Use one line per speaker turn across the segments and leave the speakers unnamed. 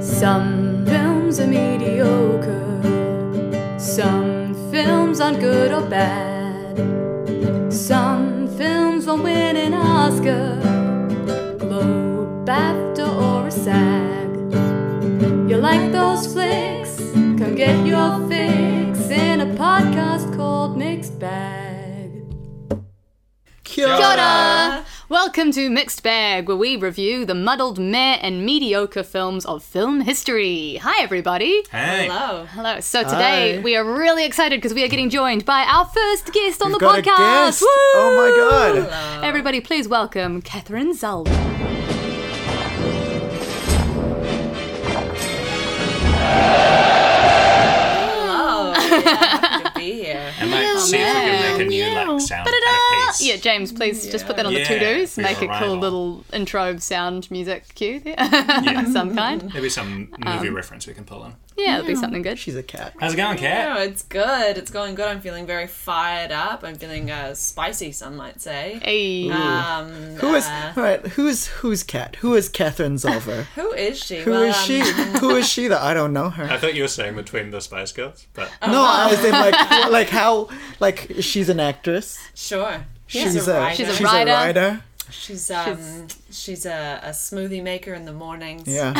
Some films are mediocre, some films aren't good or bad, some films won't win an Oscar, Globe, BAFTA, or a SAG. You like those flicks? Come get your fix in a podcast called Mixed Bag.
Kia ora.
Kia ora. Welcome to Mixed Bag, where we review the muddled, meh, and mediocre films of film history. Hi, everybody.
Hey.
Hello.
Hello. So today
Hi.
we are really excited because we are getting joined by our first guest on
We've
the
got a
podcast.
guest.
Woo!
Oh my god.
Everybody, please welcome Catherine Zalba.
Hello. Yeah, happy to be here.
And like, see if we can make a new like sound kind of piece.
Yeah, James, please just put that on
Yeah,
the to-dos.
for
Make a
your
cool
arrival.
little intro sound music cue there, of some kind.
Maybe some
Um.
movie reference we can pull in.
Yeah, it'll be something good.
She's a cat.
How's it going, Kat?
No, Oh, it's good. It's going good. I'm feeling very fired up. I'm feeling uh, spicy, some might say.
Hey.
Um,
Who is
uh,
all right? Who's who's cat? Who is Catherine Zolver?
who is she?
Who
well,
is
um,
she? Who is she? That I don't know her.
I thought you were saying between the Spice Girls, but
Oh.
Oh.
No, I was in like wh- like how like she's an actress.
Sure.
She's,
She's, a, writer.
she's a
She's,
writer.
writer.
um, she's a, a smoothie maker in the mornings.
Yeah,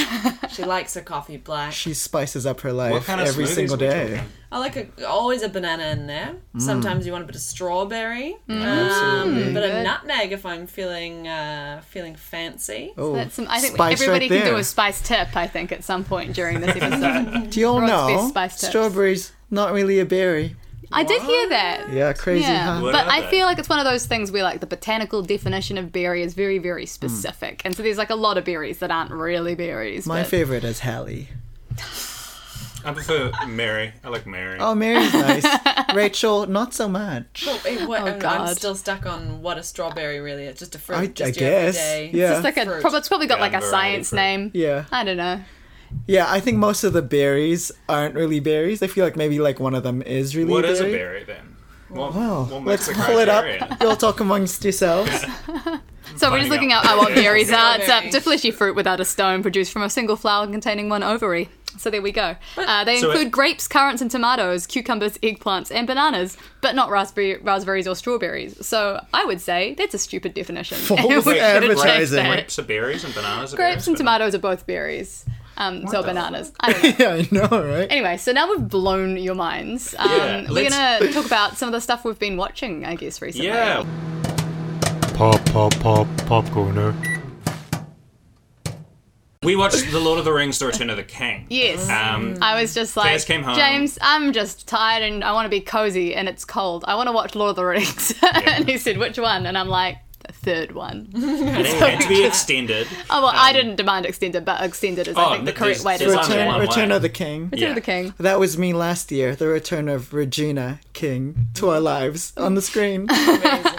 She likes her coffee black.
she spices up her
what
life
kind of
every
smoothies
single
were we
day.
talking?
I like a, always a banana in there.
Mm.
Sometimes you want a bit of strawberry. Um,
Absolutely.
but a
Good.
nutmeg if I'm feeling uh, feeling fancy.
Oh,
That's some, I think
spice
everybody
right there.
can do a spice tip. I think at some point during this episode,
Do you all
World's best
know
spice tips.
strawberries? Not really a berry.
I did hear that.
Yeah, crazy,
Yeah,
huh?
What
but
are
I
they?
feel like it's one of those things where like the botanical definition of berry is very, very
Hmm.
specific, and so there's like a lot of berries that aren't really berries.
My
but-
favorite is Hallie.
I prefer Mary. I like Mary.
Oh, Mary's nice. Rachel, not so much.
Oh, wait, what- I'm, I'm
God.
still stuck on what a strawberry really is. Just a fruit.
I, I
just your
guess.
everyday-
Yeah.
It's like a
Fruit.
probably it's probably got
Yeah,
like a
variety
science
fruit.
name.
Yeah.
I don't know.
Yeah, I think most of the berries aren't really berries. I feel like maybe like one of them is really
What
a berry.
is a berry then? What,
Wow.
what makes
Let's
the
pull it
criteria?
up. You'll talk amongst yourselves.
So we're
finding
just looking
out.
up oh, what berries are. It's
Strawberry.
up to fleshy fruit without a stone produced from a single flower containing one ovary. So there we go. Uh, they
So it-
include grapes, currants, and tomatoes, cucumbers, eggplants, and bananas, but not raspberry, raspberries or strawberries. So I would say that's a stupid definition.
False
We should have checked
advertising.
that.
Grapes are berries and bananas are
Grapes
berries,
and
but not-
tomatoes are both berries. Um, so are
the
bananas. I don't know.
yeah, I know, right?
Anyway, so now we've blown your minds. Um,
Yeah,
we're
let's-
gonna talk about some of the stuff we've been watching, I guess, recently.
Yeah.
Pop, pop, pop, pop corner.
We watched The Lord of the Rings, The Return of the King.
Yes.
Um,
I was just like,
Jazz came home.
James, I'm just tired and I want to be cozy and it's cold. I want to watch Lord of the Rings. and he said, which one? And I'm like, the third one. oh,
and it had to be extended.
well, I didn't demand extended, but extended is,
Um, oh,
I think, the
but
correct
there's-
way to
there's
say
only
it.
Return,
one
Return
way.
of the King.
Return
yeah.
of the King.
That was me last year. The return of Regina King to our lives on the screen.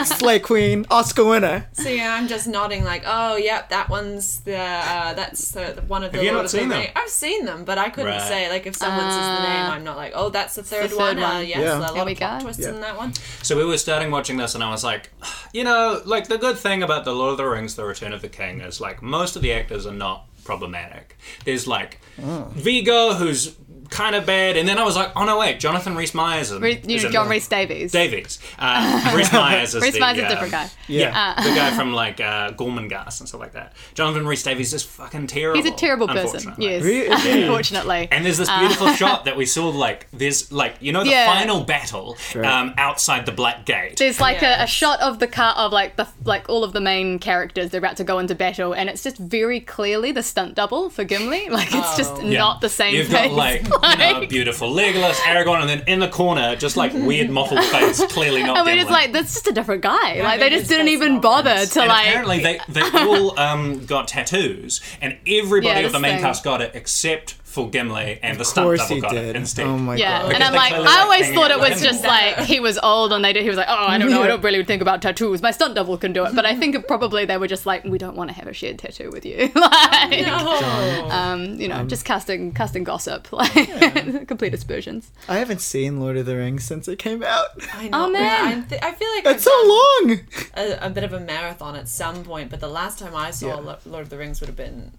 Slay Queen, Oscar winner.
So yeah, I'm just nodding like, oh, yep, that one's the uh, that's the, one of the.
Have you
Lord
not
of
seen
the
them?
Ring- I've seen them, but I couldn't
Right.
say like if someone says the name, I'm not like, oh, that's the third,
third
one. Uh,
one.
yes,
Yeah.
a
There
lot
we
of plot
go.
twists
Yeah.
in that one.
So we were starting watching this, and I was like, you know, like the good thing about The Lord of the Rings, The Return of the King, is like most of the actors are not problematic. There's like Vigo, who's kind of bad, and then I was like, oh no, wait, Jonathan Rhys Meyers. is-
Re- you
is
know,
in
John
the-
Rhys Davies.
Davies. Uh, Rhys Meyers is
Rhys
the,
Meyers is a
um,
different guy.
Yeah, the guy from like uh, Gormenghast and stuff like that. Jonathan Rhys Davies is fucking terrible.
He's a terrible person.
unfortunately.
Yes.
Really?
Unfortunately.
And there's this beautiful shot that we saw, like there's like you know the
Yeah.
final battle um, outside the Black Gate.
There's like a, a
Yes.
shot of the car of like the like all of the main characters. They're about to go into battle, and it's just very clearly the stunt double for Gimli. Like it's just
Yeah.
not the same.
You've
face.
got like, you know, beautiful Legolas, Aragorn, and then in the corner, just like weird mottled face, clearly not.
and we're
Gimli.
just like, that's just a different guy. like they
think
just
it's
didn't
just
even
not
bother
right.
to
and
like.
apparently they they all um, got tattoos, and everybody
Yeah,
of the
this
main
thing.
cast got it except for Gimli and the
Of
stunt
course
double
he
got it
did.
instead.
Oh my
Yeah,
god.
and
Because
I'm
they
like,
clearly
I
like
always
hanging
thought it
out
was
with
just
him.
like he was old and they did. He was like, oh, I don't know, I
Yeah.
don't really think about tattoos. My stunt double can do it, but I think probably they were just like, we don't want to have a shared tattoo with you, like,
Oh,
um, you know, just casting casting gossip, like complete aspersions.
I haven't seen Lord of the Rings since it came out.
I know.
Oh, man.
I'm thi- I feel like
It's
I've
so
done
long.
a, a bit of a marathon at some point, but the last time I saw Lo- Lord of the Rings would have been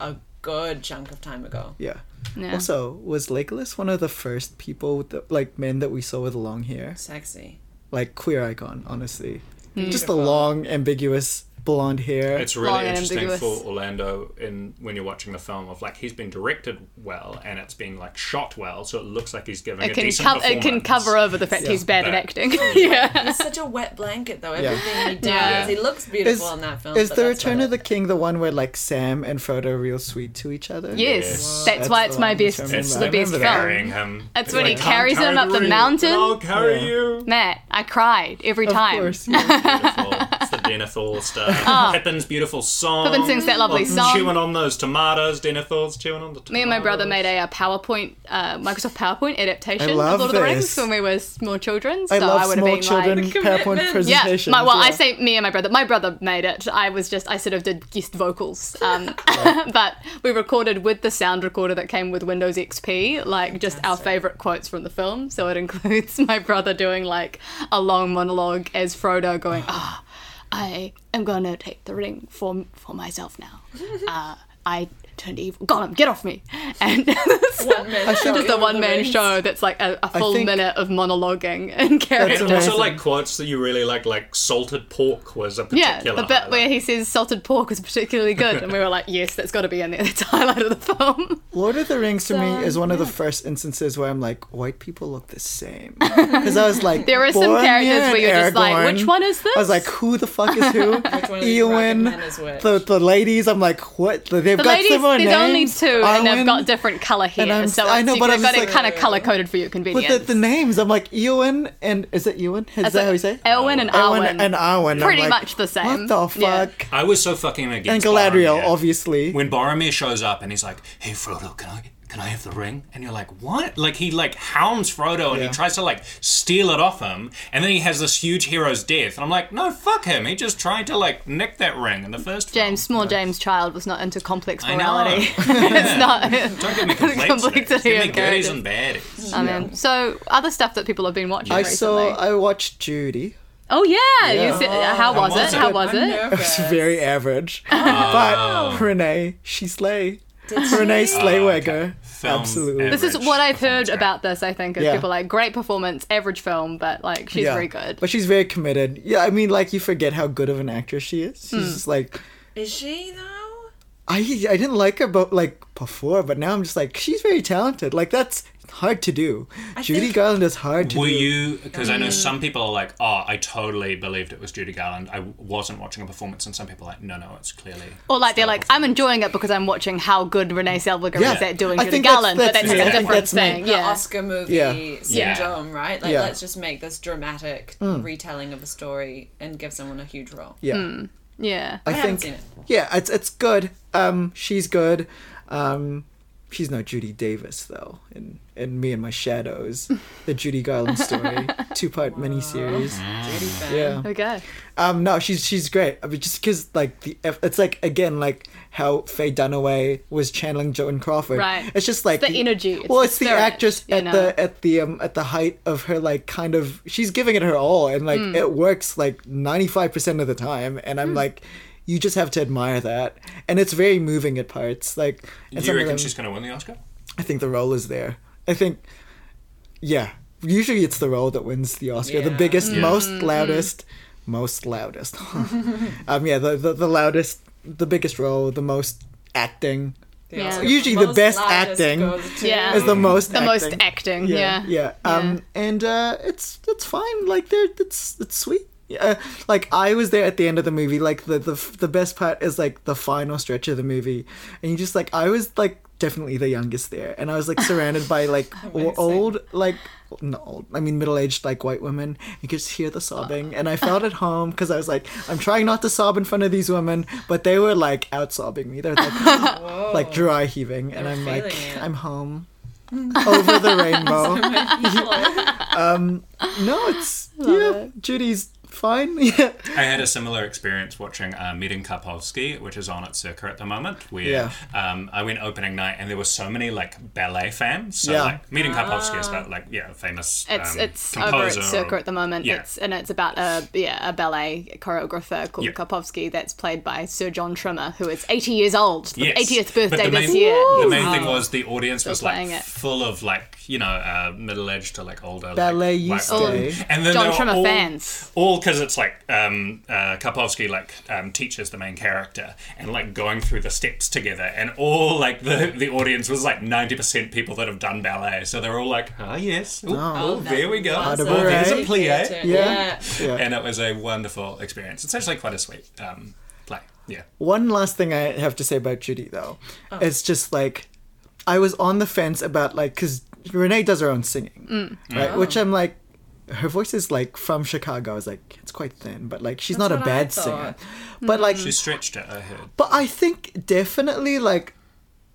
a good chunk of time ago.
Yeah.
Yeah.
Also, was Legolas one of the first people with the, like men that we saw with long hair?
Sexy.
Like queer icon, honestly.
Hmm.
Just the long, ambiguous blonde hair.
It's really
Long and
interesting for
ambiguous.
Orlando in when you're watching the film of like he's been directed well and it's been like shot well, so it looks like he's giving
it
a
can
decent
co- it can
performance.
cover over the fact he's bad at acting. yeah.
He's such a wet blanket, though.
Yeah.
Everything he does,
Yeah.
he looks beautiful in that film.
is
but
the
that's
Return
about
of the King the one where like Sam and Frodo are real sweet to each other?
Yes,
Yes.
that's, why
That's
it's
the
my
one, which
best.
I
It's
It's the
remember.
best
I remember
film.
carrying him.
That's
It's
when he
"Come,
carries him up the
Reed,
mountain."
I'll carry
Yeah.
you.
Matt, I cried every time.
Of course. yeah.
Beautiful. It's the Denethor stuff. Pippin's beautiful song.
Ah. Pippin sings that lovely
Of
song.
Chewing on those tomatoes. Denethor's chewing on the tomatoes.
Me and my brother made a, uh PowerPoint, uh, Microsoft PowerPoint adaptation
I
of
love
Lord of the Rings
this.
when we were small children. So
I
I,
love
would have
small
been
children
like,
PowerPoint
commitment.
yeah,
presentations.
my, well, I
yeah.
say me and my brother. My brother made it. I was just, I sort of did guest vocals. Um, but we recorded with the sound recorder that came with Windows XP, like just our favorite quotes from the film. So it includes my brother doing like a long monologue as Frodo going, ah, I am gonna take the ring for for myself now. Uh, I turned evil. Gollum, get off me! And it's
One man show,
just a
Lord of the
one man
Rings.
show that's like a, a full
think-
minute of monologuing and
And
character.
That's amazing.
also like quotes that you really like, like salted pork was a particular.
Yeah, the bit
highlight.
where he says salted pork is particularly good, and we were like, yes, that's got to be in there. That's the highlight of the film.
Lord of the Rings to me is one of the first instances where I'm like, white people look the same. Because I was like,
There are some
Boromir
characters
and
where you're just like,
Aragorn.
which one is this?
I was like, who the fuck is who?
one of these
Ewan,
rugged men is which?
the, the ladies. I'm like, what? They've
the
got
ladies,
similar
there's only
names.
two, and they've
Arwen.
got different colour hair,
eh? I'm-
so
I
it's-
know,
you
but
have
I'm
got
just
it
like-
kind of colour coded for your
But
convenience.
the, the names, I'm like Ewan and is it Ewan? Is
That's
that
it.
how you say?
Elwyn and
Ewan
Arwen.
and Arwen. I'm
Pretty
like,
much the same.
What the
Yeah.
fuck?
I was so fucking against.
And Galadriel,
Boromir.
obviously.
When Boromir shows up and he's like, "Hey Frodo, can I can I have the ring?" and you're like, "What?" Like he like hounds Frodo and he
Yeah.
tries to like steal it off him, and then he has this huge hero's death, and I'm like, "No, fuck him! He just tried to like nick that ring in the first film."
James, small James Child was not into complex
I know.
morality. it's not.
Don't give me complexity. Just
Complexity
give me
of
goodies
characters.
and baddies.
I mean, so other stuff that people have been watching
I
recently.
saw. I watched Judy.
oh yeah, you
Yeah.
said, how was
was
it?
it?
How was
I'm
it?
It's
nervous.
very average, but Renee, she slay. Renee Slaywegger,
Film
absolutely.
average.
This is what I've
performance
heard
grade.
about this. I think is
Yeah.
people like great performance, average film, but like she's
Yeah.
very good.
But she's very committed. Yeah, I mean, like you forget how good of an actress she is. She's
Hmm.
just like,
Is she though?
I I didn't like her, but like before, but now I'm just like, she's very talented. Like that's hard to do. Judy
think-
Garland is hard to
Were
do.
you? Because I know
Mm.
some people are like, "Oh, I totally believed it was Judy Garland. I wasn't watching a performance," and some people are like, "No, no, it's clearly."
Or like they're like, I'm enjoying it because I'm watching how good Renee Zellweger
Yeah.
is at doing
I
Judy
think that's-
Garland,
that's
but that's
me. I
a
think
different
that's me.
thing.
The
Yeah.
Oscar movie
Yeah.
Yeah.
syndrome, right? Like,
Yeah. Hmm.
let's just make this dramatic retelling of a story and give someone a huge role.
Yeah,
Yeah.
I,
haven't
think.
seen it.
Yeah, it's it's good. Um, she's good. Um, she's no Judy Davis though. In in Me and My Shadows, the Judy Garland story, two part miniseries.
Judy Fan.
Yeah.
There we go.
Um, no, she's she's great. I mean, just because like the eff- it's like again like how Faye Dunaway was channeling Joan Crawford.
Right.
It's just like
It's the energy, it's
well,
the
it's the
spirit,
actress
you
at
know.
the at the um at the height of her like kind of she's giving it her all and like
Hmm.
it works like ninety five percent of the time and I'm like. You just have to admire that, and it's very moving at parts. Like, and
Do
some
you
of
reckon
them-
she's going to win the Oscar?
I think the role is there. I think, yeah. Usually it's the role that wins the Oscar. The
Yeah.
biggest,
Mm-hmm.
most loudest, most loudest. um, yeah, the, the, the loudest, the biggest role, the most acting.
Yeah.
Oscar
Usually
for
the
most
best
loudest
acting
goes to-
Yeah.
Is the most
The
acting.
most acting. Yeah.
yeah. Um, and uh, it's it's fine. Like there, it's it's sweet. Uh, like I was there at the end of the movie. Like the, the the best part is like the final stretch of the movie, and you just like I was like definitely the youngest there, and I was like surrounded by like o- old like not old I mean middle aged like white women. You could just hear the sobbing, and I felt at home because I was like I'm trying not to sob in front of these women, but they were like out sobbing me. They're like like dry heaving, and
They were
I'm like
Oh. feeling it.
I'm home over the rainbow.
People-
No, it's yeah. Judy's fine. Yeah.
I had a similar experience watching uh, Meeting Karpovsky, which is on at Circa at the moment, where
Yeah.
um, I went opening night and there were so many like ballet fans. So
Yeah.
like Meeting Karpovsky is about like yeah, a famous
Ah. It's
um,
it's over at
composer.
Circa
or-
at the moment.
yeah.
It's and it's about a yeah a ballet choreographer called
Yeah.
Karpovsky that's played by Sir John Trimmer, who is eighty years old. for the
Yes.
80th
But
birthday
the
this
main-
year.
The main thing was the audience was like
playing it.
full of like you know uh, middle aged to like older like,
Ballet
white
used
women.
to.
and then they
John
were
Trimmer
all,
fans.
all because it's like um, uh, Karpovsky like um, teaches the main character and like going through the steps together, and all like the the audience was like ninety percent people that have done ballet, so they're all like, ah yes, Ooh, oh, there we go,
Awesome.
oh, there's a
Right.
plie,
Theatre,
Yeah. Yeah.
and it was a wonderful experience. It's actually quite a sweet um, play, yeah.
One last thing I have to say about Judy though,
Oh.
it's just like I was on the fence about like because Renee does her own singing, right?
Oh.
Which I'm like, her voice is like from Chicago. I was like, it's quite thin, but like she's not a
what I
bad singer.
thought.
But like,
She stretched it, I heard.
but I think definitely like.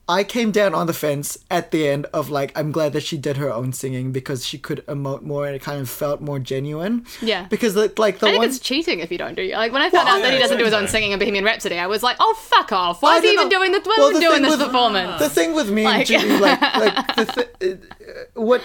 I came down on the fence at the end of like I'm glad that she did her own singing because she could emote more and it kind of felt more genuine.
Yeah.
Because like, like the
I think
one
it's cheating if you don't do like when I found out
yeah,
that he doesn't do his own
exactly.
singing in Bohemian Rhapsody, I was like, oh fuck off! Why
I
is he
don't
even
know.
doing this? Why
Well,
is he
the
doing
thing
this
with-
performing?
the thing with me
Like-
and Judy, like, like the th- uh, what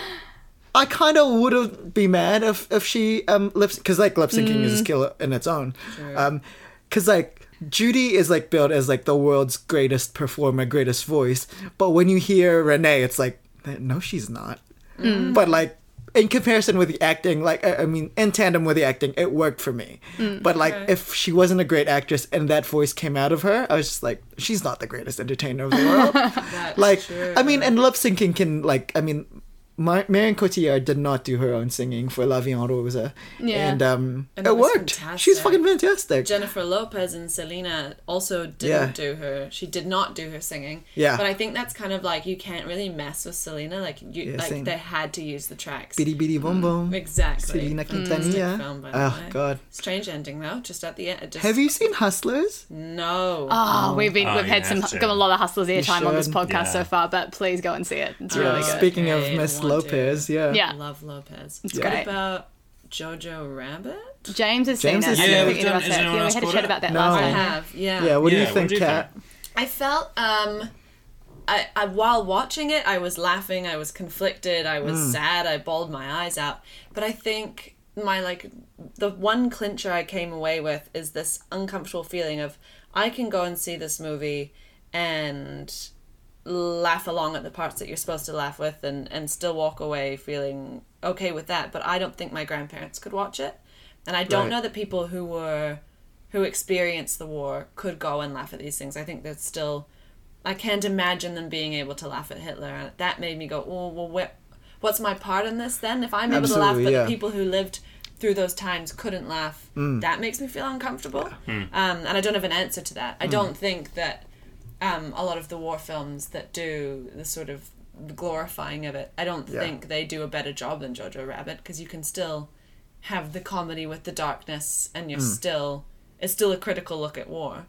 I kind of would have be mad if if she um lip because like lip syncing is a
Mm.
skill in its own, um, because like Judy is like billed as like the world's greatest performer, greatest voice, but when you hear Renee, it's like no, she's not.
Mm.
But like. In comparison with the acting, like I I mean, in tandem with the acting, it worked for me.
Mm.
but like, if she wasn't a great actress and that voice came out of her, I was just like, she's not the greatest entertainer of the world.
That's
like
true.
I mean, and lip syncing can like I mean, Mar- Marion Cotillard did not do her own singing for La Vie en Rose,
Yeah.
and um,
And
it
it was
worked. She's
fantastic.
fucking fantastic.
Jennifer Lopez and Selena also
Yeah.
didn't do her. She did not do her singing.
Yeah.
But I think that's kind of like you can't really mess with Selena. Like you,
Yeah,
like
same.
they had to use the tracks.
Bidi bidi boom boom.
Mm, Exactly.
Selena
Fantastic
Quintanilla.
film, by the
Oh
way.
God,
Strange ending though. Just at the end. Just,
have you seen Hustlers?
No.
Oh, we've been
Oh,
we've
you
had some
have to.
got a lot of hustlers airtime on this
should.
podcast
Yeah.
so far, but please go and see it. It's
Yeah.
really good.
Speaking
Okay,
of Miss
want to.
Lopez, yeah,
Yeah.
Love Lopez.
It's
what
great.
about Jojo Rabbit?
James has
James
seen
has
it. I
seen
don't
it.
think
Yeah,
any
we've done-
of us have.
is anyone
Yeah, we
else
had a
caught
chat
it?
about that
No.
last
I
time.
have. Yeah.
Yeah, What do
Yeah,
you
what
think,
do you
Kat?
I felt um I, I while watching it I was laughing, I was conflicted, I was sad, I bawled my eyes out. But I think my like the one clincher I came away with is this uncomfortable feeling of I can go and see this movie and laugh along at the parts that you're supposed to laugh with and and still walk away feeling okay with that, but I don't think my grandparents could watch it. And I don't
Right.
know that people who were who experienced the war could go and laugh at these things. I think that's still, I can't imagine them being able to laugh at Hitler. And that made me go, oh, well, what, what's my part in this then? If I'm able to laugh,
Absolutely,
but
yeah.
the people who lived through those times couldn't laugh,
Mm.
that makes me feel uncomfortable. Um, and I don't have an answer to that.
Hmm.
I don't think that um, a lot of the war films that do the sort of glorifying of it, I don't think they do a better job than Jojo Rabbit because you can still have the comedy with the darkness and you're
Hmm.
still it's still a critical look at war.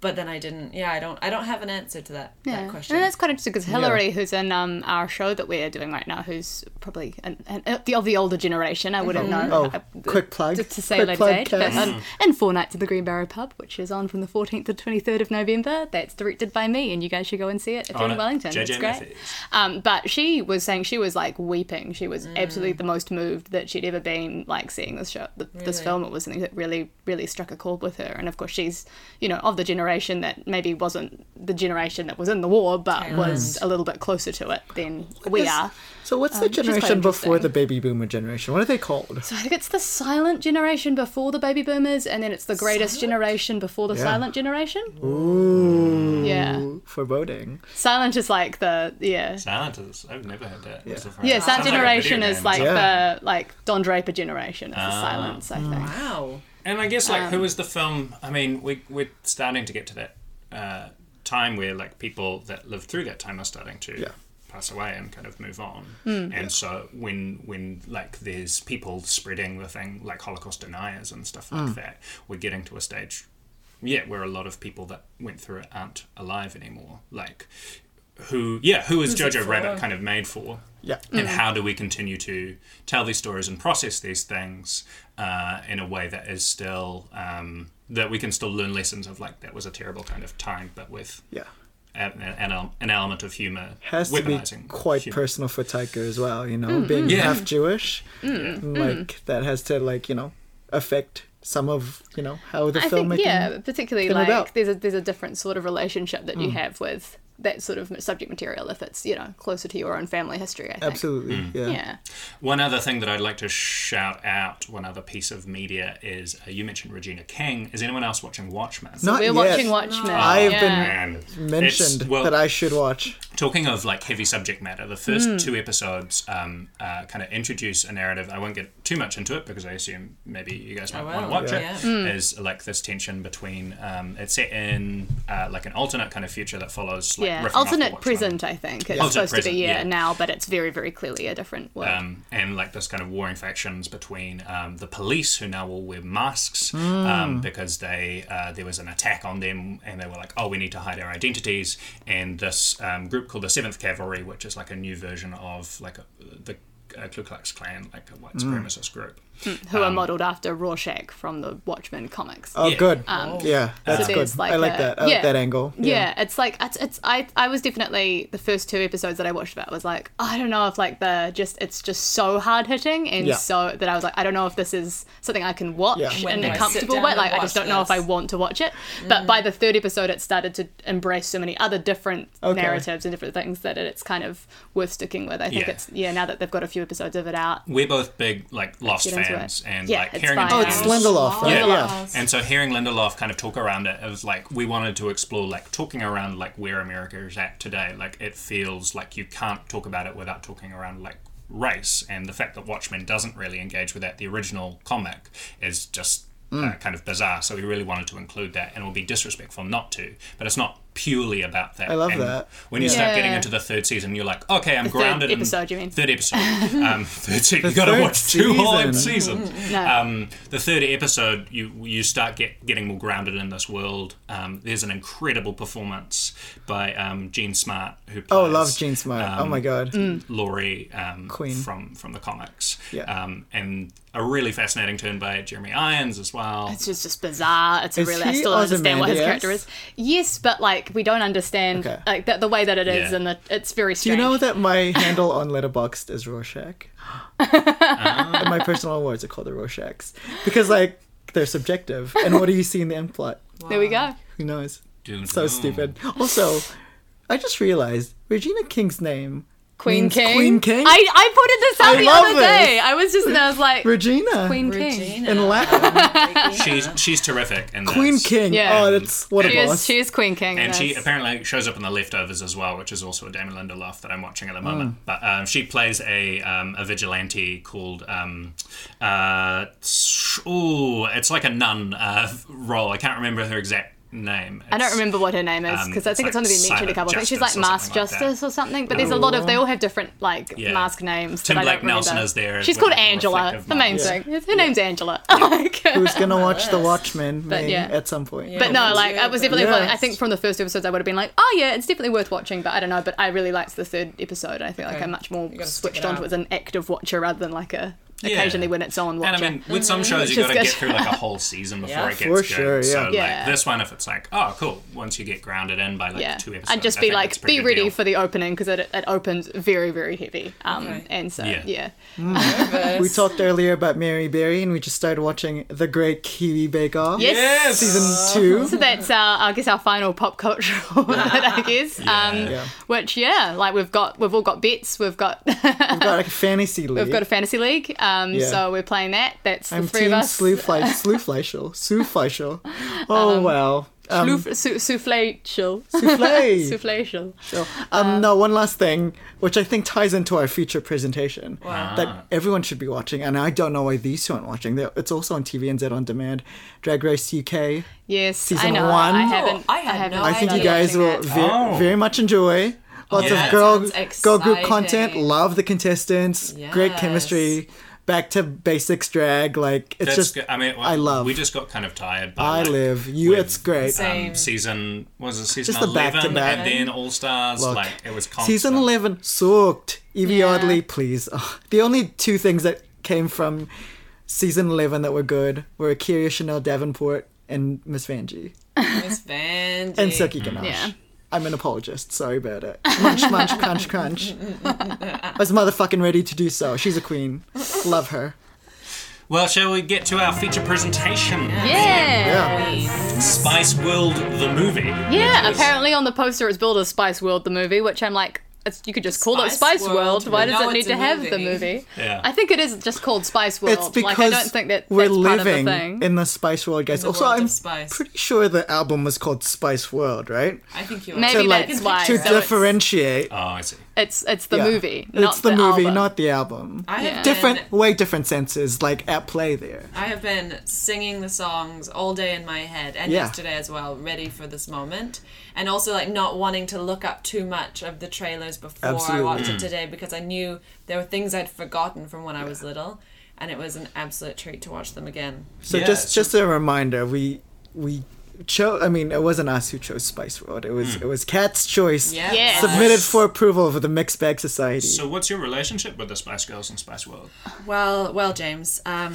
But then I didn't. Yeah, I don't. I don't have an answer to that, that question.
And that's quite interesting because Hillary, who's in um, our show that we're doing right now, who's probably an, an, uh, the, of the older generation, I wouldn't know.
Oh,
uh,
quick plug.
Just to say
Quick
later
plug,
date, but
Cass.
um, and Four Nights at the Green Barrow Pub, which is on from the 14th to 23rd of November. That's directed by me, and you guys should go and see it if you're
On
in
it,
Wellington.
JJ
it's great.
Matthews.
Um, but she was saying she was like weeping. She was absolutely the most moved that she'd ever been like seeing this show, th- this film. It was something that really, really struck a chord with her. And of course, she's you know of the generation that maybe wasn't the generation that was in the war, but was a little bit closer to it than we
Yes.
are.
So what's the
Um, which is quite
generation before
interesting.
the baby boomer generation? What are they called?
So I think it's the silent generation before the baby boomers, and then it's the greatest generation before the silent generation.
Ooh,
Yeah,
foreboding.
silent is like the yeah.
Silent is, I've never heard that. Yeah,
Yeah, silent generation is like
Yeah.
the like Don Draper generation.
Ah.
It's the silence, I think.
wow.
And I guess like who
um,
was the film? I mean, we we're starting to get to that uh, time where like people that lived through that time are starting to
Yeah.
pass away and kind of move on.
Hmm.
And so when when like there's people spreading the thing like Holocaust deniers and stuff like
Hmm.
that, we're getting to a stage. Yeah, where a lot of people that went through it aren't alive anymore. Like, who? Yeah, who is Jojo Rabbit kind of made for?
Yeah.
Mm.
and how do we continue to tell these stories and process these things uh, in a way that is still um, that we can still learn lessons of like that was a terrible kind of time but with
Yeah.
an, an, el- an element of humor
Has to be
weaponizing
quite
humor.
personal for Taika as well, you know,
Mm,
being
Yeah.
half Jewish, and, like that has to like you know affect some of you know how the
I
film
think
making.
yeah, particularly
came
like
about. Mm.
there's a there's a different sort of relationship that you have with that sort of subject material if it's you know closer to your own family history. I think.
Absolutely.
Mm.
Yeah.
Yeah.
One other thing that I'd like to shout out, one other piece of media is uh, you mentioned Regina King. Is anyone else watching Watchmen? Oh,
Not
We're
yet.
watching Watchmen.
I've been-
yeah.
Man, it's-
Mentioned
well,
that I should watch.
talking of like heavy subject matter, the first
Hmm.
two episodes um, uh, kind of introduce a narrative. I won't get too much into it because I assume maybe you guys might
will,
want to watch
yeah.
it.
Hmm.
Is like this tension between um, it's set in uh, like an alternate kind of future that follows like riffing
Yeah,
off the
alternate
Watchmen.
present, I think. It's
Alternate
supposed to
present,
be yeah,
yeah.
now, but it's very, very clearly a different world.
um, and like this kind of warring factions between um, the police who now all wear masks um, because they uh, there was an attack on them and they were like oh we need to hide our identities and this um, group called the Seventh Cavalry which is like a new version of like a, the uh, Ku Klux Klan like a white supremacist group
who are modelled after Rorschach from the Watchmen comics.
Um, Oh,
yeah.
good. yeah, that's
Um, So
good.
there's like
I like
a-
that. I like
yeah.
that angle.
yeah. it's like it's, it's I I was definitely the first two episodes that I watched about was like I don't know if like the just it's just so hard hitting and
Yeah.
so that I was like I don't know if this is something I can watch
Yeah.
When
in
do I
a
sit
comfortable
down
way
and
like I just
watch
don't know if I
this? Mm.
want to watch it but by the third episode it started to embrace so many other different
Okay.
narratives and different things that it's kind of worth sticking with I think
Yeah.
it's yeah now that they've got a few episodes of it out
we're both big like Lost
Get into it.
fans and
Yeah,
like
it's
hearing
fine.
interviews-
Oh, it's Lindelof, right?
Yeah.
Yeah.
And so hearing Lindelof kind of talk around it, it was like we wanted to explore like talking around like where America is at today. Like it feels like you can't talk about it without talking around like race and the fact that Watchmen doesn't really engage with that. The original comic is just uh, kind of bizarre. So we really wanted to include that, and it would be disrespectful not to. But it's not purely about that.
I love
And
that.
When you start getting
Yeah.
into the third season, you're like, okay, I'm
The third
grounded. in-
episode, you mean?
Third episode. Um, third se- you got to
third
watch two whole
season.
seasons.
No.
Um, the third episode, you you start get, getting more grounded in this world. Um, there's an incredible performance by um, Gene Smart, who plays
Oh, love Gene Smart. oh my god.
Mm,
Laurie um,
Queen.
from from the comics,
Yeah.
um, and a really fascinating turn by Jeremy Irons as well.
It's just, just bizarre. It's
Is
really I
he
still don't understand what his
Ozymandias?
character is. Yes, but like we don't understand
Okay.
like the, the way that it is,
Yeah.
and the, it's very
Do you
strange.
know that my handle on Letterboxd is Rorschach? and my personal awards are called the Rorschachs because like they're subjective. And what do you see in the end plot?
There we go.
Who knows?
Dude,
So
no.
stupid. Also, I just realized Regina King's name
Queen
means
King.
Queen King.
I, I put this out
I
the
love
other
this.
day. I was just and I was like
Regina
Queen King.
Regina.
in Latin.
She's she's terrific. And
Queen King.
Yeah.
Oh, that's what
She
a boss.
is, she is Queen King.
And she
yes.
apparently shows up in the leftovers as well, which is also a Damon Lindelof that I'm watching
Hmm.
at the moment. But um, she plays a um, a vigilante called um, uh, s- ooh, it's like a nun uh, role. I can't remember her exact name.
I don't remember what her name is
um,
because I think
it's like
it's only been mentioned a
Silent
couple. I think she's like
Justice or
Mask
something like that.
Justice or something. But there's a lot of
Oh.
they all have different like
Yeah.
mask names.
Tim
that I don't
Blake Nelson
remember.
is there
She's
with
called
a
Angela.
reflective
The main
mask.
thing. Her name's Angela. Like-
Who's gonna watch The Watchmen
But
man,
yeah.
at some point?
But
Yeah,
no,
once
like
you
I was definitely.
Yes.
I think from the first episodes, I would have been like, "Oh yeah, it's definitely worth watching," but I don't know. But I really liked the third episode. I feel like
Okay.
I'm much more
You gotta stick it
switched onto
out.
it as an active watcher rather than like a
Yeah.
occasionally when it's on watcher.
And I mean, with some shows, you
Which is
got to get
good.
through like a whole season before
Yeah.
it gets
For
good.
sure, yeah.
So
Yeah.
like this one, if it's like, oh, cool, once you get grounded in by like
yeah,
two episodes,
I'd just
I
be
think that's
like,
a pretty
be
good
ready
deal.
for the opening because it, it opens very, very heavy. Um,
Okay.
and so
Yeah.
yeah,
We talked earlier about Mary Berry, and we just started watching The Great Kiwi Bake Off.
yes.
Yes!
Season two.
So that's our, I guess, our final pop cultural, I guess. Um,
Yeah.
Which, yeah, like we've got, we've all got bets, we've got
We've got like a fantasy league.
We've got a fantasy league, um,
Yeah.
so we're playing that. That's the
I'm
three
team
of us.
Slew Fleischel. Slew Fleischel. Sue Fleischel. Oh, well. Um,
Luf- su- souffle chill.
Soufflé.
Souffle chill.
um, no, one last thing, which I think ties into our future presentation that everyone should be watching, and I don't know why these two aren't watching. They're, it's also on TVNZ on demand. Drag Race UK.
Yes, I
Season
know.
one.
I haven't.
Oh, I had
haven't
no
I
I
think you
love
started
guys will
watching
ve-
it.
Oh.
very much enjoy.
Yeah.
Lots of
That
girl
sounds
girl group content.
exciting.
Love the contestants. Great
Yes.
chemistry. back to basics drag. Like it's
That's
just
good. I mean, well,
I love.
We just got kind of tired. By,
I
like,
live. You.
with,
It's great.
Um,
Same.
season was it season
Just the
eleven,
back-to-back.
and then All Stars.
Look,
Like it was constant.
Season 11 sucked. Evie
Yeah.
Oddly, please. Ugh. the only two things that came from season 11 that were good were Akira Chanel Davenport and Miss Vanjie.
Miss Vanjie.
And Seki Ganache.
Yeah.
I'm an apologist. Sorry about it. Munch, munch, crunch, crunch. I was motherfucking ready to do so. She's a queen. Love her.
Well, shall we get to our feature presentation?
Yeah.
Spice World the movie.
Yeah,
which was-
apparently on the poster it's billed as Spice World the movie, which I'm like, it's, you could just call it
Spice
Spice
World.
World. Why
We
does
know
it
it's
need
a
to have the
movie.
movie?
Yeah.
I think it is just called Spice World.
It's because
like I don't think that
we're
that's part of
living
the thing.
in the Spice World, guys.
the
also,
world
I'm
of Spice.
pretty sure the album was called Spice World, right?
I think you are.
Maybe
To, like,
that's why.
to
so
it's-
differentiate.
Oh, I see.
it's it's the
Yeah.
movie, not
it's the, movie,
album.
not the album.
I have
different,
been-
way different senses like at play there.
I have been singing the songs all day in my head and
Yeah.
yesterday as well, ready for this moment. And also like not wanting to look up too much of the trailers before I watched it today because I knew there were things I'd forgotten from when I was little and it was an absolute treat to watch them again.
So
Yeah,
just
it's-
just a reminder, we we chose. I mean, it wasn't us who chose Spice World. It was it was Cat's choice.
Yeah.
Yes.
Submitted for approval for the Mixed Bag Society.
So, what's your relationship with the Spice Girls and Spice World?
Well, well, James. Um,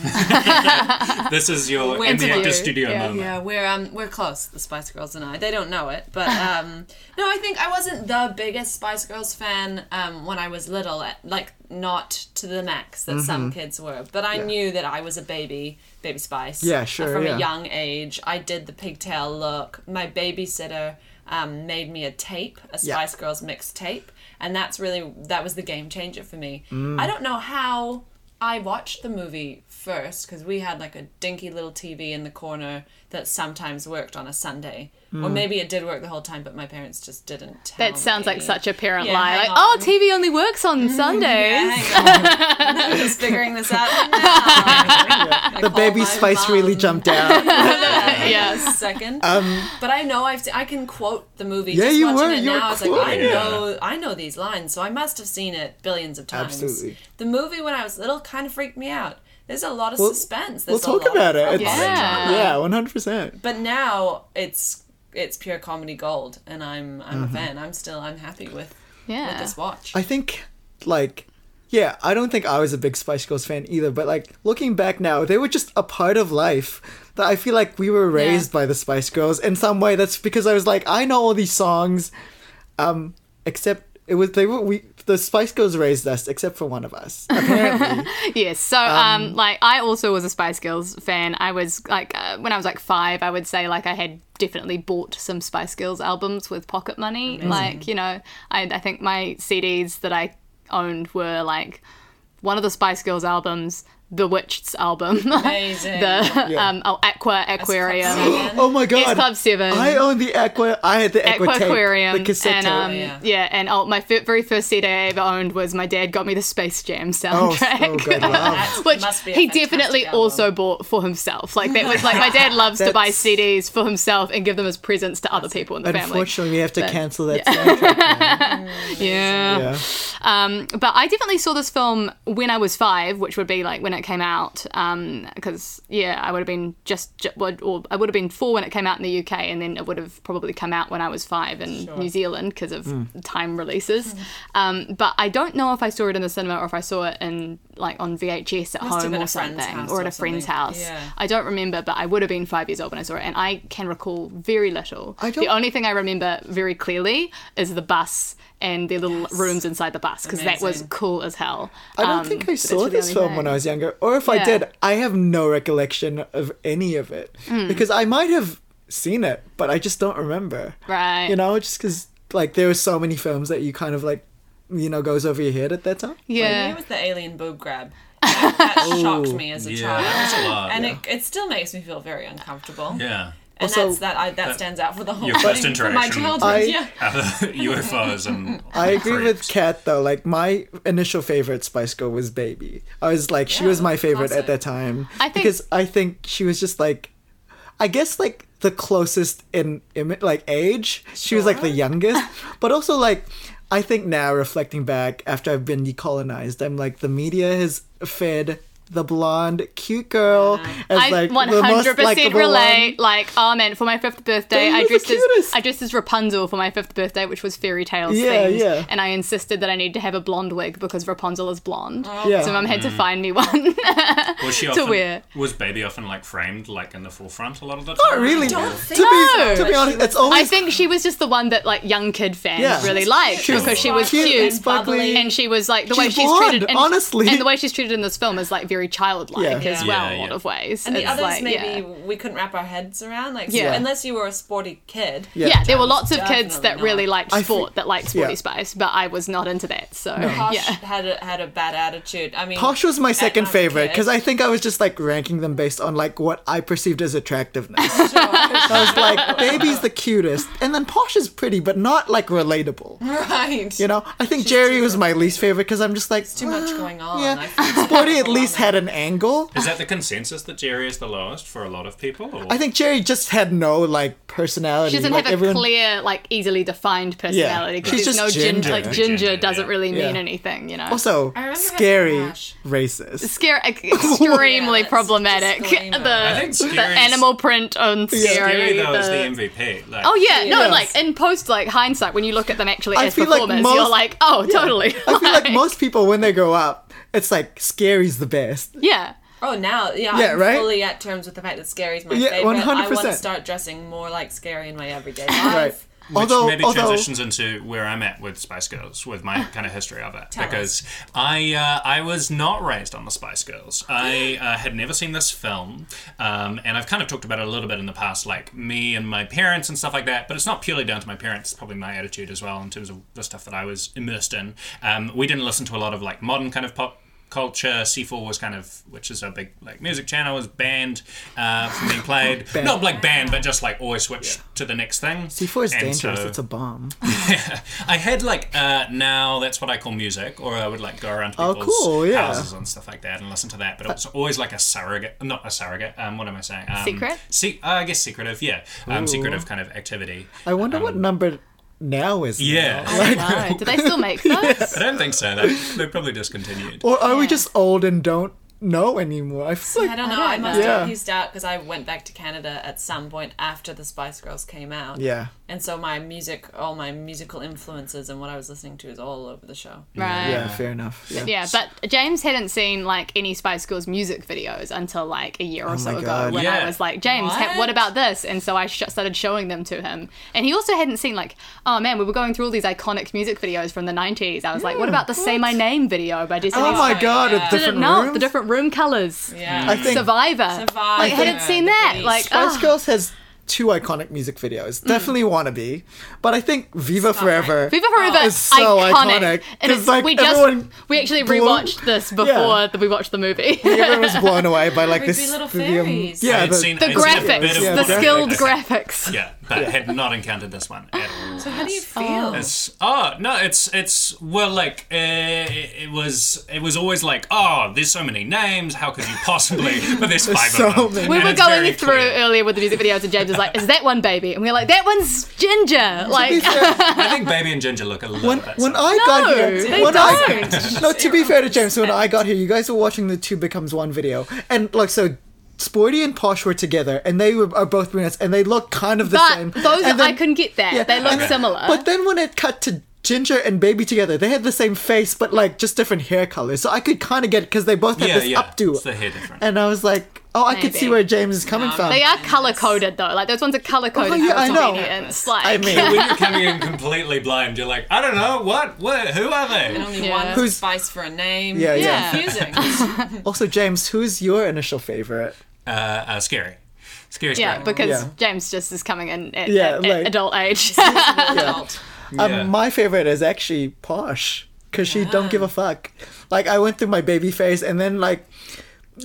This is your
Wait,
in the
interview.
actor studio
Yeah.
moment.
yeah, we're um, we're close, the Spice Girls and I. They don't know it, but um, no, I think I wasn't the biggest Spice Girls fan um, when I was little, like not to the max that some
Mm-hmm.
kids were. But I knew that I was a baby, baby Spice.
Yeah,
uh,
sure,
From
yeah.
a young age, I did the pigtail look. My babysitter um, made me a tape, a
Yeah.
Spice Girls mixtape, and that's really that was the game changer for me.
Mm.
I don't know how I watched the movie first because we had like a dinky little TV in the corner that sometimes worked on a Sunday,
Mm.
or maybe it did work the whole time, but my parents just didn't. Tell
That sounds like
me.
such a parent
Yeah,
lie.
hang
Like, oh,
on.
TV only works on
Mm-hmm.
Yeah,
Sundays.
hang on. I'm just figuring this out now. I
the
call
baby
my
Spice
mom.
really jumped out.
yes.
second. but I know I've se- I can quote the movie.
Um, Yeah,
just
you
watching
were-
It
you were
now, it's like I
quoting
it.
know I know these lines, so I must have seen it billions of times.
Absolutely.
The movie when I was little kind of freaked me out. There's a lot of suspense.
we'll
There's a
talk
lot
about
of
it. It's,
drama.
Yeah.
yeah, one hundred percent.
But now it's it's pure comedy gold, and I'm I'm a fan. I'm still I'm happy with with
Yeah.
this watch.
Mm-hmm. I think like. Yeah, I don't think I was a big Spice Girls fan either, but like looking back now, they were just a part of life that I feel like we were raised by the Spice Girls in some way. That's because I was like, I know all these songs, um, except it was they were we the Spice Girls raised us, except for one of us. Apparently,
Yes. So, um, like, I also was a Spice Girls fan. I was like, uh, when I was like five, I would say like I had definitely bought some Spice Girls albums with pocket money. Like, you know, I, I think my CDs that I owned were like one of the Spice Girls albums, the Witch's album,
Amazing.
the um, oh, Aqua Aquarium.
oh my god,
It's Club Seven.
I own the aqua. I had the aqua,
Aqua
tape,
Aquarium,
the cassette
and um,
tape.
yeah.
yeah. and oh, my fir- very first CD I ever owned was my dad got me the Space Jam
Oh, so
soundtrack,
good. Wow.
That
which
must be a
he
fantastic
definitely
album.
also bought for himself. Like that was like my dad loves to buy
That's-
CDs for himself and give them as presents to other people in the family.
Unfortunately, we have to cancel that. soundtrack
Yeah.
now. yeah.
Um, but I definitely saw this film when I was five, which would be like when it came out. Because yeah, I would have been just, ju- would- or I would have been four when it came out in the UK, and then it would have probably come out when I was five in New Zealand because of
Hmm.
time releases.
Hmm.
Um, but I don't know if I saw it in the cinema or if I saw it in like on VHS
Must
at
have
home
been
or
a friend's
something,
house
or at
or
a friend's
something.
house.
Yeah.
I don't remember, but I would have been five years old when I saw it, and I can recall very little.
I don't-
The only thing I remember very clearly is the bus and the little rooms inside the bus because that was
Amazing.
cool as hell.
I don't
Um,
think I
but it's
saw
the
this
only
film
thing.
when I was younger, or if I
Yeah.
did, I have no recollection of any of it
Hmm.
because I might have seen it, but I just don't remember.
Right.
You know, just because like there were so many films that you kind of like, you know, goes over your head at that time.
It
Yeah.
was the alien boob grab. That shocked me as a
Yeah,
child.
that was a lot.
and it, it still makes me feel very uncomfortable.
yeah.
and
Also-
that's that. I, that stands out for the whole
Your first
thing, for my
interaction.
childhood.
I-
yeah,
UFOs and
I agree with
creeps.
Kat though. Like my initial favorite Spice Girl was Baby. I was like, she
Yeah,
was my favorite
classic.
at that time
I think-
because I think she was just like, I guess like the closest in imi- like age. She was like the youngest, but also like. I think now reflecting back after I've been decolonized, I'm like the media has fed the blonde, cute girl as
I
like
one
the most
hundred percent
likable
relate. Like, oh man, for my fifth birthday,
They
I
were the
dressed as
cutest.
I dressed as Rapunzel for my fifth birthday, which was fairy tales
Yeah,
themed,
yeah.
and I insisted that I need to have a blonde wig because Rapunzel is blonde.
Yeah.
So mum had to find me one.
Mm. Was she
To
often,
wear.
Was baby often like framed like in the full front a lot of the time?
Not really.
don't
to,
think
so.
be, to
She
be honest,
was-
it's
I
always
think she was just the one that like young kid fans
Yeah.
really liked
She was
because she was
cute
cute,
and sparkly.
and she was like the way
She's
she's
blonde,
treated. And,
honestly.
and the way she's treated in this film is like very childlike
Yeah.
as
Yeah.
well in
Yeah,
a lot
yeah.
of ways.
And the
It's
others
like,
maybe
yeah.
we couldn't wrap our heads around. Like, so
Yeah.
unless you were a sporty kid.
Yeah, there were lots of
Definitely
kids that
not.
really liked
I
sport,
think-
that liked Sporty
yeah.
Spice, but I was not into that. So
Posh
yeah,
had a, had a bad attitude. I mean,
Posh was my
at
second
night
favorite
kid.
because I think I was just like ranking them based on like what I perceived as attractiveness. I was like, baby's the cutest, and then Posh is pretty, but not like relatable.
right.
You know, I think Jerry was my least favorite because I'm just like
too much going on. I
Yeah,
feel
Sporty at least
overwhelming.
had an angle.
Is that the consensus that Jerry is the lowest for a lot of people? Or?
I think Jerry just had no like personality.
she doesn't
like,
have a
everyone-
clear, like easily defined personality because
She's
there's
just
no ginger.
ginger.
Like ginger
Ginger,
doesn't
yeah.
really mean
Yeah.
anything, you know.
Also,
I remember
scary,
having Posh.
racist.
Scare ex- extremely
Yeah, that's
problematic.
disclaimer.
I think
The,
Scary's-
the animal print on scary.
Gary though
the-
is the MVP. Like,
Oh yeah, no,
Yes.
like in post like hindsight, when you look at them actually
I
as
feel like
performers, you're
most-
like, oh, totally.
I feel like most people when they grow up, it's like scary's the best.
yeah,
Oh, now, yeah,
Yeah,
I'm
right?
fully at terms with the fact that Scary's my
Yeah,
favorite. I want to
100%.
start dressing more like Scary in my everyday
Right.
life.
Which maybe transitions into where I'm at with Spice Girls, with my kind of history of it, because I uh, I was not raised on the Spice Girls. I uh, had never seen this film, um, and I've kind of talked about it a little bit in the past, like me and my parents and stuff like that. But it's not purely down to my parents; it's probably my attitude as well in terms of the stuff that I was immersed in. Um, we didn't listen to a lot of like modern kind of pop culture. C4 was kind of, which is a big like music channel, was banned uh, from being played. Not like banned, but just like always switch to the next thing.
C4 is
And
dangerous.
so-
It's a bomb.
I had like uh, now that's what I call music, or I would like go around to
Oh,
people's
cool, yeah.
houses and stuff like that and listen to that. But it was always like a surrogate, not a surrogate. Um, what am I saying? Um,
Secret?
Se- uh, I guess secretive. Yeah, um, secretive kind of activity.
I wonder what number now is.
Um, Yeah,
now.
wow. do they still make those?
I don't think so. They, they probably discontinued.
Or are we just old and don't know anymore? I feel like
I don't know. I, must
Yeah.
have used out because I went back to Canada at some point after the Spice Girls came out.
yeah.
And so my music, all my musical influences and what I was listening to is all over the show.
Right.
Yeah, fair enough. Yeah.
Yeah, but James hadn't seen like any Spice Girls music videos until like a year or so
Oh my
ago
God.
when I
Yeah.
was like, James, ha- what?
What?
about this? And so I sh- started showing them to him. And he also hadn't seen like, oh man, we were going through all these iconic music videos from the 90s. I was like, what about the Say My Name video by Destiny's
Oh my
Child?
god,
yeah.
a different
Didn't know
room.
the different room colors.
Yeah.
I think
Survivor.
Survivor.
Like, hadn't seen that.
Denise.
Like,
Spice
ah.
Girls has two iconic music videos. Definitely wannabe, but I think Viva Forever.
Viva Forever
is so
iconic.
iconic.
It
'Cause,
is,
like,
we just
everyone
we actually
blew-
rewatched this before that we watched the movie.
Everyone was blown away by like
We'd
this.
be little
video-
fairies.
I
Yeah,
had
the-
seen-
the
I had seen a bit
graphics,
of
Yeah,
the
one, but-
skilled graphics.
Yeah, but had not encountered this one at all.
So how do you feel?
It's oh no, it's it's well like uh, it, it was it was always like oh there's so many names how could you possibly but there's five
so
of them.
many.
We
And
were
it's very
going through
clear.
earlier with the music videos, and James was like, "Is that one baby?" And we were like, "That one's Ginger." Like,
I think Baby and Ginger look a little
When,
bit.
when
similar.
I got here,
they
when I, no. To be fair to James, when I got here, you guys were watching the two becomes one video, and like so, Sporty and Posh were together, and they were are both brunettes, and they look kind of the same.
but those
and
I
then-
couldn't get that.
yeah,
they look
and-
similar.
But then when it cut to Ginger and Baby together, they had the same face, but like just different hair colors. So I could kind of get it because they both had
yeah
this
yeah
updo.
it's the hair difference.
and I was like, oh, I could see
Maybe.
where James is coming from.
they are color coded though. Like those ones are color coded
um, Oh, yeah, I
for
know.
convenience. Like,
I mean,
when you're coming in completely blind, you're like, I don't know, what, what, who are
And
they?
only
Yeah.
one
Who's-
Spice for a name.
Yeah,
It's
yeah.
Confusing.
also, James, who's your initial favorite?
Uh, uh, scary, scary, scary.
yeah, because
Yeah.
James just is coming in at,
Yeah,
at- at
like-
adult age.
Adult.
Yeah.
Um, my favorite is actually Posh because she don't
Ah.
give a fuck. Like I went through my baby phase, and then like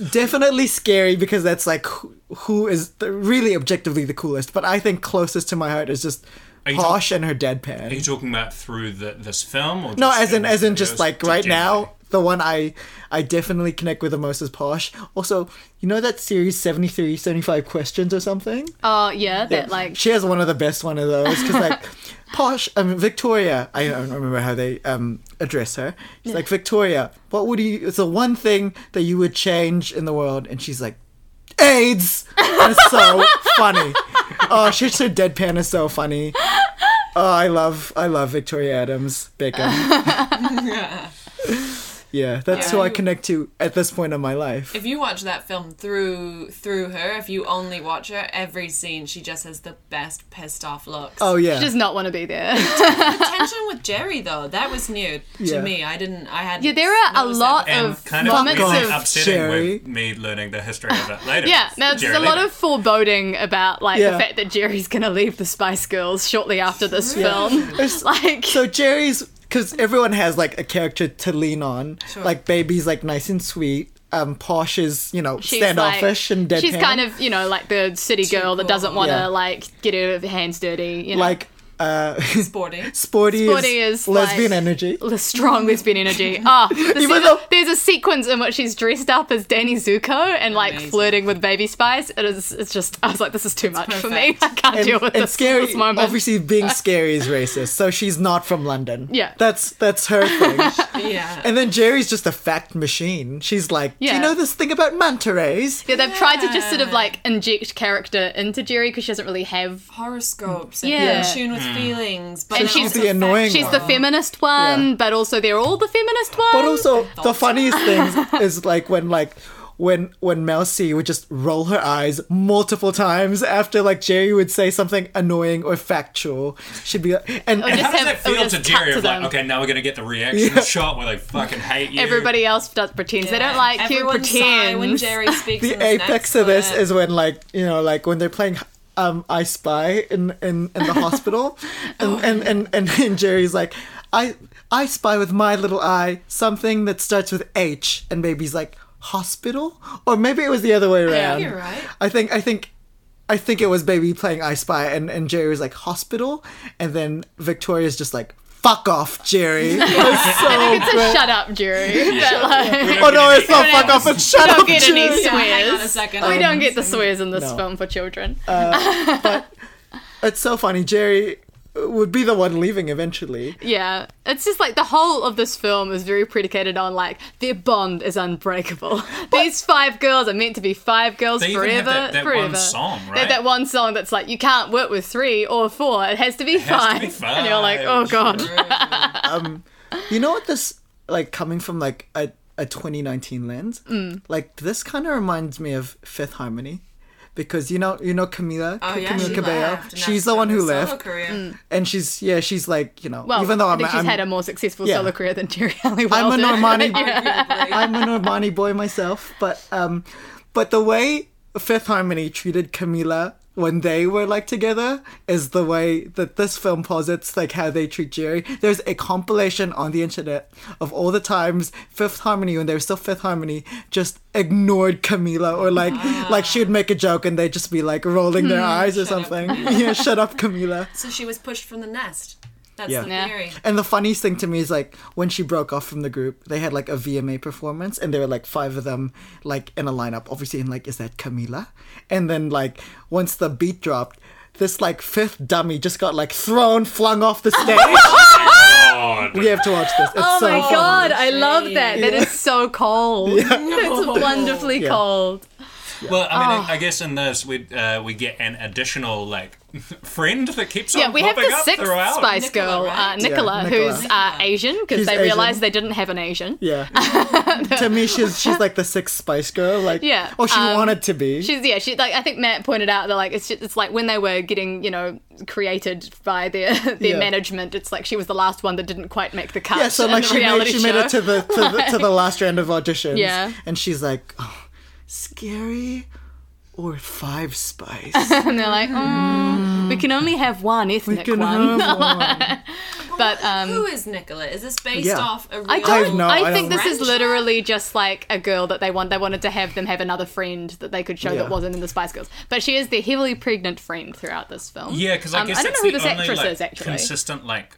definitely scary because that's like who, who is the, really objectively the coolest. But I think closest to my heart is just
you
Posh and her
Are you
deadpan.
talking about through the, this film? Or
No,
just
as in as in just
videos?
like right
Generally.
now. The one I I definitely connect with the most is Posh. Also, you know that series 73, 75 questions or something?
oh yeah, that like
she has one of the best one of those because like Posh, um, Victoria. I don't remember how they um, address her. She's like, Victoria, what would you? It's the one thing that you would change in the world, and she's like, AIDS. And it's so funny. Oh, she's so deadpan is so funny. Oh, I love, I love Victoria Adams Beckham. yeah, that's who I connect to at this point in my life.
If you watch that film through through her, if you only watch her, every scene she just has the best pissed off looks.
Oh yeah,
She does not want to be there.
Tension with Jerry though, that was new
Yeah.
to me. I didn't. I had.
yeah, there are a lot
and
of
kind of
moments
really
off,
of.
upsetting
Jerry.
with me learning the history of it later.
Yeah, now there's
Jerry
a lot
Levy.
of foreboding about like
Yeah.
the fact that Jerry's gonna leave the Spice Girls shortly after this film.
It's-
like,
So Jerry's because everyone has like a character to lean on. Like baby's like nice and sweet. Um, Posh is you know
she's
standoffish
like,
and deadpan.
She's kind of you know like the city girl that doesn't want to
Yeah.
like get her hands dirty. You know,
like uh,
sporty.
sporty,
Sporty
is,
is,
lesbian
like-
energy.
the strong lesbian energy. Ah, the
Even
se-
though-
there's a sequence in which she's dressed up as Danny Zuko and like
Amazing.
flirting with Baby Spice. It is, it's just, I was like, this is too much for me.
perfect.
I can't
And,
deal with
and
this,
scary.
this moment.
Obviously, being scary is racist. So she's not from London.
Yeah.
that's that's her thing.
Yeah.
and then Jerry's just a fact machine. She's like, do
Yeah.
you know this thing about manta rays?
yeah, they've tried to just sort of like inject character into Jerry because she doesn't really have.
horoscopes and
Yeah.
in tune with feelings. But
And
then
she's
also
the annoying
factual.
She's the feminist one, but also they're all the feminist ones.
But also, the funniest thing is like when like when when Mel C would just roll her eyes multiple times after like Jerry would say something annoying or factual. She'd be like, and,
Or
And how
just
does
have-
that feel
or just
to Jerry?
cut
Of
to
like,
them.
okay, now we're gonna get the reaction
Yeah.
shot where they fucking hate you.
Everybody else does pretends. They don't like you.
Everyone sigh
Pretend.
when Jerry speaks. in
the
this
apex
next
of this
clip.
is when like you know like when they're playing um I Spy in in, in the hospital,
Oh,
and, and, and and and Jerry's like I I spy with my little eye something that starts with H, and baby's like hospital, or maybe it was the other way around.
you're right.
I think I think I think it was Baby playing I Spy and, and Jerry was like hospital and then Victoria's just like fuck off Jerry. It's so
It's a shut up, Jerry. That, like,
Oh no, it's not fuck off and shut
don't
up
get any
Jerry.
Yeah, hang on a
swears.
second.
we
Um,
don't get the swears in this
no. Uh,
film for children.
It's so funny. Jerry would be the one leaving eventually.
Yeah, it's just like the whole of this film is very predicated on like their bond is unbreakable. These five girls are meant to be five girls
They
forever,
even have that- that one
forever.
song,
They have
right?
that one song that's like you can't work with three or four; it has to be,
has to
five.
be
And you're like,
five,
oh god,
You know what this like coming from like a, a 2019 lens? Mm. Like this kind of reminds me of Fifth Harmony. Because you know, you know Camila,
Oh, yeah,
Camila
she
Cabello.
left, and
she's
that's
the one who
her solo
left, Mm.
career.
and she's yeah, she's like you know,
well,
even though
I
I'm,
think she's
I'm-
had a more successful
Yeah.
solo career than Jerry
I'm
Halliwell.
a
did.
Normani.
Arguably.
I'm an Normani boy myself, but um, but the way Fifth Harmony treated Camila when they were like together is the way that this film posits like how they treat Jerry. There's a compilation on the internet of all the times Fifth Harmony when they were still Fifth Harmony just ignored Camila or like like she would make a joke and they'd just be like rolling their eyes or something. yeah, shut up, Camila.
So she was pushed from the nest. That's
Yeah.
the
Yeah.
theory.
And the funniest thing to me is like when she broke off from the group, they had like a VMA performance, and there were like five of them like in a lineup, obviously. And like, is that Camila? And then like once the beat dropped, this like fifth dummy just got like thrown, flung off the stage.
God.
we have to watch this. It's
Oh
so
my
funny.
god, I love that. That is so cold. It's wonderfully
Yeah.
cold.
Well, I
Oh.
mean, I I guess in this we uh, we get an additional like friend that keeps on
Yeah, we have
popping
the
up
sixth
throughout.
Spice
Nicola,
Girl,
right?
uh, Nicola,
Nicola.
who's uh, Asian because
She's
they
Asian.
realized they didn't have an Asian.
Yeah. to me, she's she's like the sixth Spice Girl. Like,
Yeah,
Or she
um,
wanted to be.
She's yeah. She like I think Matt pointed out that like it's just, it's like when they were getting you know created by their their
Yeah.
management. It's like she was the last one that didn't quite make the cut.
yeah, so
in
like
the
she made,
reality
she made
show.
it to the to, the to the last round of auditions.
Yeah.
and she's like, oh, scary or five spice.
and they're like, "Mm, we can only have one ethnic
Can
one.
have one.
But um,
Who is Nicola? Is this based
Yeah.
off a real?
I
I have
don't.
no-
I,
I
think
don't
this is
know.
literally just like a girl that they want. They wanted to have them have another friend that they could show
Yeah.
that wasn't in the Spice Girls. But she is the heavily pregnant friend throughout this film.
Yeah, because I
Um,
guess
I don't
that's
know who
the
this
only
actress
like,
is actually.
consistent like,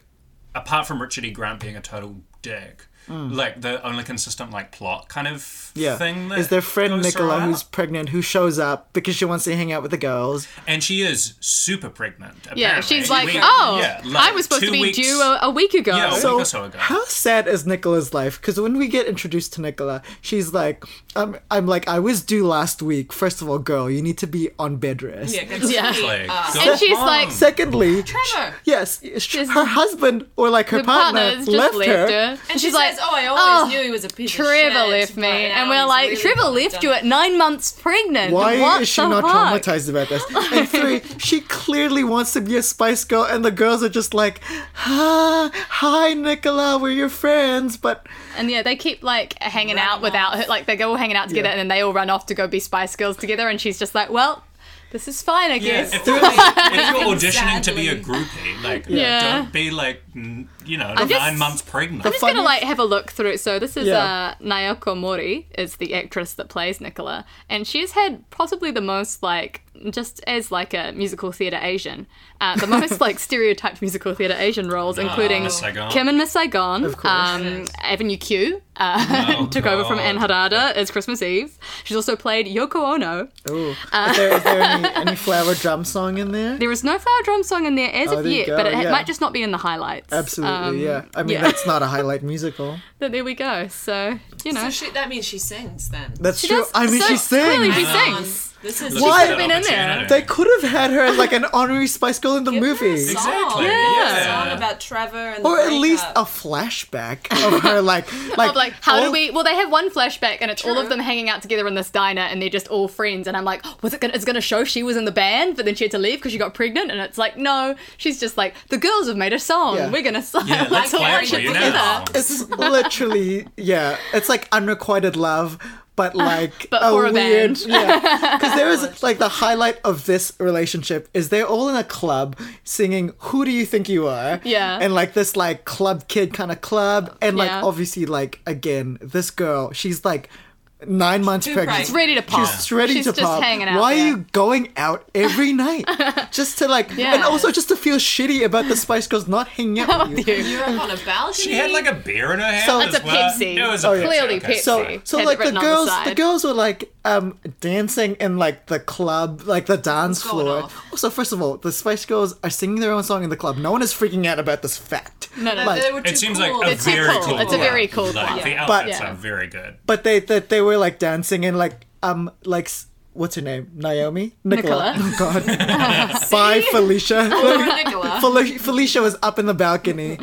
apart from Richard E. Grant being a total dick,
Mm.
like the only consistent like plot kind of
Yeah.
thing. That
Is their friend
goes
Nicola
throughout.
who's pregnant who shows up because she wants to hang out with the girls.
and she is super pregnant. Apparently.
Yeah, she's like,
We-
oh,
yeah, like,
I was supposed
two
to be
weeks-
due a, a week ago.
Yeah, a
So,
week or so ago.
how sad is Nicola's life? Because when we get introduced to Nicola, she's like, I'm, I'm like, I was due last week. First of all, girl, you need to be on bed rest.
Yeah, good
Yeah.
sleep.
Like,
Uh,
go
And she's like-
home.
Secondly,
Trevor.
yes, sh- her husband or like her
the partner
partner
just
left,
left, her.
her.
And
and
she's like,
"Oh, I always
"Oh,
knew he was a piece of
Trevor
shit."
left me.
but
And
now
we're
he's
like,
really
Trevor
done
left you
it."
at nine months pregnant.
Why
what
is she
the
not
fuck?
traumatized about this? And three, she clearly wants to be a Spice Girl, and the girls are just like, ah, "Hi, Nicola, we're your friends," but
And yeah, they keep like hanging out without her. Like they go all hanging out together and then they all run off to go be Spice Girls together. And she's just like, well, this is fine, I
Yeah,
guess.
if, you're, like, if you're auditioning to be a
Sadly.
groupie, like
Yeah.
don't be like n- you know nine
just-
months pregnant.
I'm just gonna like have a look through. So this is
Yeah.
uh, Nayoko Mori is the actress that plays Nicola, and she's had possibly the most like just as like a musical theatre Asian, uh, the most like stereotyped musical theatre Asian roles, including
Miss Saigon.
Kim and Miss Saigon, um, Avenue Q uh,
Oh,
took over from
God.
Anne Harada as Christmas Eve. She's also played Yoko Ono.
Ooh.
Uh.
is there, is there any, any flower drum song in there?
There is no flower drum song in there as
Oh,
of
there you
yet,
go,
but it ha-
yeah.
might just not be in the highlights.
Absolutely,
Um,
yeah. I mean,
yeah.
that's not a highlight musical.
But there we go. So you know.
So she, that means she sings then.
That's true.
does-
I mean,
so
she
clearly
sings.
she
Hang on.
sings.
This is
Why-
Look at
been
that
in there.
opportunity.
they could have had her as like an honorary Spice Girl in the movie.
Song.
Exactly,
Yeah.
yeah.
Song about Trevor and the
Or at least
breakup.
a flashback of her, like, like,
of like how do
all-
we well they have one flashback and it's all of them hanging out together in this diner and they're just all friends and i'm like "Oh, was it gonna it's gonna show she was in the band but then she had to leave because she got pregnant and it's like no she's just like the girls have made a song
Yeah.
we're gonna sing
yeah,
let's
let's
all
like
watch
play
it
you
together
now.
It's literally, yeah. It's like unrequited love, but like
Ah, but
a
for a
weird,
band.
yeah. Because there is like the highlight of this relationship is they're all in a club singing "Who Do You Think You Are?"
Yeah.
and like this like club kid kind of club, and like
Yeah.
obviously like again this girl, she's like. Nine months
too
pregnant.
bright. She's
ready to pop.
She's ready
She's
to
just
pop.
hanging out,
Why
yeah.
are you going out every night? just to like,
Yeah.
and also just to feel shitty about the Spice Girls not hanging out with you.
You're up on a balcony.
She had like a beer in her hand.
So-
as
That's
a
well.
Pepsi.
It was a
Oh, yeah.
Clearly
okay.
Pepsi.
so
Sorry.
so
Had it
like the
written on the
girls the,
side.
girls were like um dancing in like the club like the dance
going
floor
on?
also first of all the spice girls are singing their own song in the club no one is freaking out about this fact
no, no.
Like-
They were too
It seems
cool.
like a
It's too
very
cool.
cool.
It's a
club.
very cool
Like
club.
the
Yeah.
outfits
But-
are very good.
but they that they were like dancing and like um like s- what's her name naomi nicola,
Nicola.
oh god bye felicia
Poor Nicola.
Fel- Felicia was up in the balcony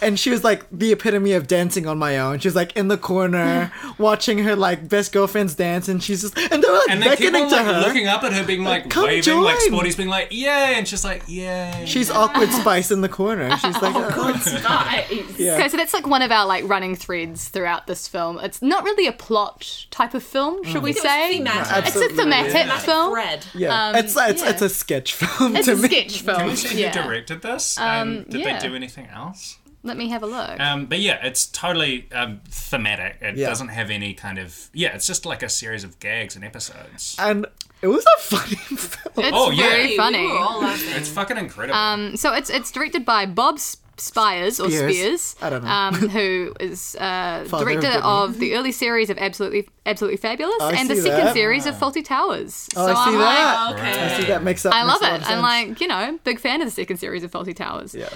and she was like the epitome of dancing on my own. She was like in the corner watching her like best girlfriends dance and she's just and they were like
And they keep
beckoning
on
to
like,
her.
looking up at her, being like
come
waving, like
join.
Sporty's being like, "Yay!" and she's like, "Yay."
She's awkward spice in the corner. She's like, oh,
Nice.
yeah.
Okay, so that's like one of our like running threads throughout this film. It's not really a plot type of film,
Mm.
should we
It was
say?
thematic.
Yeah,
It's a thematic
Thematic
film.
Thread.
yeah.
Um,
it's it's
yeah.
it's a sketch film
It's
to
a
me.
sketch film.
Can we see
yeah.
who directed this? Um, did
yeah.
they do anything else?
Let me have a look.
Uh,
Um, but yeah, it's totally um, thematic. It
Yeah.
doesn't have any kind of yeah. It's just like a series of gags and episodes.
And it was a funny film.
it's
oh, yeah.
very
Hey,
funny.
We were all laughing.
it's fucking incredible.
So it's it's directed by Bob S- Spires or
Spears.
Spears,
I don't know.
um, who is uh,
Father of
director
Brittany.
of the early series of Absolutely Absolutely Fabulous
I
and the
see
second
that. Oh,
series of Faulty Towers.
I see that.
am Like,
Okay.
I see that makes up.
I
makes
love
a lot of
it. I'm
sense.
like, you know, big fan of the second series of Faulty Towers.
Yeah.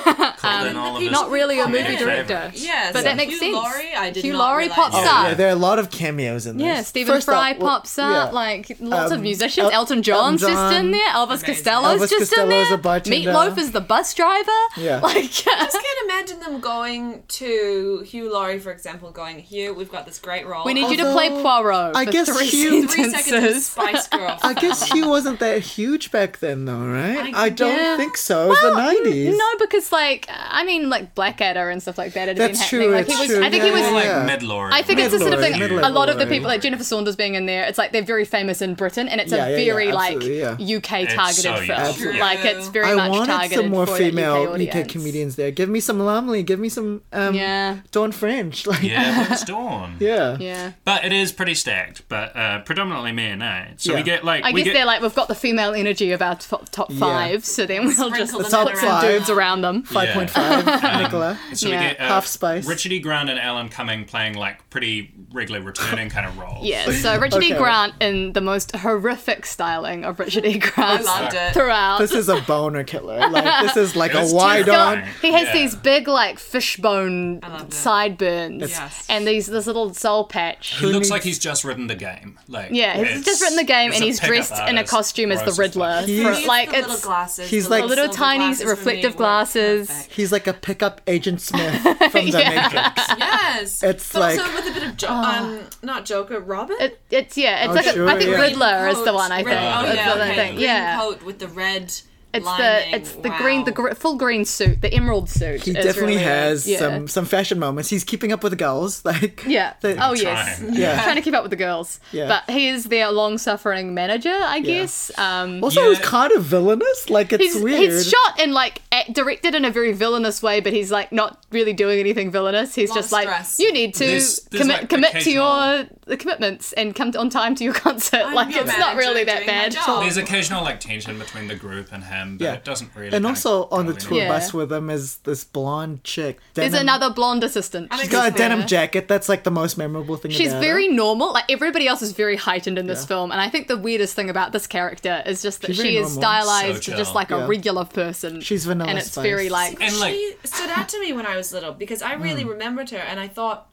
Colin Oliver's
um, Not really a
comedic
movie
favourite.
director.
Yeah,
But
so
that makes
Hugh
sense.
Laurie, I did
Hugh
not
Laurie
realise
pops
that.
Oh, yeah,
up.
there are a lot of cameos in this.
Yeah, Stephen
First
Fry
up, well,
pops up.
yeah.
Like lots
Um,
of musicians.
El-
Elton John's
Elton
just
John.
in there. Elvis
Amazing.
Costello's
Elvis
just
Costello's a
in there.
bartender.
Meatloaf is the bus driver.
Yeah.
Like
just can't imagine them going to Hugh Laurie, for example, going, Hugh, we've got this great role.
we need you to
Although,
play Poirot.
I
for
guess
three
Hugh-
three seconds of
sentences.
Spice Girl.
I guess he wasn't that huge back then, though, right? I,
I-
don't
yeah.
think so. It was
Well, n-
the 90s.
No, because like I mean, like Blackadder and stuff like that. Had
That's
been
true,
happening. Like,
it's
he was,
true,
I think
yeah,
he was.
yeah,
Like
yeah.
mid lore.
I think it's the sort of
Mid-lorry,
thing.
mid-lorry.
A lot of the people, like Jennifer Saunders being in there, it's like they're very famous in Britain, and it's
Yeah, yeah,
a
yeah,
very like
absolutely, yeah.
UK
It's
targeted
so
film.
Absolutely.
Like it's very
I
much
wanted
targeted
some more
for that
female
UK,
UK,
audience.
comedians there. Give me some Lamley. Give me some um,
Yeah.
Dawn French. Like,
yeah, but it's Dawn.
yeah.
Yeah.
But it is pretty stacked, but uh, predominantly men, eh? So
Yeah.
we get like
I
we get
guess they're like we've got the female energy of our top, top
Yeah.
five, so then we'll just
Sprinkle
The top
them in
five.
around.
dudes around them.
Five
Yeah.
point five, Nicola.
So
Yeah.
we get uh,
Half Spice.
Richard E. Grant and Alan Cumming playing like pretty regular returning kind of roles.
Yeah, so Richard E.
Okay.
Grant in the most horrific styling of Richard E. Grant
loved it.
throughout.
This is a boner killer. Like this is like a
It's
wide
terrifying.
on.
God.
He has
Yeah.
these big like fishbone
loved it.
sideburns
Yes.
and these this little soul patch.
He looks like he's just written the game. Like
Yeah, he's
it's-
just written the game
it's
and
a
he's
pickup
dressed in a
artist,
costume as
gross
the
fuck.
Riddler.
He's-
For-
He's
like
the little
it's
glasses.
he's
the
like-
little
silver
tiny
glasses for
reflective
me were
glasses.
perfect.
He's like a pickup Agent Smith from The Matrix.
Yes.
It's
but
like-
also with a bit of jo- um not Joker, Robin.
ah. it, it's yeah, it's
Oh,
like a I
sure,
think
yeah.
Riddler is the
Coat,
one I think.
red- Oh
It's
yeah,
the
okay.
thing,
green
yeah.
coat with the red.
It's
lining.
the it's the
wow.
green the gr- full green suit, the emerald suit.
He
is
definitely
really-
has
yeah.
some some fashion moments. He's keeping up with the girls. Like
Yeah.
the-
oh yes.
Trying.
yeah.
Trying to keep up with the girls.
Yeah.
But he is their long suffering manager, I guess. Um
Also,
Yeah.
he's kind of villainous. Like it's
he's,
weird.
he's shot and like a directed in a very villainous way, but he's like not really doing anything villainous. He's
Lot
just
of
like
stress.
you need to
There's- there's,
commit
like,
commit to your
occasional-
the commitments and come on time to your concert.
I'm
like
your
it's not
manager
really that
doing my
bad.
job.
There's occasional like tension between the group and him, but
Yeah.
it doesn't really.
and
kinda
also on
go
the tour
anywhere.
bus with him is this blonde chick.
There's
Denim-
another blonde assistant.
She's got a
there.
denim jacket. That's like the most memorable thing.
She's
about her.
very normal. Like everybody else is very heightened in this
Yeah.
film, and I think the weirdest thing about this character is just that
She's
she
very
is
normal.
stylized
So
to just
chill.
like a
Yeah.
regular person.
She's Vanilla
and it's
Spice.
very like
And like
she stood out to me when I was little because I really
Hmm.
remembered her, and I thought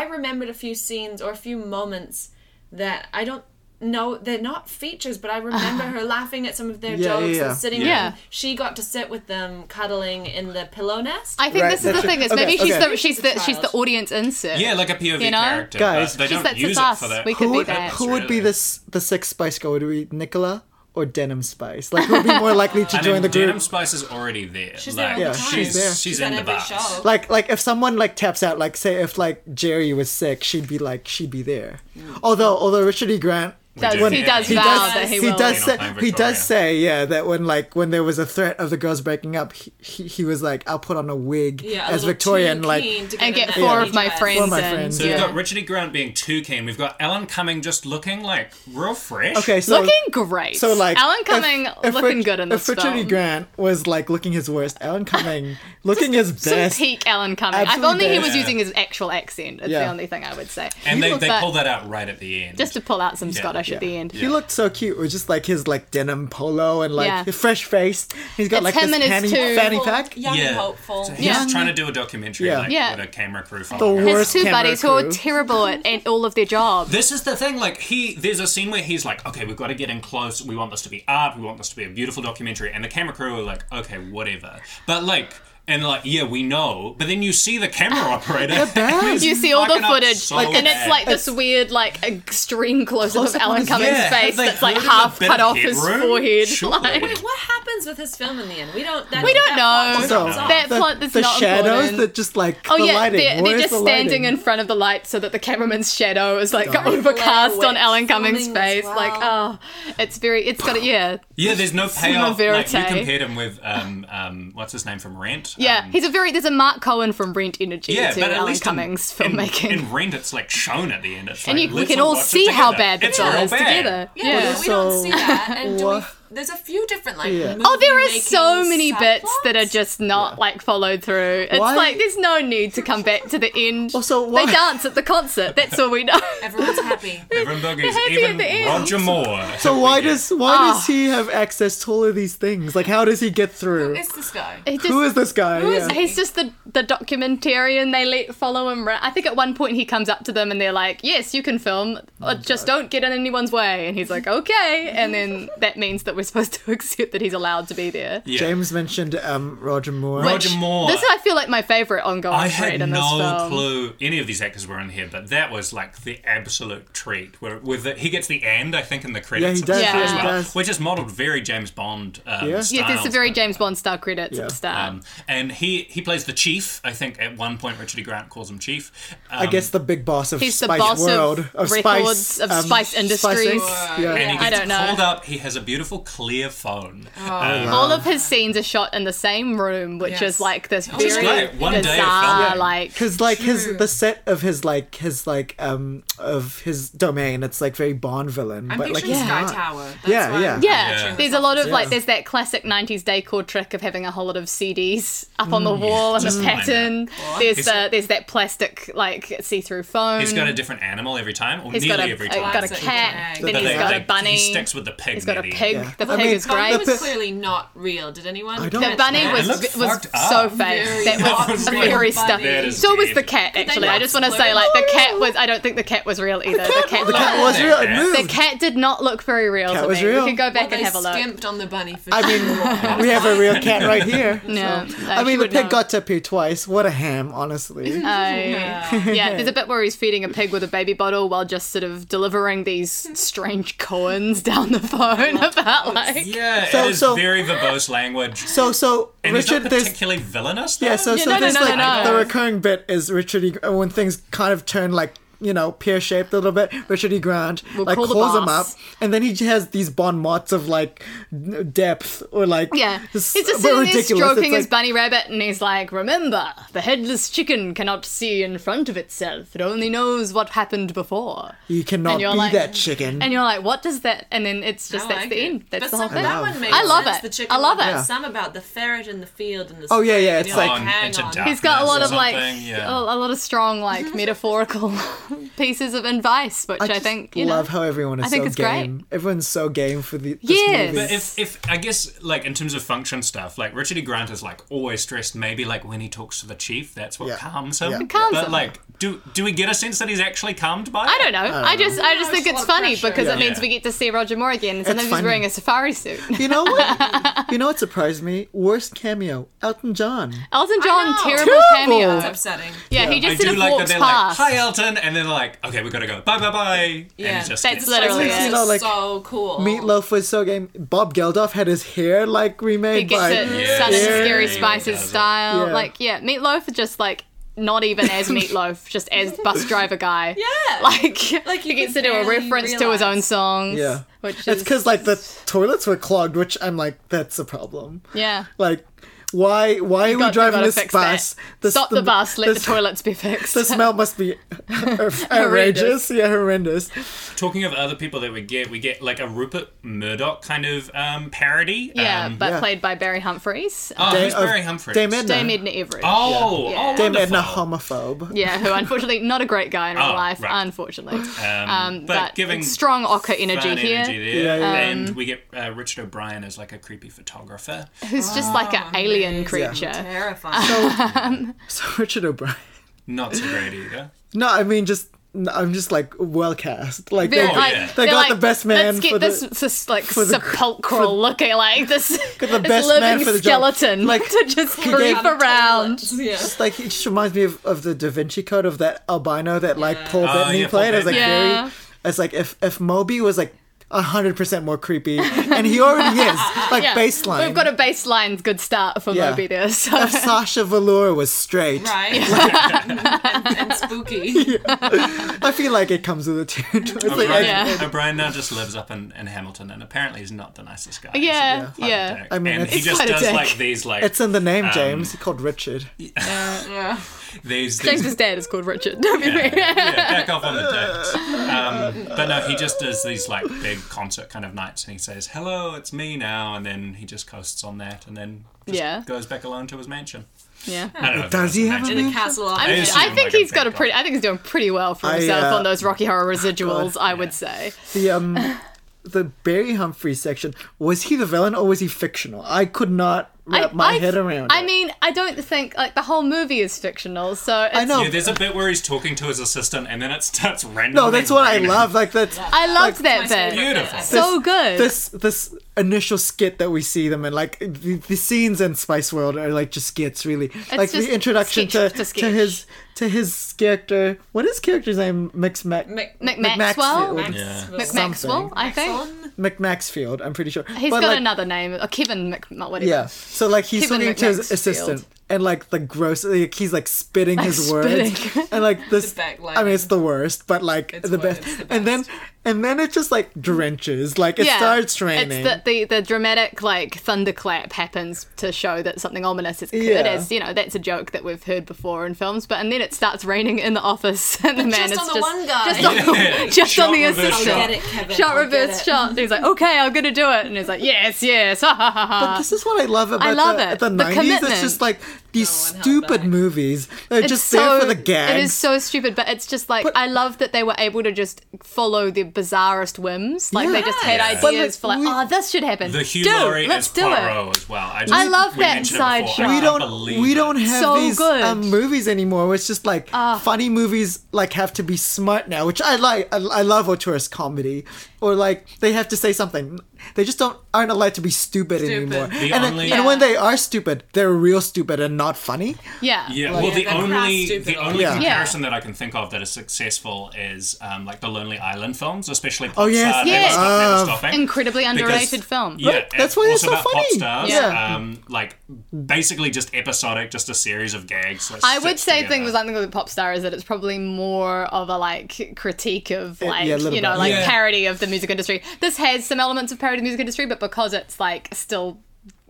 I remembered a few scenes or a few moments that I don't know. They're not features, but I remember her laughing at some of their
Yeah, yeah,
jokes
yeah.
and sitting.
Yeah.
with them. she got to sit with them, cuddling in the pillow nest.
I think
Right,
this is the
that's it.
thing is
Okay,
maybe she's
okay.
the she's the she's the
Child.
audience insert.
yeah, like a POV
You know?
character.
Guys.
but they
She's-
don't
that's
use it
us.
for that.
We could
Who
be
would,
that.
who would be this the sixth Spice Girl? Would it be Nicola or Denim Spice? Like who would be more likely to
And
join the
then Denim
group?
Spice is already there.
She's there
like,
all the
Yeah,
time.
she's,
she's there.
she's
at
in the
every
bus.
show.
Like like if someone like taps out, like say if like Jerry was sick, she'd be like she'd be there.
Mm.
Although although Richard E. Grant
Does-
do
he
that.
does
He
vow
does-
that he,
he
will.
does
You know,
say
playing
he
Victoria.
does say yeah that when like when there was a threat of the girls breaking up, he, he, he was like I'll put on a wig
yeah, a
as
little
Victoria and
too
like
keen to
and
in
get
that
four
many
of my
dress.
friends.
Four of my
in.
friends,
So
yeah.
we've got Richard E. Grant being too keen. We've got Alan Cumming just looking like real fresh.
okay so
looking great.
so like
Alan
if-
Cumming
if
looking
Rich-
good in
if
this
Richard E.
film.
Grant was like looking his worst, Alan Cumming looking his
Some
best.
peak Alan Cumming. If
Absolute
only he was
best.
using his actual accent. It's the
Yeah.
only thing I would say.
and they,
look
they
like-
pull that out right at the end.
Just to pull out some Scottish at the end.
He looked so cute with just like his like denim polo and like
Yeah.
his fresh face. He's got
It's
like
him
this
and his
panty,
two-
fanny pack.
Young
yeah,
and hopeful.
So he's trying to do a documentary
Yeah.
like
Yeah.
with a camera crew.
The
following him.
His
worst
two
camera
buddies who are
crew.
terrible at, at all of their jobs.
This is the thing. Like he, there's a scene where he's like, "Okay, we've got to get in close. We want this to be art. We want this to be a beautiful documentary." And the camera crew are like, "Okay, whatever." But like, and like, yeah, we know. But then you see the camera operator.
bad.
You see all the
fucking up
footage,
so
and it's
bad.
like this weird, like extreme close up of
Close-up on
Alan
his-
Cumming's
Yeah,
face
they
that's like
afforded him a
half
bit
cut
of
off his
headroom?
forehead.
Surely.
Like-
Wait, what happens with his film in the end? We don't. That,
We don't
that
know.
plot
So
comes up.
That-
the,
plot is
the
not
shadows
important.
that just like
Oh
the
yeah,
lighting.
they're, they're
Where's
just
the
standing
lighting?
in front of the light so that the cameraman's shadow is like overcast on
Flare
Alan Cumming's
filming as
face.
well.
Like, oh, it's very, it's got a yeah,
yeah, there's no payoff. Like you
verite.
compared him with um um what's his name from Rent?
yeah.
Um,
he's a very there's a Mark Cohen from Brent Energy
yeah,
to
but at
Alan
least
Cumming's
in,
filmmaking,
In, in Rent, it's like shown at the end. It's
and
like,
you, we
let's
can all
watch it
see how
together.
bad the
It's
film
real
is
bad.
together.
Yeah, but we don't see
So-
that. And do we,
What?
there's a few different like.
Yeah.
Oh, there are
movie-making
so many bits that are
subplots.
just not like followed through. It's
Why-
like there's no need to come back to the end.
Also, why-
they dance at the concert. That's all we know.
Everyone's happy.
Everyone buggies,
happy at
even
the end.
Roger Moore.
So why does why
Ah.
does he have access to all of these things? Like how does he get through?
It's this guy.
He just-
Who is this guy?
Who is-
Yeah.
He's just the, the documentarian they let follow him. ra- I think at one point he comes up to them and they're like, "Yes, you can film,
Oh,
uh, just don't get in anyone's way." And he's like, "Okay." And then that means that we're supposed to accept that he's allowed to be there.
Yeah.
James mentioned um, Roger Moore.
Roger
Which-
Moore.
This is, I feel like, my favorite ongoing
I
thread
had
in this
no
film.
clue any of these actors were in here, but that was like the absolute treat. Where with the, he gets the end, I think, in the credits.
he does,
Yeah.
as
he
well,
does.
which is modelled very James Bond. Um,
Yeah.
Yeah, there's
styles.
the very James Bond style credits at
Yeah.
the start.
Um, and he he plays the chief. I think at one point Richard E. Grant calls him chief. Um,
I guess the big boss of
He's the
Spice
boss of
World
records,
Spice
of Spice Industries.
Inc. Yeah.
And he
I
gets
don't know. Oh.
called up. He has a beautiful clear phone. Um,
Um,
All of his scenes are shot in the same room, which
Yes.
is like this
is
very
great. One day it felt
bizarre,
like-
like
Because like his the set of his like his like um of his domain, it's like very Bond villain,
I'm
but like
picturing
he's
Sky
not.
Tower. That's
Yeah,
why
yeah.
I'm
Yeah,
Yeah.
there's a lot of like
Yeah.
there's that classic '90s decor trick of having a whole lot of CDs up
Mm.
on the wall and
Just
the
line up.
pattern. There's
He's-
the there's that plastic like see-through phone.
He's got a different animal every time, or
He's
nearly
got a,
every
a-
time.
got a
Classic
cat.
gag.
Then
But
he's
they-
got a
they-
bunny.
He sticks with the pig.
he's got a
maybe.
pig.
Yeah.
The
I
pig
mean,
is
Bunny
great.
The
was
pi-
clearly not real. Did anyone?
I don't-
The bunny
It
was
looked
was
fucked
so
up.
fake.
Very
That
fucked
was
up.
very stuffed.
That is
So was the
deep.
cat.
they
Actually,
not
I just want to say
blur
like the cat was. I don't think the cat was real either. The cat.
The cat was
looked-
real. It
Yeah.
The
moved.
cat did not look very real
Cat
to
was
me.
real.
We can go
Well,
back
they
and have a look.
skimped on the bunny for
I mean, we have a real cat right here.
No,
I mean, the pig
got.
got to poo twice. What a ham, honestly.
Uh, I- yeah, there's a bit where he's feeding a pig with a baby bottle while just sort of delivering these strange koans down the phone about like
Yeah,
So-
it is
so-
very verbose language.
So, so
And
Richard,
he's not
there's
particularly villainous. Though.
yeah, so
Yeah,
so
no, no,
there's
no, no,
like
no.
the recurring bit is Richard E. When things kind of turn like you know pear shaped a little bit, Richard E. Grant like
call the
calls him up,
boss.
and then he has these bon mots of like n- depth or like
yeah.
it's
He's just
a bit
sitting there
ridiculous.
stroking
It's
his
like,
bunny rabbit, and he's like, "Remember, the headless chicken cannot see in front of itself; it only knows what happened before."
you cannot
and
be
you're like-
that chicken.
And you're like, "What does that?" And then it's just
I
that's
like
the
it.
end. That's
but
the whole
some-
thing.
That one makes
I love
sense,
it.
The chicken
I love
one,
it.
but Some about the ferret in the field and the.
Oh, yeah,
spring,
yeah,
and
it's
you're
like-
On
hang
into
on.
dark-
He's got a lot
Or
of like
something, yeah.
a, a lot of strong like metaphorical pieces of advice, which I,
just
think you
love
know.
how everyone is
I think
so
it's great.
game. Everyone's so game for the this
Yes.
movie.
But if, if I guess like in terms of function stuff, like Richard E. Grant is like always stressed. Maybe like when he talks to the chief, that's what
Yeah.
calms him.
Yeah. It
calms
but
him.
like, do do we get a sense that he's actually calmed by?
I don't know. I, just I
it's
just think
a
it's
lot of
funny
pressure.
because
Yeah.
it means
Yeah.
we get to see Roger Moore again. And sometimes he's
funny.
wearing a safari suit.
you know what? you know what surprised me? Worst cameo, Elton John.
Elton John,
know.
terrible,
It's
cameo.
upsetting.
Yeah, he
I
just sort
do
of
like that
walks
they're
past.
like, "Hi, Elton," and then like, "Okay, we gotta go. Bye, bye, bye." and
Yeah.
he just
That's
gets-
literally
It's
it.
You know, like,
so cool.
Oh.
Meatloaf was so game. Bob Geldof had his hair like
he
remade
gets
by
it
Yeah.
sudden
Yeah.
scary
Yeah.
spices
Yeah.
style.
Yeah.
Like yeah, Meatloaf just like not even as Meatloaf, just as bus driver guy.
Yeah.
Like,
Like, you
he gets to
can
do a
barely
reference to his own
realise.
songs.
Yeah.
Which
It's
is
because like the toilets were clogged, which I'm like, that's a problem.
Yeah.
Like, why? Why are we
Got-
driving
gotta
this
fix
bus?
that. Stop the, bus, let
this-
the toilets be fixed.
The smell must be outrageous. yeah, horrendous.
Talking of other people that we get, we get like a Rupert Murdoch kind of um, parody.
yeah,
um,
but
yeah.
played by Barry Humphries.
oh,
Dame-
who's
of-
Barry Humphries?
Dame Edna.
Dame Edna Everett.
Oh,
Yeah.
oh,
Dame Edna
wonderful.
homophobe.
Yeah, who unfortunately not a great guy in real
Oh,
life,
right.
unfortunately.
Um,
Um,
but,
but,
giving
strong ochre energy
fun
here, Um,
energy there.
Yeah, yeah.
and we get uh, Richard O'Brien as like a creepy photographer.
who's just like
Oh,
an alien creature.
Terrifying.
So Richard O'Brien.
Not so great either.
No, I mean just. no, I'm just like well cast. Like
They're
they,
like-
Oh, yeah.
they
they're
got
like,
the best man
Let's get
for the,
this, this like
the-
sepulchral looking, like this,
the
this
best man
living
for the job.
skeleton,
Like,
to just creep
gave-
around.
Yeah.
It's like it just reminds me of, of the Da Vinci Code of that albino that like Paul
Oh,
Bettany
yeah, Paul
played. It's like
Bettany.
Yeah.
very. It's like if if Moby was like hundred percent more creepy, and he already is like
Yeah.
baseline.
We've got a baseline good start for
Yeah.
Moby there. So.
if Sasha Velour was straight,
Right. and, and spooky.
I feel like it comes with a territory. It's like,
O'Brien,
I-
Yeah.
O'Brien now just lives up in, in Hamilton, and apparently he's not the nicest guy.
yeah,
He's a
yeah.
dick.
I mean,
and
it's-
he
He's
just
quite a
does
dick.
like these like
it's in the name,
Um,
James. He called Richard.
Yeah.
these, these
James's dad is called Richard. Don't be
yeah,
weird.
yeah, back off on the dicks. Um, but no, he just does these like big concert kind of nights, and he says, "Hello, it's me now," and then he just coasts on that, and then just
Yeah.
goes back alone to his mansion.
Yeah.
I don't know if
Does
that's
he
a
have a
mansion.
In the
name?
castle.
I, mean,
assume,
I think
like, a
he's got a
big
pretty. I think he's doing pretty well for
I,
himself
uh,
on those Rocky Horror residuals. I would say.
The um, the Barry Humphries section was he the villain or was he fictional? I could not wrap my head around.
I
it.
mean, I don't think like the whole movie is fictional, so it's,
I know.
Yeah, there's a bit where he's talking to his assistant, and then it starts randomly.
no, that's what I
raining.
love. Like that's
I loved
Like,
that bit.
Beautiful.
So good.
this this initial skit that we see them in like the, the scenes in spice world are like just skits really like
just
the introduction
sketch
to,
to
to,
sketch.
his to his character what is character's name mix mac
Mc-
Maxwell?
Maxfield.
Yeah.
McMaxwell, I think.
Maxwell?
McMaxfield, i'm pretty sure
he's
But,
got
like,
another name, uh, Kevin Mc, whatever.
yeah so like he's
Kevin
talking to his
McMaxfield.
assistant and like the gross like, he's like spitting his words
spitting.
and like this
backlighting.
i mean it's the worst but like
It's
the,
wor-
best.
it's the
and then
best.
and then it just like drenches like it starts raining
It's the, the the dramatic like thunderclap happens to show that something ominous is occurred.
Yeah.
As you know, that's a joke that we've heard before in films. But and then it starts raining in the office, and the man
just
is
on the
just
one guy.
just on,
Yeah.
just
Shot
on the
reverse
assistant.
shot.
it, Kevin.
Shot
I'll get
reverse
it.
shot. He's like, okay, I'm gonna do it, and he's like, yes, yes, ha ha ha ha.
But this is what I love about
Uh, love
the,
it.
the
The
90s. It's just
commitment.
like these
No one held
stupid
back.
movies. They're
It's
just there for the gags.
It is so stupid, but it's just like
But-
I love that they were able to just follow their bizarrest whims. Like they just had
Yeah.
ideas
But,
like,
for like,
we-
oh, this should happen.
The Hugh
Do it.
Laurie
let's
as
do
Poirot
it.
as well. I, just,
I love
we
that
mentioned it
side
before. I
shot.
we
can't
don't
believe
we
it.
don't have
So
these
good. Ah.
um, movies anymore. where It's just like funny movies like have to be smart now, which I like. I, I love auteurist comedy, or like they have to say something. They just don't aren't allowed to be stupid, anymore.
The
and,
only-
and when they are stupid, they're real stupid and not funny.
Yeah.
Yeah, well, the
they're crass,
only
stupid
the
old
only
Yeah.
comparison that I can think of that is successful is um, like the Lonely Island films, especially Popstar.
Oh, yes,
Never
yes.
Stop, Never Stopping.
Incredibly
Because-
underrated film.
Yeah, and
that's why they're
also
so
about
funny.
Popstars,
Yeah.
um, like basically just episodic, just a series of gags. that
I
stitched
would say
together.
thing with something with Popstar is that it's probably more of a like critique of like
Uh, yeah, a little
you know
bit.
like
Yeah.
parody of the music industry. This has some elements of parody of the music industry, but because it's like still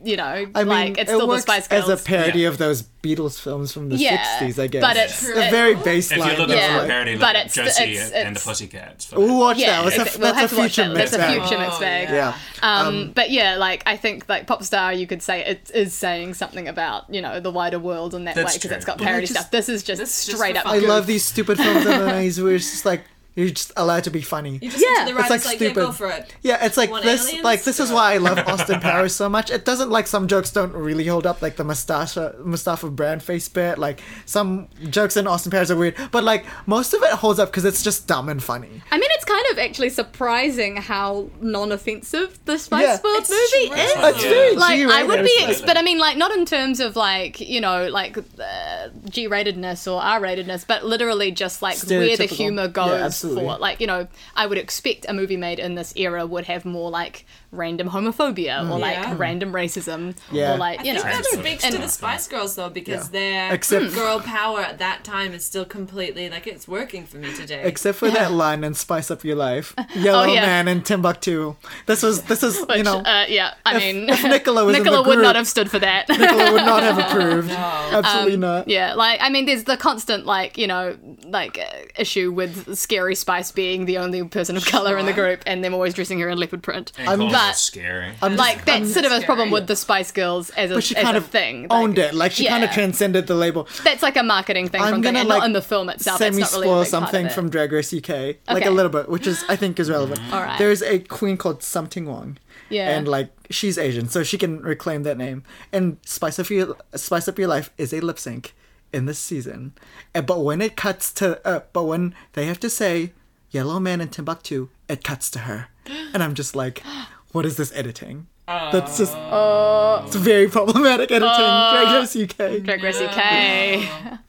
you know
I mean,
like it's
it
still the
works
Spice
as
Girls.
a parody
Yeah.
of those Beatles films from the
Yeah,
'60s, I guess.
but it's-
a
it-
very
If
baseline.
you're looking
Yeah.
for a parody, look
But
at
it's-
Josie
it's-
and the
it's-
Pussycats. for
We'll
that.
watch
yeah,
that. That's
it's-
a,
we'll have
that's
to
a
watch
future
that. That's a
mix.
future mixed
Oh,
bag.
Yeah.
Um, but yeah, like I think like Popstar, you could say it is saying something about you know the wider world in that way
That's
because
true.
it's got
But I
parody
just-
stuff. This is just
This is just
straight
for
up.
fun.
I
goof.
love these stupid films in the 90s where it's just like you're just allowed to be funny.
You just yeah,
Yeah.
the
It's
writers
like
like, yeah, go
stupid.
for it.
Yeah, it's like
Want
this.
aliens?
Like this is
Yeah.
why I love Austin Powers so much. It doesn't like some jokes don't really hold up, like the Mustafa Mustafa Brand face bit. Like some jokes in Austin Powers are weird, but like most of it holds up because it's just dumb and funny.
I mean, it's kind of actually surprising how non-offensive the Spice
Yeah.
World
It's
movie
true.
is.
It's
It's
Yeah.
very
like
G-rated.
I would be,
Absolutely.
ex- but I mean, like not in terms of like you know like uh, G-ratedness or R-ratedness, but literally just like where the
Stereotypical.
humor
Yeah,
goes
absolutely.
for. Like you know, I would expect a movie made in this era would have more like random homophobia or like
Yeah.
random racism
Mm. Yeah.
or like you
I
know.
think that
Absolutely.
speaks to
And-
the Spice Girls though, because their
Except-
girl power at that time is still completely like it's working for me today.
Except for that line and spice up your life, Yellow
Oh, yeah.
Man and Timbuktu. This was this is you
Which,
know
uh, yeah, I mean,
if Nicola was in the
Nicola would
group-
not have stood for that.
Nicola would not have approved. Absolutely not.
Um, Yeah, like I mean, there's the constant like you know like uh, issue with Scary Spice being the only person of color in the group, and them always dressing her in leopard print.
And calling
but-
it scary.
like that's sort of a
Scary.
problem with the Spice Girls as a,
But she
as
kind
a
of
thing. Like,
owned it. Like she kind of
yeah.
transcended the label.
That's like a marketing thing
I'm
from
gonna,
gonna,
like,
not in the film itself. That's
semi
not really a
spoil
big
something
part of it.
from Drag Race UK, like
Okay.
a little bit, which is I think is relevant. All
right.
There's a queen called Something Wong.
Yeah.
And like she's Asian, so she can reclaim that name. And Spice Up Your Spice Up Your Life is a lip sync in this season. And, but when it cuts to uh, but when they have to say Yellow Man and Timbuktu, it cuts to her. And I'm just like, what is this editing? That's just it's very problematic editing. Drag Race UK.
Uh, Drag Race UK.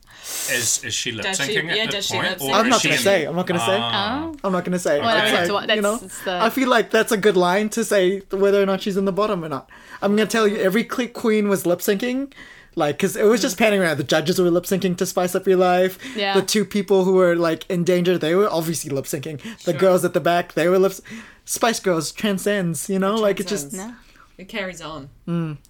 Is is she lip
Does she-
syncing
yeah,
at
does
that
she
point?
lip-sync?
or
I'm
is
not
she
gonna
in-
say. I'm not gonna say.
Oh.
I'm not gonna say.
Well, that's
Okay.
up to
what- that's-
you know,
it's the-
I feel like that's a good line to say whether or not she's in the bottom or not. I'm gonna tell you, every click queen was lip syncing, like because it was just panning around. The judges were lip syncing to spice up your life.
Mm. Yeah.
The two people who were like in danger, they were obviously lip syncing. The girls at the back, they were lip. Spice Girls transcends, you know, like it just
Transcends. It carries on.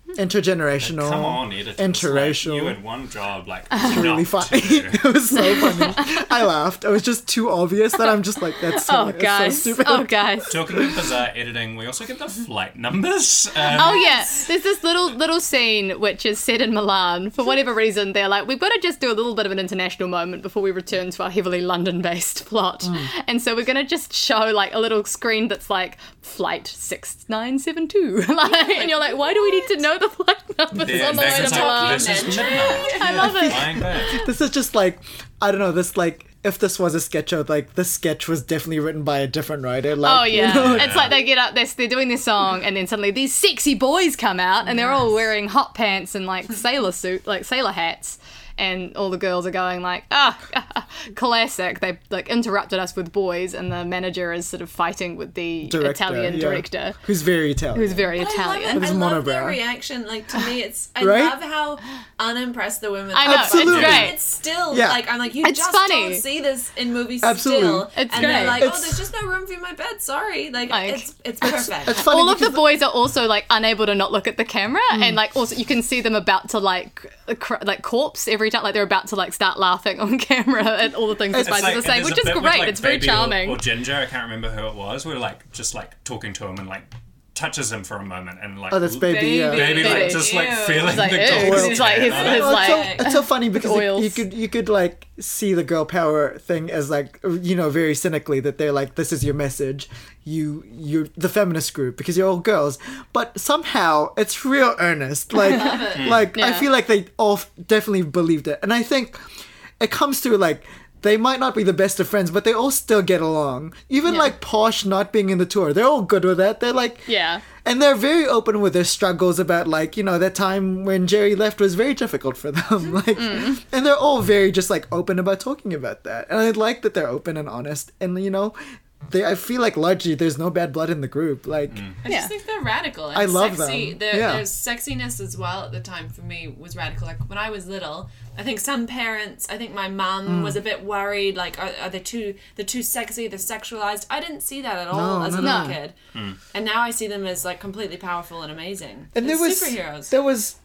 intergenerational.
Come on, editor.
interracial.
Like, you had one job, like it's really
Really funny. it was so funny. I laughed. It was just too obvious that I'm just like, that's so,
Oh
that's so
guys.
stupid.
oh guys.
Talking of bizarre editing, we also get the flight numbers. Um,
Oh yeah, there's this little little scene which is set in Milan. For whatever reason, they're like, we've got to just do a little bit of an international moment before we return to our heavily London-based plot. And so we're gonna just show like a little screen that's like flight six nine seven two. Like, and you're like, why do we need to know the flight numbers
Yeah,
on the
back
way to
is like,
Milan?
this is midnight.
I love it.
Flying back.
this is just like I don't know. This like if this was a sketch show, like this sketch was definitely written by a different writer. Like,
Oh yeah,
you know?
it's like they get up, they're, they're doing their song, and then suddenly these sexy boys come out, and they're all wearing hot pants and like sailor suit, like sailor hats, and all the girls are going like, ah, classic. They like interrupted us with boys, and the manager is sort of fighting with the
Director,
Italian
yeah.
director,
who's very Italian.
who's very
I
Italian.
love, it. I
It's
love their
monobrow.
reaction. Like to me, it's I
Right?
love how unimpressed the women.
I know,
are.
it's Absolutely.
great.
It's still
Yeah.
like I'm like you
It's
just
funny.
don't see this in movies
Absolutely.
still.
It's
and they're
great.
like,
It's-
oh, there's just no room for you in my bed. Sorry, like,
Like-
it's it's perfect.
It's funny
All of the
because Mm.
boys are also like unable to not look at the camera, and like also you can see them about to like cr- like corpse every time, like they're about to like start laughing on camera at all the things the
It's
spiders
like-
are saying,
there's
which
a
is
bit
great.
with, like,
it's very
Baby or-
charming.
Or, Ginger, I can't remember who it was. We were like just like talking to him and like touches him for a moment and like
Oh, that's
l-
baby. Yeah.
Baby, like
Baby.
just like
Ew.
feeling
It's like,
the
ew, 'cause
gold.
he's like-
chain
he's-
on it.
he's
Well, it's,
like-
so, it's so funny because like,
oils.
you could you could like see the girl power thing as like you know very cynically that they're like this is your message you you're the feminist group because you're all girls but somehow it's real earnest like like I
Yeah.
feel like they all f- definitely believed it and I think it comes to like they might not be the best of friends but they all still get along even like Posh not being in the tour they're all good with that they're like
Yeah.
and they're very open with their struggles about like you know that time when jerry left was very difficult for them like and they're all very just like open about talking about that and i like that they're open and honest and you know they i feel like largely there's no bad blood in the group like
I just think they're radical. And
I love
sexy.
them.
Their,
Yeah.
their sexiness as well at the time for me was radical. Like when I was little, I think some parents, I think my mum
Mm.
was a bit worried. Like, are, are they too they're too sexy? They're sexualized. I didn't see that at all
No,
as a
no,
little
no.
kid, and now I see them as like completely powerful and amazing.
and
They're
there was
superheroes.
there was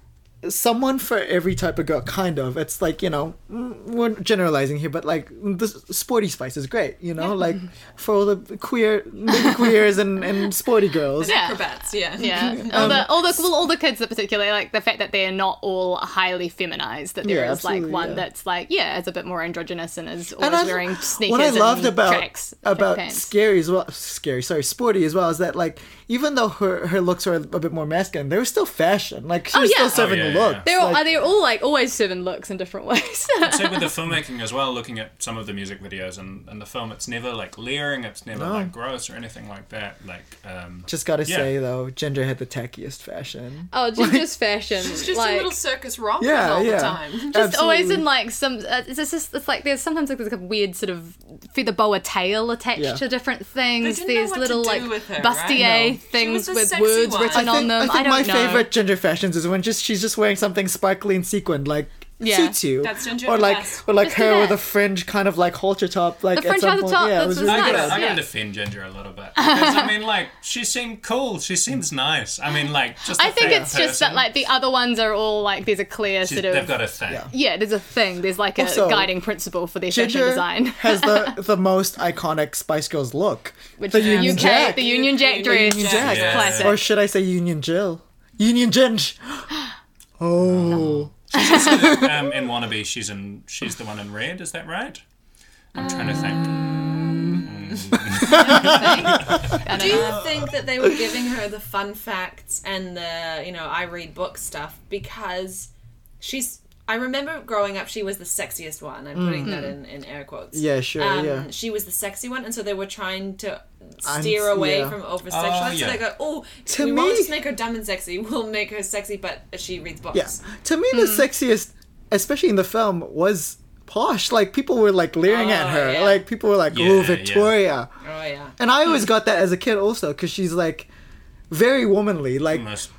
someone for every type of girl kind of it's like you know mm, we're generalizing here but like the sporty spice is great you know like for all the queer the queers and and sporty girls
Yeah.
Acrobats, yeah.
Yeah,
Um,
all the all the well, all the kids, particularly like the fact that they're not all highly feminized. That there is
Yeah,
like
absolutely,
one
yeah.
that's like yeah, is a bit more androgynous and is always wearing sneakers.
What I loved
and
about
tracks, track
about
pants.
scary as well, scary sorry, sporty as well is that like even though her her looks were a bit more masculine, they were still fashion. Like she was
yeah.
still serving
Oh, yeah,
a
yeah,
look.
yeah.
they're all,
like-
they're all like always seven looks in different ways.
Same with the filmmaking as well. Looking at some of the music videos and, and the film, it's never like leering. It's never like gross or anything like that. Like um,
Just gotta
Yeah.
say though, Ginger had the tackiest fashion.
oh, just, just fashion.
It's just
like,
a little circus romp
Yeah,
all
yeah.
the time.
just always
Absolutely.
in like some. Uh, it's just it's, like there's sometimes like there's like a weird sort of feather boa tail attached
Yeah.
to different
They
things.
didn't know
There's
what to
little
do
like
with her, right?
bustier
No. She was
things
the
with
sexy
words
one.
written
I
on them.
I think
don't
my
know.
favorite Ginger fashions is when just she's just wearing something sparkly and sequined, like
Yeah.
suits you.
That's Ginger
or
at
like
her best.
or like
Just do
her
that.
with a fringe kind of like halter top. Like at
The fringe
some
halter
point.
top,
Yeah, it
that's
was
what's
really
I
nice.
good.
gotta, I
Yeah.
gotta defend Ginger a little bit because I mean, like, she seemed cool. She seems nice. I mean, like, just
I
a
think
fair
it's just
person.
that like the other ones are all like there's a clear
She's-
sort
they've
of
got a thing.
yeah. There's a thing. There's like a
Also,
guiding principle for their
Ginger
fashion design.
has the the most iconic Spice Girls look.
Which
the
is
Union
UK,
Jack.
the Union Jack
Union
dress,
Jack.
Jack.
Yeah.
classic.
Or should I say Union Jill? Union Ginge. Oh.
Um, in Wannabe, she's in. She's the one in red. Is that right? I'm trying to
Um,
think.
Do you think that they were giving her the fun facts and the you know I read books stuff because she's I remember growing up she was the sexiest one. I'm putting that in, in air quotes. Um,
Yeah, sure, yeah.
She was the sexy one, and so they were trying to
I'm-
steer away
yeah.
from over
Oh,
sexualized.
yeah.
So they go, oh,
To
we won't
me-
just make her dumb and sexy. We'll make her sexy, but she reads books.
Yeah. To me, the sexiest, especially in the film, was Posh. Like, people were, like, leering at
Oh,
her.
yeah.
Like, people were like,
Yeah,
oh,
yeah.
Victoria.
Oh yeah.
And I always got that as a kid also, because she's, like, very womanly. Like,
Most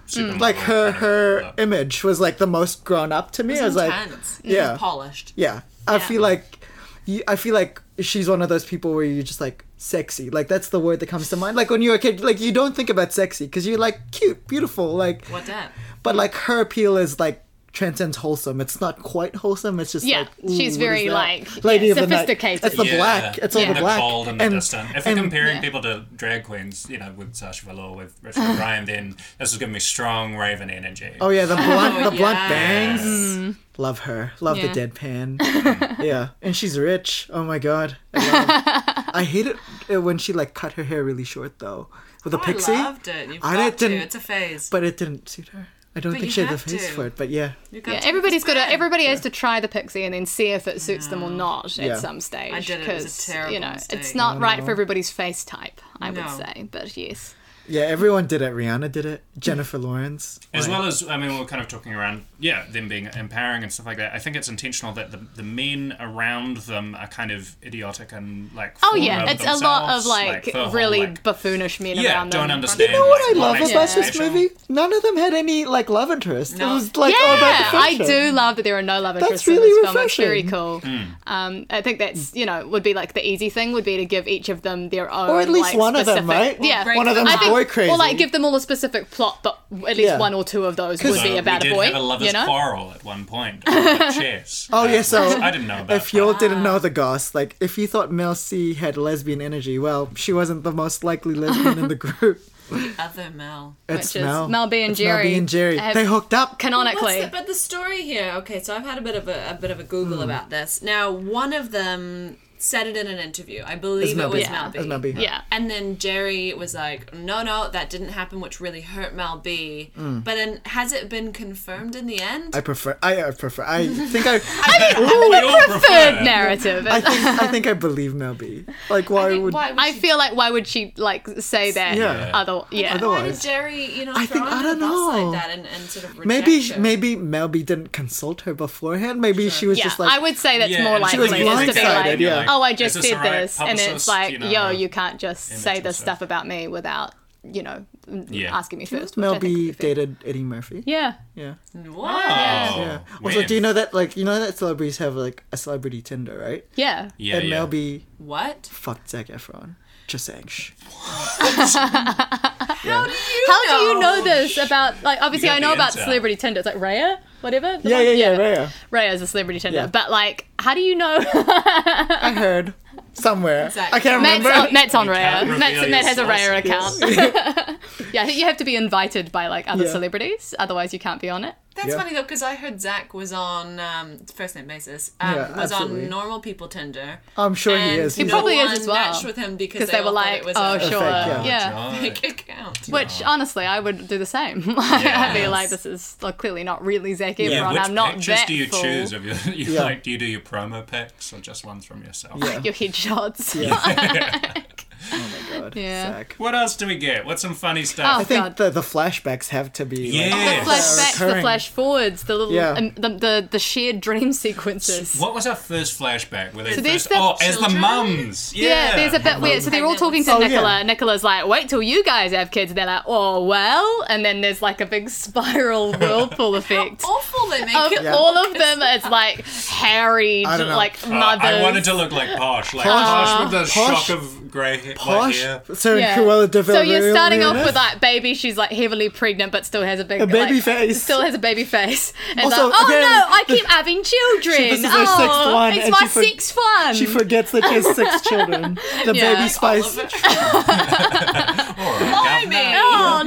supermodel
like her
kind of
her
look.
image was, like, the most grown up to me. I was like,
Intense.
yeah.
Polished.
Yeah, I feel like you- I feel like she's one of those people where you're just like sexy. Like that's the word that comes to mind. Like when you're a kid, like you don't think about sexy because you're like cute, beautiful, like.
What that?
But like her appeal is like transcends wholesome. It's not quite wholesome. It's just
Yeah,
like, ooh,
she's
what
very,
is that?
like,
lady
yeah,
of the night.
sophisticated.
It's the
Yeah.
black. It's all
Yeah.
the
the
black.
cold and, the distant. If we're comparing
yeah.
people to drag queens, you know, with Sasha Velour, with Richard O'Brien, then this is giving me strong Raven energy.
Oh yeah, the blunt, the blunt
yes.
bangs. Love her. Love
Yeah.
the deadpan. yeah, and she's rich. Oh my god, I, love I hate it uh, when she like cut her hair really short though, with a pixie.
Oh, I loved it. You've
I
got to.
didn't-
It's a phase.
But it didn't suit her. I don't
But
think
you
she had the
have
face
to.
for it. But yeah,
You've got
yeah,
to-
everybody's got to.
It's
Everybody has to try the pixie and then see if it suits them or not
Yeah.
at some stage.
I did it. It was a
'cause,
terrible
you know,
mistake.
it's not right for everybody's face type. I would
No.
say, but yes,
Yeah, everyone did it. Rihanna did it. Jennifer Lawrence.
As
like-
well as, I mean, we we're kind of talking around, yeah, them being empowering and stuff like that. I think it's intentional that the, the men around them are kind of idiotic and like.
Oh
full
yeah,
of
it's a lot
themselves,
of like,
the whole,
really
like-
buffoonish men
Yeah,
around them.
don't understand.
You know what I
Like,
love
what
about
makes it
this
special?
movie? None of them had any like love interest.
No.
It was like
yeah,
all about the
I
friendship.
do love that there are no love interests
really
in this film. It's very
refreshing. Hmm.
cool. Um, I think that's you know would be like the easy thing would be to give each of them their own,
Or at least
like,
one of them,
specific,
right?
Yeah,
break
One of
them
them's
up. I think-
boy crazy.
Or like give them all a specific plot, but at least
Yeah.
one or two of those would
So
be about
we
a
did
boy.
have a lovers
you know,
quarrel at one point about chess.
Oh, yeah, so
I didn't know about
if you all didn't know the goss, like if you thought Mel C had lesbian energy, well, she wasn't the most likely lesbian in the group.
Other Mel.
It's
Which is
Mel.
Mel B and
It's Mel B
Jerry
and Jerry.
have-
they hooked up.
canonically.
What's the, but the story here? Okay, so I've had a bit of a, a bit of a
Hmm.
Google about this. Now, one of them said it in an interview. I believe it was
B.
Mel B.
It's Mel B.
yeah.
And then Jerry was like, "No, no, that didn't happen," which really hurt Mel B. But then, has it been confirmed in the end?
Hmm. I prefer. I, I prefer. I think I.
We all prefer
Preferred
that.
narrative.
I think. I think I believe Mel B. Like, why would?
I feel like why would she like say that?
Yeah.
Other,
Why did
yeah.
Otherwise,
Jerry, you know,
I
throw
think-
under
I don't
the bus
know.
like that and, and sort of reject
maybe
her?
maybe Mel B didn't consult her beforehand. Maybe she was
yeah,
just like.
I would say that's
Yeah,
more
and she
likely
was
is to be
blindsided,
like,
yeah.
oh, I
Is
just
this
said
all right,
this, and it's
publicist,
like,
you know,
yo, you can't just
image
say
and
this
stuff.
stuff about me without, you know, m-
Yeah.
asking me first. which
Mel
I think
B
would be fair.
dated Eddie Murphy.
Yeah,
Yeah.
What?
Ah.
Oh,
Yeah. Also,
when?
do you know that like you know that celebrities have like a celebrity Tinder, right?
yeah.
Yeah,
and
yeah.
Mel B
What?
fucked Zac Efron. Just saying. Shh.
How do you know this about like? Obviously,
Oh, got
I know
the
about
intel.
celebrity Tinder. It's like Raya, whatever. the
Yeah,
one-
yeah, yeah, Raya.
Raya is a celebrity Tinder,
Yeah.
but like, how do you know?
I heard somewhere.
Exactly.
I can't
Matt's
remember.
on, Matt's on
can't
Raya.
reveal
Matt's,
your
Matt has a Raya
sources.
account. yeah, I think you have to be invited by like other
Yeah.
celebrities, otherwise you can't be on it.
That's
Yeah.
funny though, because I heard Zach was on um, first name basis. Um,
Yeah,
was
absolutely.
on normal people Tinder.
I'm sure
and
he is.
He
He's-
probably
probably
is
one
as well,
Matched with him because
Because
they,
they were
all thought
like,
it was
oh,
a
sure.
yeah.
Yeah.
fake account.
Which honestly, I would do the same. I'd be like, "This is like, clearly not really Zac Efron.
Yeah, which
I'm not
pictures
that
do you
fool.
choose? Of your, you
Yeah.
like, do you do your promo pics or just ones from yourself?
Your headshots.
oh my god.
Yeah.
Zac.
What else do we get? What's some funny stuff?
I think
Oh, God. Oh,
the, the flashbacks have to be. like,
Yeah.
The flashbacks, the
recurring.
flash forwards, the little,
Yeah.
um, the, the the shared dream sequences.
What was our first flashback? Where they
Oh, So there's
first,
the
oh, as the
children?
mums. Yeah,
Yeah, there's a bit weird. So they're all talking to
Oh, yeah.
Nicola. Nicola's like, "Wait till you guys have kids." They're like, "Oh well," and then there's like a big spiral whirlpool effect.
Awful they make
Of
it.
all of them, it's like harried,
I don't know.
like
Oh,
mothers.
I wanted to look like Posh, like Posh with the
Posh-
shock of grey hair.
Posh.
hair.
So
Yeah.
Cruella de
So you're
Vil-
starting off
Vil-
with like baby, she's like heavily pregnant, but still has a big
A baby
like,
face.
Still has a baby face. And
Also,
like, oh
again,
no, I
the-
keep having children.
She- this is her
oh,
sixth one,
it's
and
my
she for-
sixth one.
She forgets that she has six children. The
Yeah.
baby spice.
Follow me.
oh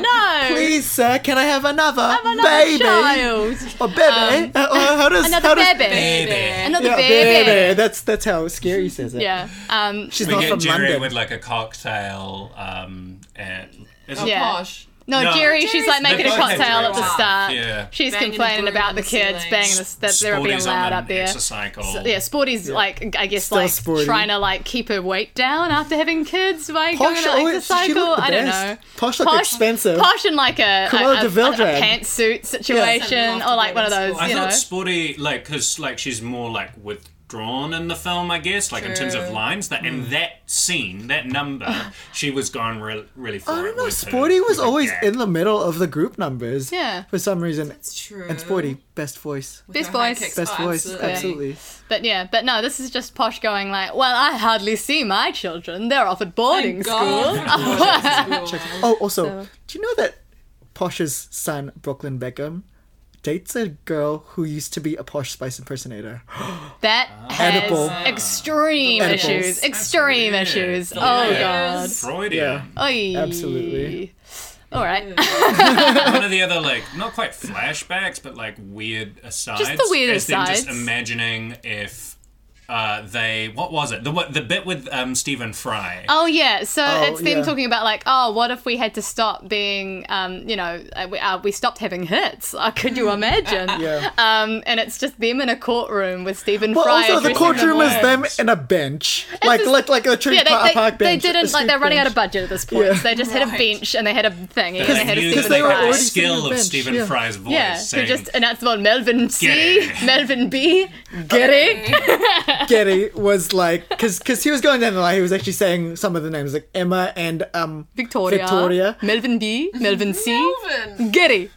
no,
Please, sir, can I have another,
another
baby?
child, Um,
Or baby? Uh, or how does
another
how does-
baby,
Baby.
another
Yeah,
baby.
baby. That's that's how Scary says it.
Yeah. Um,
She's
We
not
get
from
Jerry
London.
with like a cocktail. Um, and
Oh,
is it-
Yeah.
Posh.
no,
No.
Jerry, she's like
They
making a
both had
cocktail at
Jerry's
the
off.
start.
Yeah.
She's
Banging the
complaining
broom
about
on
the
the
kids,
ceiling.
banging the, that they're being
Sporty's
loud
on
up
an
there.
extra cycle.
So, yeah, Sporty's like I guess
Still
like
sporty.
trying to like keep her weight down after having kids by
Posh
going on like, the
always, she
cycle.
looked the
I don't know.
best. Posh looked expensive.
Posh in like a, a,
Cruella
a,
de Vil
a- a
drag.
pantsuit situation
Something
or like one of
off the
those,
board.
I
you
thought
know.
Sporty, like, because like she's more like withdrawn in the film, I guess, like in terms of
True.
lines. That
Mm.
in that scene, that number, she was gone re- really far.
I don't know. Sporty was always in the middle of the group numbers.
Yeah.
For some reason.
It's true.
And Sporty, best voice.
With
Best
her high
voice.
kicks.
Best
Oh,
voice. Absolutely.
But yeah, but no, this is just Posh going like, Well, I hardly see my children. They're off at boarding
Thank
school.
God. School.
Oh, also, do you know that Posh's son, Brooklyn Beckham, dates a girl who used to be a Posh Spice impersonator?
That has
Edible.
extreme
Edibles.
issues. Extreme
weird.
issues.
Yeah.
Oh
Yeah.
god.
Freudian.
Yeah.
Oy.
Absolutely.
All right.
one of the other like not quite flashbacks but like weird asides
weird
is them just
asides.
imagining if uh, they what was it the what- the bit with um, Stephen Fry.
Oh yeah, so
Oh,
it's them
yeah.
talking about like, oh, what if we had to stop being, um, you know, uh, we, uh, we stopped having hits? Uh, could you imagine?
Yeah.
Um, and it's just them in a courtroom with Stephen
But
Fry.
also, the
addressing
courtroom is
words.
them in a bench, like
just-
like like a tree
Yeah,
pa-
they, they,
park
they
bench.
didn't like they're running out of budget at this point.
Yeah.
so they just had a bench and they had a thing and they
they
had a
knew
Stephen
that they
were
had
Fry.
the
already
skill
sitting
of
on a
Stephen
bench, yeah.
Fry's voice.
Yeah, who
saying,
just announced one Melvin C,
G'day.
Melvin B, Gary.
Getty was like, because because he was going down the line, he was actually saying some of the names like Emma and um
Victoria,
Victoria.
Melvin B, Melvin C,
Melvin.
Gary.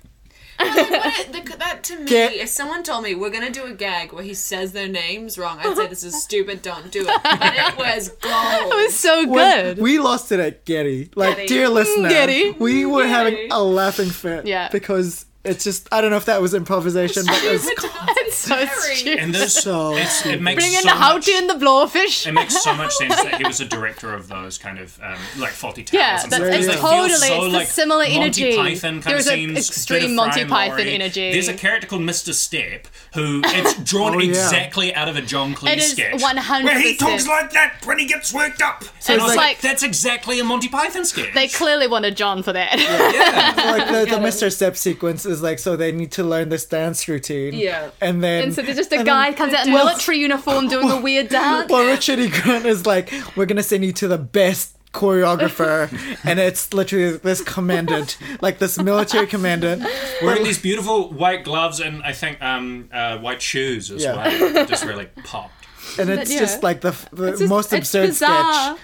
What- the- that to me,
Get-
if someone told me we're gonna do a gag where he says their names wrong, I'd say this is stupid. Don't do it. And it was gold.
It was so
When
good.
we lost it at Getty. Like,
Getty.
dear listener,
Getty.
we were having a laughing fit.
Yeah.
Because it's just, I don't know if that was improvisation, but it's
it's so stupid.
and those,
so.
it's, it makes
Bring in
so
the
much,
howdy and the blowfish.
It makes so much sense that he was a director of those kind of um, like faulty towers.
Yeah,
and
that's
stuff,
it's
because they feel
totally
so,
it's
like,
the similar
Monty
energy.
Python kind
There's
of
a
seems, bit
extreme
of
Monty
Fry
Python
and Laurie.
energy.
There's a character called Mr. Step who it's drawn
Oh, yeah.
exactly out of a John Cleese
It is
sketch,
100%.
where he talks like that when he gets worked up. and I
it's
was like,
like-
that's exactly a Monty Python sketch.
they clearly wanted John for that.
yeah.
Like the, the Mr. Step sequence is like so they need to learn this dance routine.
Yeah.
And then
and so there's just a guy comes out in military uniform doing a weird dance.
Well, Richard E. Grant is like, we're gonna send you to the best choreographer, and it's literally this commandant, like this military commandant.
wearing these beautiful white gloves and I think um, uh, white shoes as
Yeah.
well. Just really popped.
and it's
But, yeah.
just like the, f- the
It's just-
most
it's
absurd
bizarre.
sketch.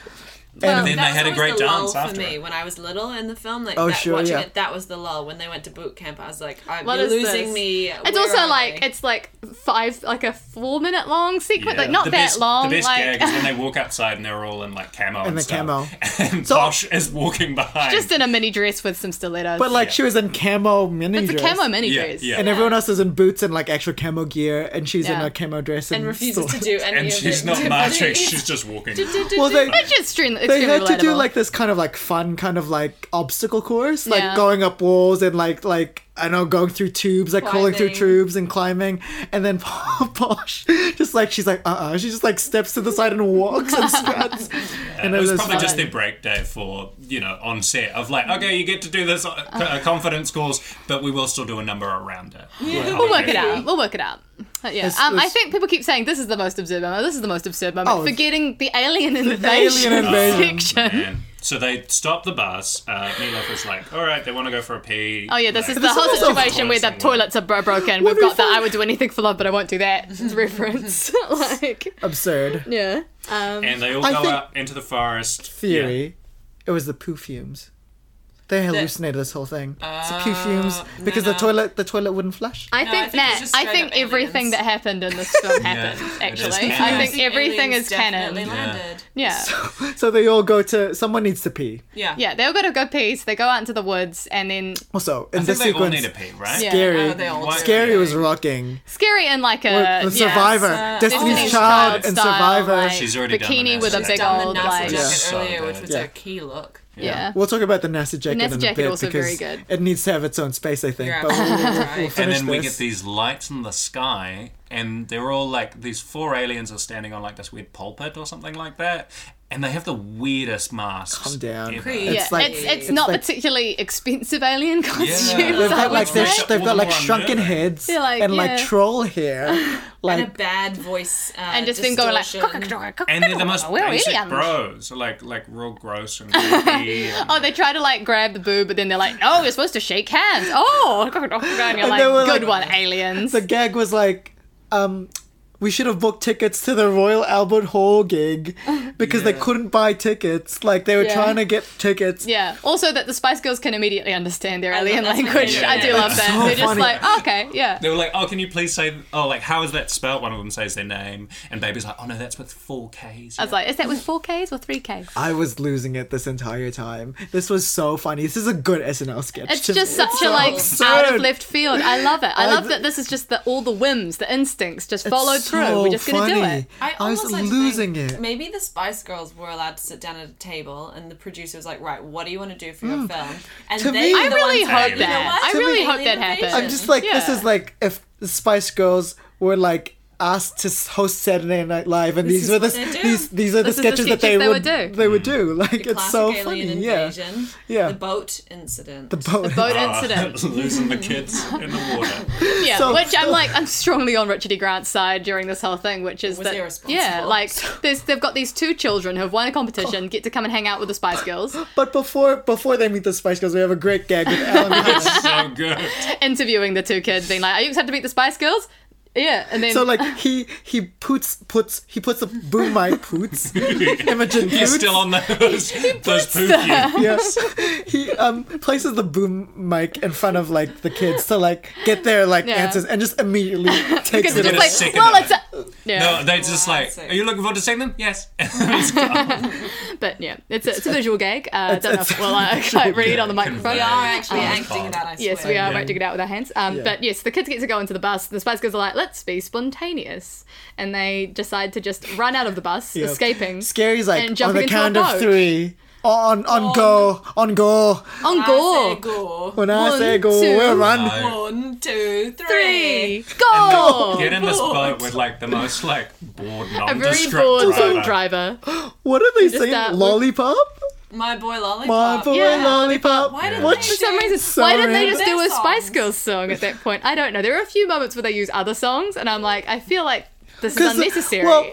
Well,
then
That
they
was
had a
always
great
the
dance
lull for
after
me
it.
when I was little in the film. Like
Oh,
that,
sure,
watching
yeah.
it, that was the lull when they went to boot camp. I was like, I'm
What
you're
is
losing
this?
me.
It's
Where
also
am
like
I?
it's like five, like a four-minute long sequence,
Yeah.
like not
The
that
best-
long.
The best
like
gag is when they walk outside and they're all in like camo and
the
stuff.
camo.
And Bosch is walking behind.
just in a mini dress with some stilettos.
But like she was in camo mini
it's a
dress,
camo mini
Yeah,
dress.
yeah.
and everyone else is in boots and like actual camo gear, and she's in
Yeah.
a camo dress
and refuses to
still-
do any
and
of
she's
the
not marching.
activities.
She's just walking.
Well, they
It's just extreme-
they had
extremely
to do
relatable.
like this kind of like fun kind of like obstacle course, like
Yeah.
going up walls and like like I don't know going through tubes, like crawling through
Climbing.
tubes and climbing, and then Posh just like she's like uh uh she just like steps to the side and walks and struts, and
it was
was
probably
fun.
just their break day for you know on set of like okay you get to do this uh, c- uh, confidence course but we will still do a number around it.
We'll work it out. We'll work it out. Uh, Yeah.
It's-
um, I
it's-
think people keep saying this is the most absurd moment. This is the most absurd moment.
Oh,
forgetting the alien invasion,
alien invasion.
section.
And so they stop the bus. Uh, Meatloaf is like, "All right, they want to go for a pee."
Oh yeah, this is the
This
whole
is also-
situation where the toilets are bro- broken. We've
be
got that.
fun-
I would do anything for love, but I won't do that. It's reference. like
absurd
yeah. Um,
And they all
I
go
think-
out into the forest.
theory. It was the poo fumes. They hallucinated this whole thing. it's the poo
Uh,
fumes because the toilet the toilet wouldn't flush.
I
No,
think,
I think it's
that
just
I
straight
think
up
everything
aliens.
that happened in this film happened.
it is
actually,
canon.
I think
The
everything
aliens
is canon.
definitely
Yeah.
landed.
Yeah.
So they all go to someone needs to pee.
Yeah.
Yeah, they all got to go pee, so they go out into the woods, and then
Also, in
I
this
think they all
sequence,
need a pee, right?
Yeah.
scary,
Oh, they all
Why-
do.
scary was rocking.
Scary in like a
the
yeah,
survivor,
uh,
Destiny's
Destiny's
Child,
Child
and
style,
Survivor.
like,
She's already done the
bikini with a
NASA
big
Done
old
the NASA
like
jacket
Yeah.
yeah.
earlier,
So
which was
good.
a key look.
We'll talk about the NASA jacket
NASA
in a
jacket
bit
also
because
very good.
it needs to have its own space, I think.
Yeah.
But we'll, we'll-
Right.
we'll finish
and then we get
this.
these lights in the sky, and they're all like these four aliens are standing on like this weird pulpit or something like that, and they have the weirdest masks.
Calm down.
ever.
Creep.
It's
Yeah,
like
it's, it's not
like-
particularly expensive alien costumes.
They've
I
got
would
like
say.
they've,
say-
they've got like
Well, more
shrunken
unnerving.
heads
Yeah, like,
and like
yeah.
troll hair,
And a
like
bad voice. Uh,
and just been going like,
distortion.
And they're the most
we're
basic
aliens.
bros, like like real gross and creepy. and-
Oh, they try to like grab the boob, but then they're like, "No, you're supposed to shake hands." Oh, and you're like,
they were
"Good
like-
one, aliens."
the gag was like, um, we should have booked tickets to the Royal Albert Hall gig because they
Yeah.
couldn't buy tickets. Like they were
Yeah.
trying to get tickets.
Yeah. Also, that the Spice Girls can immediately understand their alien
that's my
language.
favorite.
I do love that.
So
they're just
funny.
like, oh, "Okay, yeah."
They were like, "Oh, can you please say? Oh, like how is that spelled?" One of them says their name, and baby's like, "Oh no, that's with four Ks."
I was like, "Is that with four Ks or three Ks?"
I was losing it this entire time. This was so funny. This is a good SNL sketch.
It's
to me.
just such a
so
like
absurd.
out of left field. I love it. I,
I-
love that this is just the all the whims, the instincts just
It's
followed through. We're
so
just gonna do
funny.
it.
I,
was
almost like to
losing
think
it.
Maybe the Spice Girls were allowed to sit down at a table, and the producer was like, "Right, what do you want to do for your film?" And
Mm. To
they
me-
were
I
the
really
ones
hope
you know
that.
what?
I
To
really
me-
hope that happens.
I'm just like this
Yeah.
is like if the Spice Girls were like asked to host Saturday Night Live, and these were the
what they do. Mm.
these these are the
This is the
sketches that they,
sketches they
would,
would do.
They would do. Like it's
Classic
so
alien
funny.
invasion.
Yeah.
The boat incident.
Yeah. The boat.
Boat
Ah,
incident.
losing the kids in the water.
Yeah,
So-
which I'm like, I'm strongly on Richard E. Grant's side during this whole thing, which is
Was
that
irresponsible.
yeah, like there's they've got these two children who have won a competition, get to come and hang out with the Spice Girls,
but before before they meet the Spice Girls, we have a great gag with Alan. Rickman.
so good.
interviewing the two kids, being like, "Are you excited to meet the Spice Girls?" Yeah, and then
so like he he puts puts he puts a boom my poots Imogen
He's
poots.
still on those those pookie.
Yes, he um places the boom mic in front of like the kids to like get their like
Yeah.
answers and just immediately takes
because
it.
it's
Get a
just like,
second
well,
of
it's a yeah,
No, they're just like,
Classic.
are you looking forward to seeing them? Yes.
but yeah, it's a, it's a visual gag. Uh, I don't know
it's
if
a
well, I can't read on the microphone.
we are actually
Um,
acting it out, I swear.
Oh, Yes, we are
Yeah.
right to get out with our hands. Um,
Yeah.
But yes, the kids get to go into the bus. The Spice Girls are like, let's be spontaneous. And they decide to just run out of the bus,
Yeah.
escaping.
Scary's
and
like on
jumping
the
into a
count
boat."
of three. On on go on go.
On
I say
Oh.
go!
go.
When I
One,
say go,
two,
we'll run.
One, two, three.
Three! Go!
Get in this
bored.
boat with like the most like bored
A
non
very bored boat driver.
What are they saying?
that
Lollipop.
My boy lollipop.
My boy
Yeah.
lollipop.
Why did
what?
they
For some reason,
So
why didn't they just
random.
do a
Their
Spice
songs.
Girls song at that point? I don't know. There are a few moments where they use other songs, and I'm like, I feel like this is
'Cause, uh,
unnecessary.
well-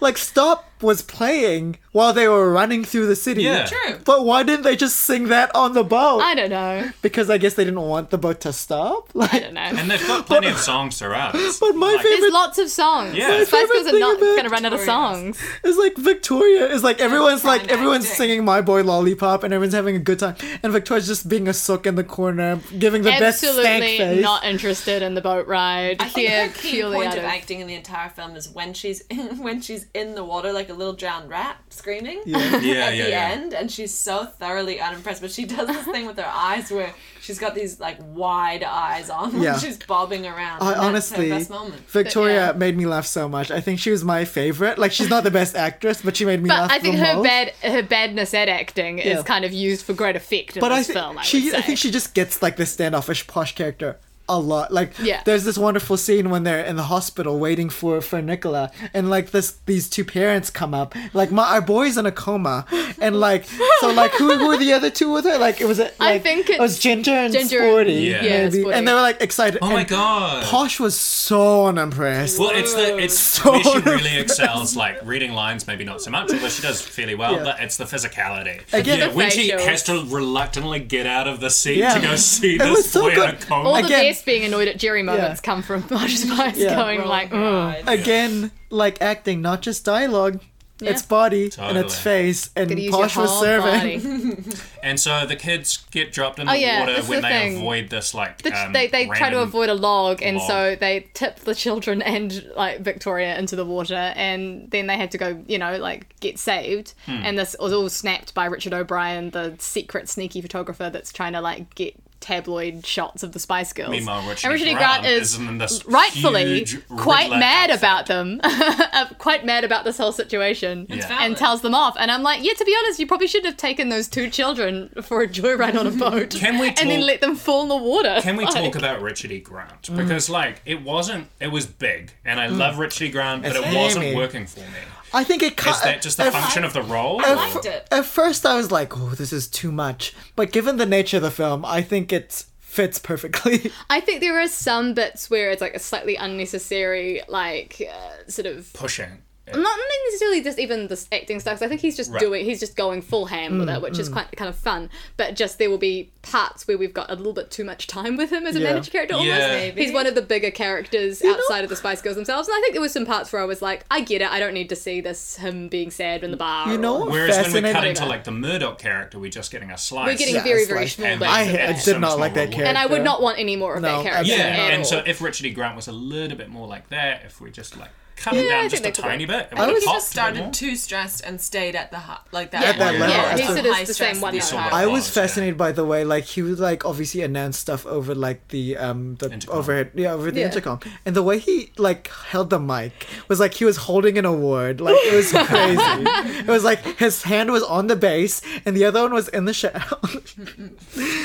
Like stop was playing while they were running through the city.
Yeah.
True.
But why didn't they just sing that on the boat?
I don't know.
because I guess they didn't want the boat to stop.
I
Like,
don't know.
And they've got plenty of songs throughout.
but my
Like-
favorite
There's lots of songs.
Yeah.
The Spice
Favorite
Girls are
thing
not
about
going to run out of songs.
is like Victoria is like everyone's like
fine
everyone's
acting.
singing "My Boy Lollipop" and everyone's having a good time, and Victoria's just being a sook in the corner, giving the best stank
absolutely
face.
not interested in the boat ride.
I think
Here,
her key
purely
point
out
of
of-
acting in the entire film is when she's when she's in the water like a little drowned rat screaming
Yeah,
at
yeah,
the
yeah.
end, and she's so thoroughly unimpressed. But she does this thing with her eyes where she's got these like wide eyes on when
Yeah.
she's bobbing around. and
I
that's her
honestly,
best moment.
Victoria
yeah.
made me laugh so much. I think she was my favorite. Like she's not the best actress, but she made me
But
laugh
I think
the
her
most.
bad her badness at acting
Yeah.
is kind of used for great effect in
but I
this
think
film. I
she,
would say.
I think she just gets like this standoffish posh character a lot. Like,
Yeah.
there's this wonderful scene when they're in the hospital waiting for for Nicola, and like this, these two parents come up. Like, my our boy's in a coma, and like, so like, who, who were the other two with her? Like, it was it.
I
Like,
think
it was
it's
Ginger and
Ginger and-
Sporty,
Yeah.
yeah,
maybe.
Sporty.
and they were like excited.
Oh my
and
god.
Posh was so unimpressed.
Well, it's the it's
So
where she really
nervous.
excels. Like reading lines, maybe not so much, but she does fairly well. But it's the physicality.
Again-
yeah, when she
facials.
has to reluctantly get out of the seat
Yeah.
to go see
It
this
was so
boy in a
good.
coma.
all
again-
the best being annoyed at Jerry moments come from Posh Spice
Yeah.
going
Rolling
like, "Mm,
her
"Ugh."
eyes.
Again, like acting, not just dialogue. Its body and its
Totally.
face,
Could
and
use your
Posh was
whole
serving.
body.
And so the kids get dropped in
Oh,
the
yeah,
water
that's
when
the
they
thing.
avoid this like
The ch-
um,
they they try to
random-
avoid a log, and
log.
so they tip the children and like Victoria into the water, and then they have to go, you know, like get saved.
Hmm.
And this was all snapped by Richard O'Brien, the secret sneaky photographer that's trying to like get tabloid shots of the Spice Girls.
Meanwhile, Richard,
and Richard E.
Grant,
Grant is
in this
rightfully
huge
quite
Riddler
mad
outfit.
about them, Uh, quite mad about this whole situation,
Yeah.
and tells them off. And I'm like, yeah, to be honest, you probably should have taken those two children for a joyride on a boat,
Can we
and then
talk-
let them fall in the water.
Can we
Like- mm.
talk about Richard E. Grant? Because like it wasn't, it was big, and I love Richard E. Grant, but
It's
it wasn't
Amy.
working for me.
I think it cut.
Is that just the
at-
function of the role?
At,
liked it.
at first, I was like, "Oh, this is too much," but given the nature of the film, I think it fits perfectly.
I think there are some bits where it's like a slightly unnecessary, like uh, sort of
pushing.
not necessarily just even the acting stuff. 'cause I think he's just
Right.
doing, he's just going full ham
Mm,
with it, which is quite kind of fun. But just there will be parts where we've got a little bit too much time with him as a
Yeah.
manager character. Almost,
Yeah.
he's one of the bigger characters outside of the Spice Girls themselves. And I think there was some parts where I was like, I get it. I don't need to see this him being sad in the bar.
You know
or-
what?
Whereas when we cut
Fascinating.
into like the Murdoch character, we're just getting a slice.
we're getting
Yeah,
very
it's
very
like-
small
And
bits.
I,
of
hate
I
that.
it's
did
so
not
much
like
more
that
rewarding.
character,
and I would not want any more of
No,
that character.
Yeah,
at
and so
all.
if Richard E. Grant was a little bit more like that, if we just like cut him
Yeah, I
down
think
just a
that could
tiny bit, it would
I think
have
he
popped
started too stressed and stayed at the hu- like that.
Yeah.
At that
one.
level,
Yeah, it's
at
a
the-
He said
high
it's the
stress
same one
You saw
I
what it
I was
yeah.
fascinated by the way, like he would like obviously announce stuff over like the um the
Intercom.
overhead yeah over the
Yeah.
intercom, and the way he like held the mic was like he was holding an award, like it was crazy. it was like his hand was on the bass and the other one was in the shadow.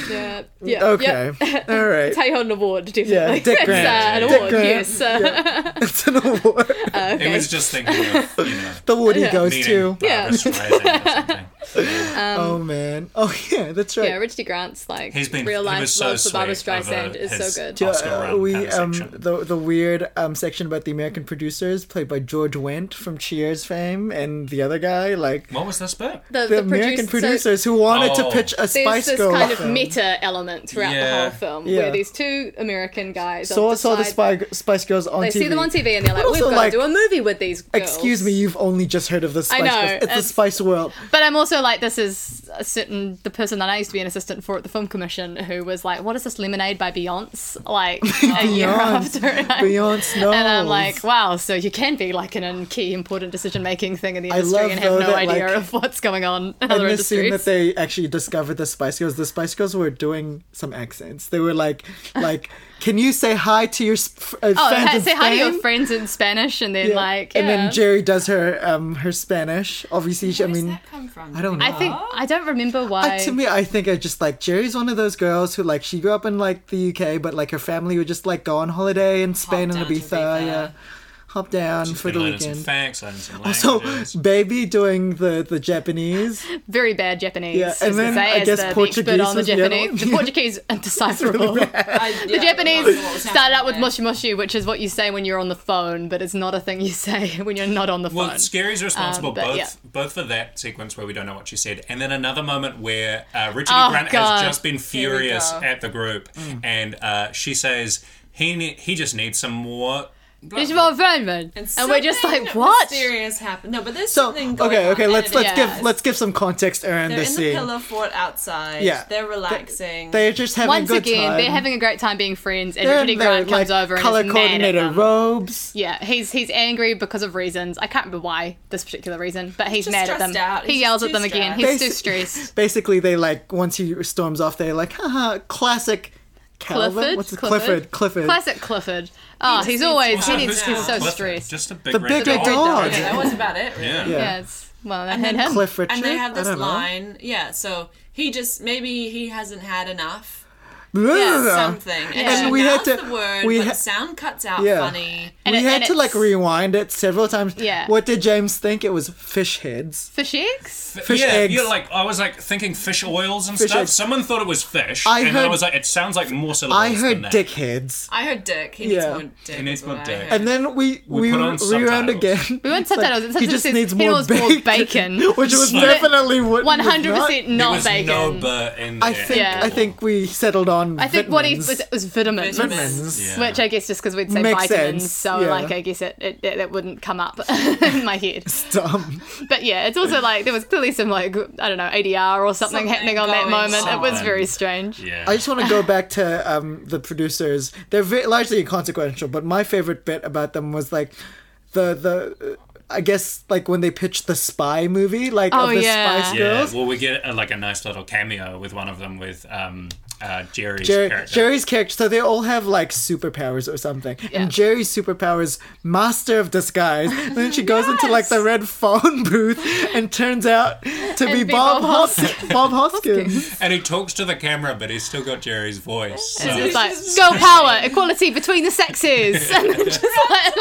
Yeah. Yeah.
okay,
Yeah.
all right,
It's how you hold an award, definitely.
Yeah, Dick
That's,
Grant.
uh, an
Dick
award,
Grant.
yes. Uh,
it's an award.
okay.
It was just thinking of, you know,
the award he
Yeah.
goes
meeting
to.
Yeah.
Barbra Streisand or something.
Um,
oh man, oh yeah, that's right.
yeah, Richard D. Grant's like
He's been
real
he
life
was so
love for Barbara
sweet over
Streisand is
his
so good.
Yeah,
Oscar
uh,
run
we
kind of
um
section.
the the weird um section about the American producers played by George Wendt from Cheers fame and the other guy like
What was this bit?
The,
the, American
produce- so
producers who wanted
Oh.
to pitch a
there's
Spice
this
Girl
kind of
film.
meta element throughout the
Yeah.
whole film
Yeah.
where these two American guys
saw
on the
saw the Spy,
side-
Spice Girls on
they
TV.
see them on TV and they're
But
like, we've
also,
got
like,
to do a movie with these girls.
Excuse me, you've only just heard of the Spice
know,
Girls. It's the
it's-
Spice World.
But I'm also like, this is a certain the person that I used to be an assistant for at the film commission who was like, "What is this Lemonade by Beyonce?" Like a year
Beyonce.
after, and I-
Beyonce knows.
And I'm like, wow, so you can be like in a key important decision making thing in the
I
industry
love,
and have
though,
no
that,
idea
like,
of what's going on in
in
other
this scene
industries.
that they actually discovered the Spice Girls, the Spice Girls were doing some accents. They were like, like, can you say hi to your sp- uh,
oh,
fans
ha-
in
say hi to your
Spain?"
friends in Spanish, and then
Yeah.
like,
and
yeah.
then Jerry does her um her Spanish. Obviously, she- I
Where does
mean,
that come from?
I don't know.
I think I don't remember why.
I, to me, I think I just like Jerry's one of those girls who like she grew up in like the UK, but like her family would just like go on holiday in Spain and
down to
Ibiza,
Ibiza.
yeah, hop down for
Been
the
learning some
weekend.
facts, learning some
Also,
languages.
baby doing the the Japanese.
Very bad Japanese.
Yeah,
as
and
they
then
say,
I guess
as the, the expert
Portuguese
on the
was the other
Japanese.
one.
The, Portuguese
I-
indecipherable.
yeah,
The
I don't know
Japanese
what was
started out with
happening
mushy mushy, which is what you say when you're on the phone, but it's not a thing you say when you're not on the
Well,
phone.
Scary's responsible
Um, but
both
yeah.
both for that sequence where we don't know what she said, and then another moment where uh, Richard
Oh,
E. Grant
God.
has just been
we
furious
go.
at the group,
Mm.
and uh, she says he ne- he just needs some more.
It's more environment.
there.
And, we're just
something
like, what?
Mysterious happened. No, but there's
So
something going
okay,
on
okay,
and
let's
it
let's
is-
Yes.
give let's give some context around
They're in
this
the
scene.
pillow fort outside.
Yeah.
They're relaxing.
They're just having
Once
a good
again,
time.
they're having a great time being friends, and
They're
Richard E.
in their,
Grant comes
like,
over and
color
is mad at
coordinated
them.
robes.
Yeah, he's he's angry because of reasons. I can't remember why this particular reason, but he's
just
mad at
stressed
them.
out.
He
He's
yells
just
at them
too
again. He's
stressed.
too stressed.
Basically, they like once he storms off, they're like, haha, classic. Calvin?
Clifford?
What's his-
Clifford?
Clifford? Clifford.
Classic Clifford. Oh,
just
he's
needs
always he
one.
needs,
Who's
he's so
Clifford?
stressed.
Just a big
The
red
big red
dog.
dog.
yeah, that was about it. Really.
Yeah.
Yeah, it's well, and,
then
him.
Cliff Richard.
And they have
I
this
don't know.
line. Yeah. So he just maybe he hasn't had enough.
Blah.
something. And,
And
she
we had
announced
to-
the word,
we
but
ha-
the sound cuts out
Yeah.
funny.
And
we
it-
had
and
to like
it's-
rewind it several times.
Yeah.
What did James think? It was fish heads.
Fish eggs.
Fish
yeah,
eggs.
you're like I was like thinking fish oils and
Fish
stuff.
eggs.
Someone thought it was fish,
I
and then I
heard-
was like, it sounds like more syllables.
I heard
than that.
dick heads.
I heard dick. He needs
Yeah.
more dick.
He needs
is what
more
I
dick.
heard.
And then we we
put on
rewound
subtitles.
again.
We went subtitles. It's
he
just
just
says
needs
he
more
wants more bacon.
which was
He-
definitely what
One hundred percent
There
not
was
bacon.
no but in there.
I think
Yeah.
I think we settled on.
I think what he was
vitamins.
it was vitamins.
Vitamins.
Yeah.
Which I guess just because we'd say
Makes
vitamins,
sense,
so
yeah.
like I guess it, it, it that wouldn't come up in my head.
dumb.
But yeah, it's also like there was clearly some like I don't know ADR or something,
Something
happening on that
going
moment. It was
on.
very strange.
Yeah.
I just want to go back to um, the producers. They're very, largely inconsequential, but my favorite bit about them was like the the. uh, I guess like when they pitched the spy movie, like
Oh,
of the
yeah.
Spice
yeah.
Girls.
Well, we get uh, like a nice little cameo with one of them with um, uh, Jerry's
Jerry,
character.
Jerry's character, so they all have like superpowers or something.
Yeah.
And Jerry's superpower is master of disguise. And then she goes into like the red phone booth and turns out to be,
be
Bob,
Bob
Hos- Bob Hoskins.
And he talks to the camera, but he's still got Jerry's voice. So.
It's like girl power, equality between the sexes, and then just let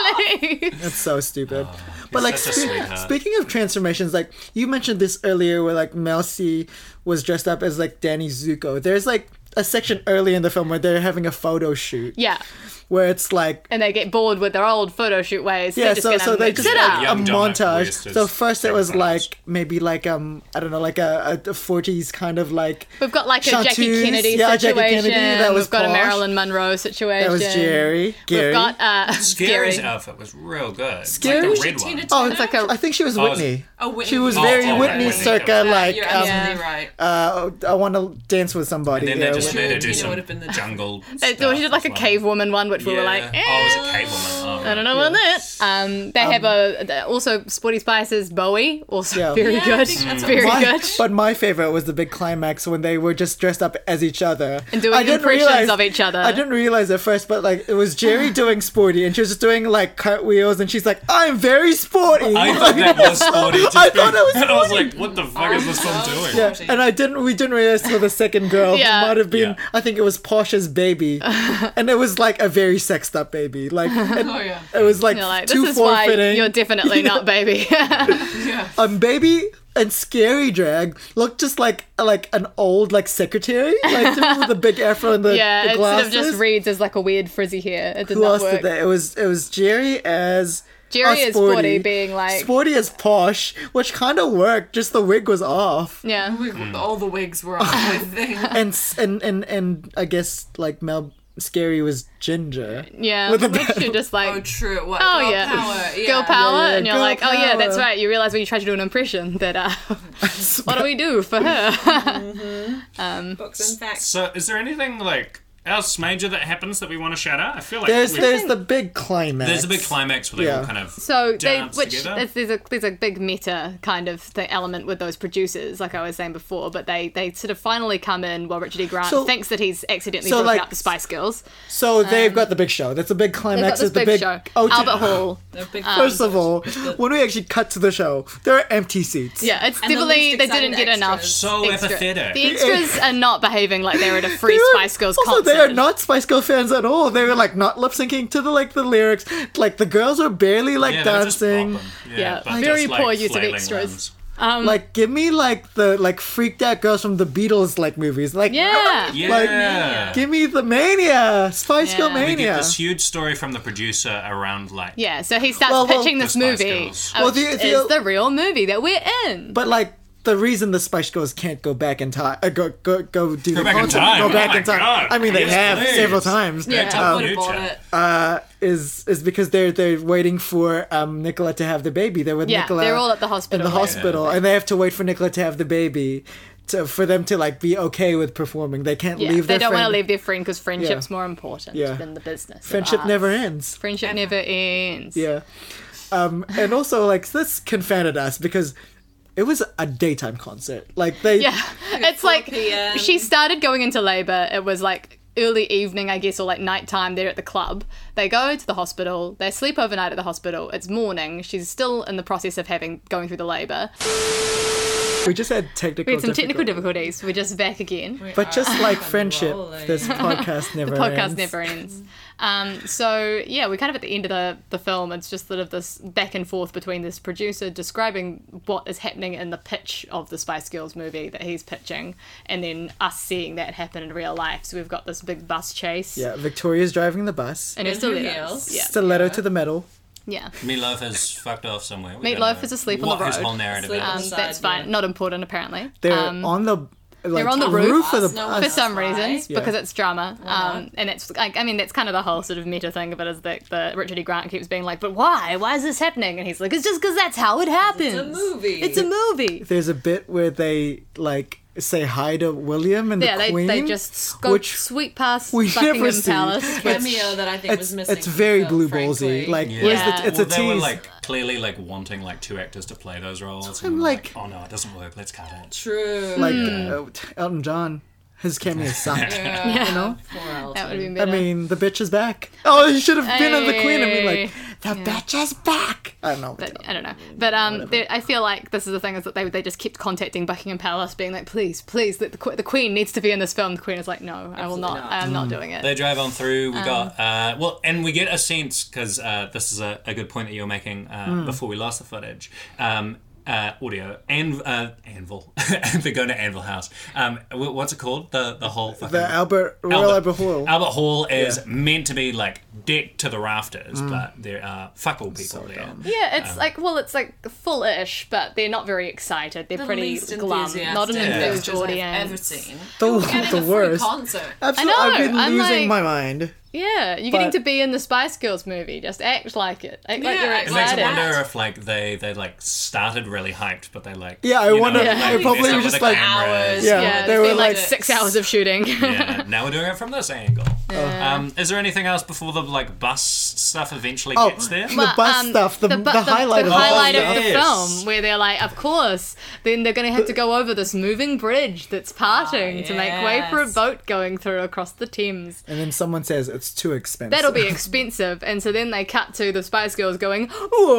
it loose.
That's so stupid. but like
Oh, such a
spe-
sweetheart.
speaking of transformations, like you mentioned this earlier, where like Mel C was dressed up as like Danny Zuko. There's like a section early in the film where they're having a photo shoot,
Yeah,
where it's like
and they get bored with their old photo shoot ways.
yeah,
they're just
so
gonna
so they
mix
just
it
like,
up.
a
Young Dominic
montage.
West
So
is
first it was
very pronounced.
like maybe like um I don't know like a a forties kind of like
We've got like a Jackie
Chanteuse.
Kennedy
Yeah, Jackie
situation.
Kennedy, that was
We've got a
posh.
Marilyn Monroe situation.
that was Jerry. Gary.
We've got uh, Gary.
Scary's outfit was real good.
Scary?
Like the red
Tina
one.
oh,
it's like a-
I think she was Whitney.
Oh, Whitney.
She was
Oh,
very
oh, right,
Whitney
Whitney.
circa
Yeah,
like
You're
um,
absolutely right.
uh, I want to dance with somebody.
And then they
yeah,
just
would-
they to do
Tina
some
would have been the-
jungle.
They-
stuff
she Uh, did like
as
a
well.
cave woman one, which we were like,
Yeah. oh, it was
"Eh,
a cave woman. Oh,
I don't know about that. Um, they have a also Sporty Spices Bowie, also
Yeah.
very
Yeah, I
good,
think that's what
very
My-
good.
but my favorite was the big climax when they were just dressed up as each other
And doing
I didn't
impressions
realize-
of each other.
I didn't realize at first, but like it was Jerry doing sporty, and she was just doing like cartwheels, and she's like, "I'm very sporty."
I thought that was sporty. Just
I thought it was
and I was like, what the fuck is this film doing?
Yeah, and I didn't. We didn't realize till the second girl who
Yeah.
might have been.
Yeah.
I think it was Porsche's baby, and it was like a very sexed up baby. Like it,
Oh yeah,
it was like,
You're like, this
too
is why
form-fitting.
you're definitely not baby.
um, baby and scary drag looked just like like an old like secretary, like you know, with the big afro and the,
yeah,
the
instead
glasses.
of just reads as like a weird frizzy hair. It did
Who
not
else
work.
did that? It was it was Jerry as.
Jerry
as
is sporty, being like,
sporty as posh, which kind of worked. Just the wig was off,
yeah,
We- all the wigs were on my thing.
and s- and and and I guess like Mel Scary was ginger.
yeah,
With the
which you're just like.
Oh, true. It was.
Oh
girl
yeah.
power. yeah,
girl power,
yeah,
and you're
girl
like, oh yeah, that's
power.
right. You realize when you try to do an impression that, uh, what do we do for her?
Books and facts.
So, is there anything like else major that happens that we want to shout out? I feel like
There's
we-
there's the big climax.
there's a big climax where they all
Yeah.
kind of.
so they,
Dance
which
together?
there's, there's a there's a big meta kind of the element with those producers, like I was saying before, but they they sort of finally come in while Richard E. Grant
So-
thinks that he's accidentally
so,
broken
like,
up the Spice Girls.
So they've got the big show. That's a big
They've Um, got
climax.
this
is the
big,
big
show,
Oh,
Albert Hall.
They're big
Um,
First of all,
The-
when we actually cut to the show, there are empty seats.
Yeah, it's
And the
definitely
least
they didn't
excited
get enough.
extras.
So
extra-
apathetic.
The extras are not behaving like they were at a
They
free
were-
Spice Girls
also,
concert.
they are not Spice Girl fans at all. They were like not lip syncing to the like the lyrics. Like the girls are barely like
yeah, they're just
dancing.
bopping.
Yeah,
but
very
just, like,
poor use of
flailing
extras.
limbs.
Like give me like the like freaked out girls from the Beatles like movies. Like
Yeah.
Yeah.
Like, give me the mania, Spice Girl
Yeah.
we get
mania.
this huge story from the producer around like
Yeah, so he starts
Well, well,
pitching this
The Spice
movie.
Girls.
Well,
Well,
the,
the- the-
is the real movie that we're in.
But like the reason the Spice Girls can't go back in time, uh, go go go do the
back in
concert,
time.
go
Oh
back
my
in time.
God.
I mean, they
Yes,
have
please.
several times.
Yeah.
I
Um,
would have bought it.
is is because they're they're waiting for um, Nicola to have the baby. They're with
yeah,
Nicola
they're all at the
in
hospital.
the
right?
hospital, and they have to wait for Nicola to have the baby to, for them to like be okay with performing. They can't
Yeah,
leave.
they
Their
don't want to
friend.
leave their friend because friendship's
Yeah.
more important
Yeah.
than the business. of
Friendship
art.
never ends.
Friendship never ends.
Yeah, um, and also like this confounded us because. It was a daytime concert. Like they,
Yeah, it's like
4 p.m..
she started going into labor. It was like early evening, I guess, or like nighttime. They're at the club. They go to the hospital. They sleep overnight at the hospital. It's morning. She's still in the process of having going through the labor.
we just had technical.
We had some technical
difficulties.
difficulties. We're just back again.
But just like friendship,
rolling.
this podcast never
podcast
ends.
never ends. Um, so yeah, we're kind of at the end of the, the film. It's just sort of this back and forth between this producer describing what is happening in the pitch of the Spice Girls movie that he's pitching, and then us seeing that happen in real life. So we've got this big bus chase.
Yeah, Victoria's driving the bus.
And it's
And who
stilettos.
else?
Yeah,
Stiletto to the metal.
yeah.
Meatloaf has fucked off somewhere. We
Meatloaf
don't know
is asleep on
what
the
his
road.
whole narrative
Asleep
is.
on
Um,
Inside,
that's fine.
yeah.
Not important, apparently.
They're
Um,
on the like,
on the roof.
of the Uh-huh.
No
bus.
one
for some
That's why.
reasons
Yeah.
because it's drama um, and that's like i mean that's kind of the whole sort of meta thing of it is that the richard e grant keeps being like but why why is this happening and he's like it's just because that's how it happens
a movie."
it's a movie
There's a bit where they like say hi to William and
yeah
the
they,
Queen.
they just scope
which
sweep past
we never
buckingham
see.
palace
It's-
cameo that I think
it's,
was missing.
it's
from the
very
film,
blue
frankly.
ballsy. Like,
Yeah.
where's
Yeah.
the, it's
well,
a
they
tease.
were like clearly like wanting like two actors to play those roles.
I'm
And like,
like-
oh no, it doesn't work. Let's cut it.
true.
Like,
Hmm.
uh, Elton John, his cameo sucked.
yeah. Poor Elton.
that would have been
I
better
mean, the bitch is back. Oh, you should have been on the Queen and been
Hey.
like, the bitch is back. I don't know.
I don't know, but um, they, I feel like this is the thing is that they they just kept contacting Buckingham Palace, being like, please, please, the, the, que- the Queen needs to be in this film. The Queen is like, no, I will not,
not.
I am not doing it.
They drive on through. We got uh, well, and we get a sense because uh, this is a, a good point that you were making uh, before we lost the footage. Um, uh, audio and uh, anvil. They're going to Anvil House. Um, wh- what's it called? The the whole fucking
The Albert, Royal Albert Hall.
Albert Hall is meant to be like decked to the rafters,
Hmm.
but there are fuck all people there.
Yeah, it's like well, it's like full-ish, but they're not very excited. They're
The
pretty
least
glum, not an
enthusiastic
enthused
actors I've
audience.
ever seen.
the
Getting
the
a free
worst.
concert.
Absolutely,
I know,
I've been
I'm
losing
like-
my mind.
Yeah, you're getting to be in the Spice Girls movie. Just act like it. Act like
Yeah,
you're
act
It
like
makes me
it.
excited.
wonder if like they they like started really hyped, but they like
Yeah, I
you know,
wonder-
like,
I
messed
probably
up with
was just
the
like-
cameras.
Yeah.
Yeah,
they
it's
were
been like
like-
six hours of shooting.
Yeah, now we're doing it from this angle. Um, is there anything else before the like bus stuff eventually
Oh,
gets there?
the bus stuff, the, the,
bu-
highlight,
Um, the
of, the
highlight
bus
of the
stuff.
Yes.
film, where they're like, of course, then they're going to have to go over this moving bridge that's parting to make way for a
yes.
boat going through across the Thames.
And then someone says it's too expensive.
That'll be expensive. And so then they cut to the Spice Girls going,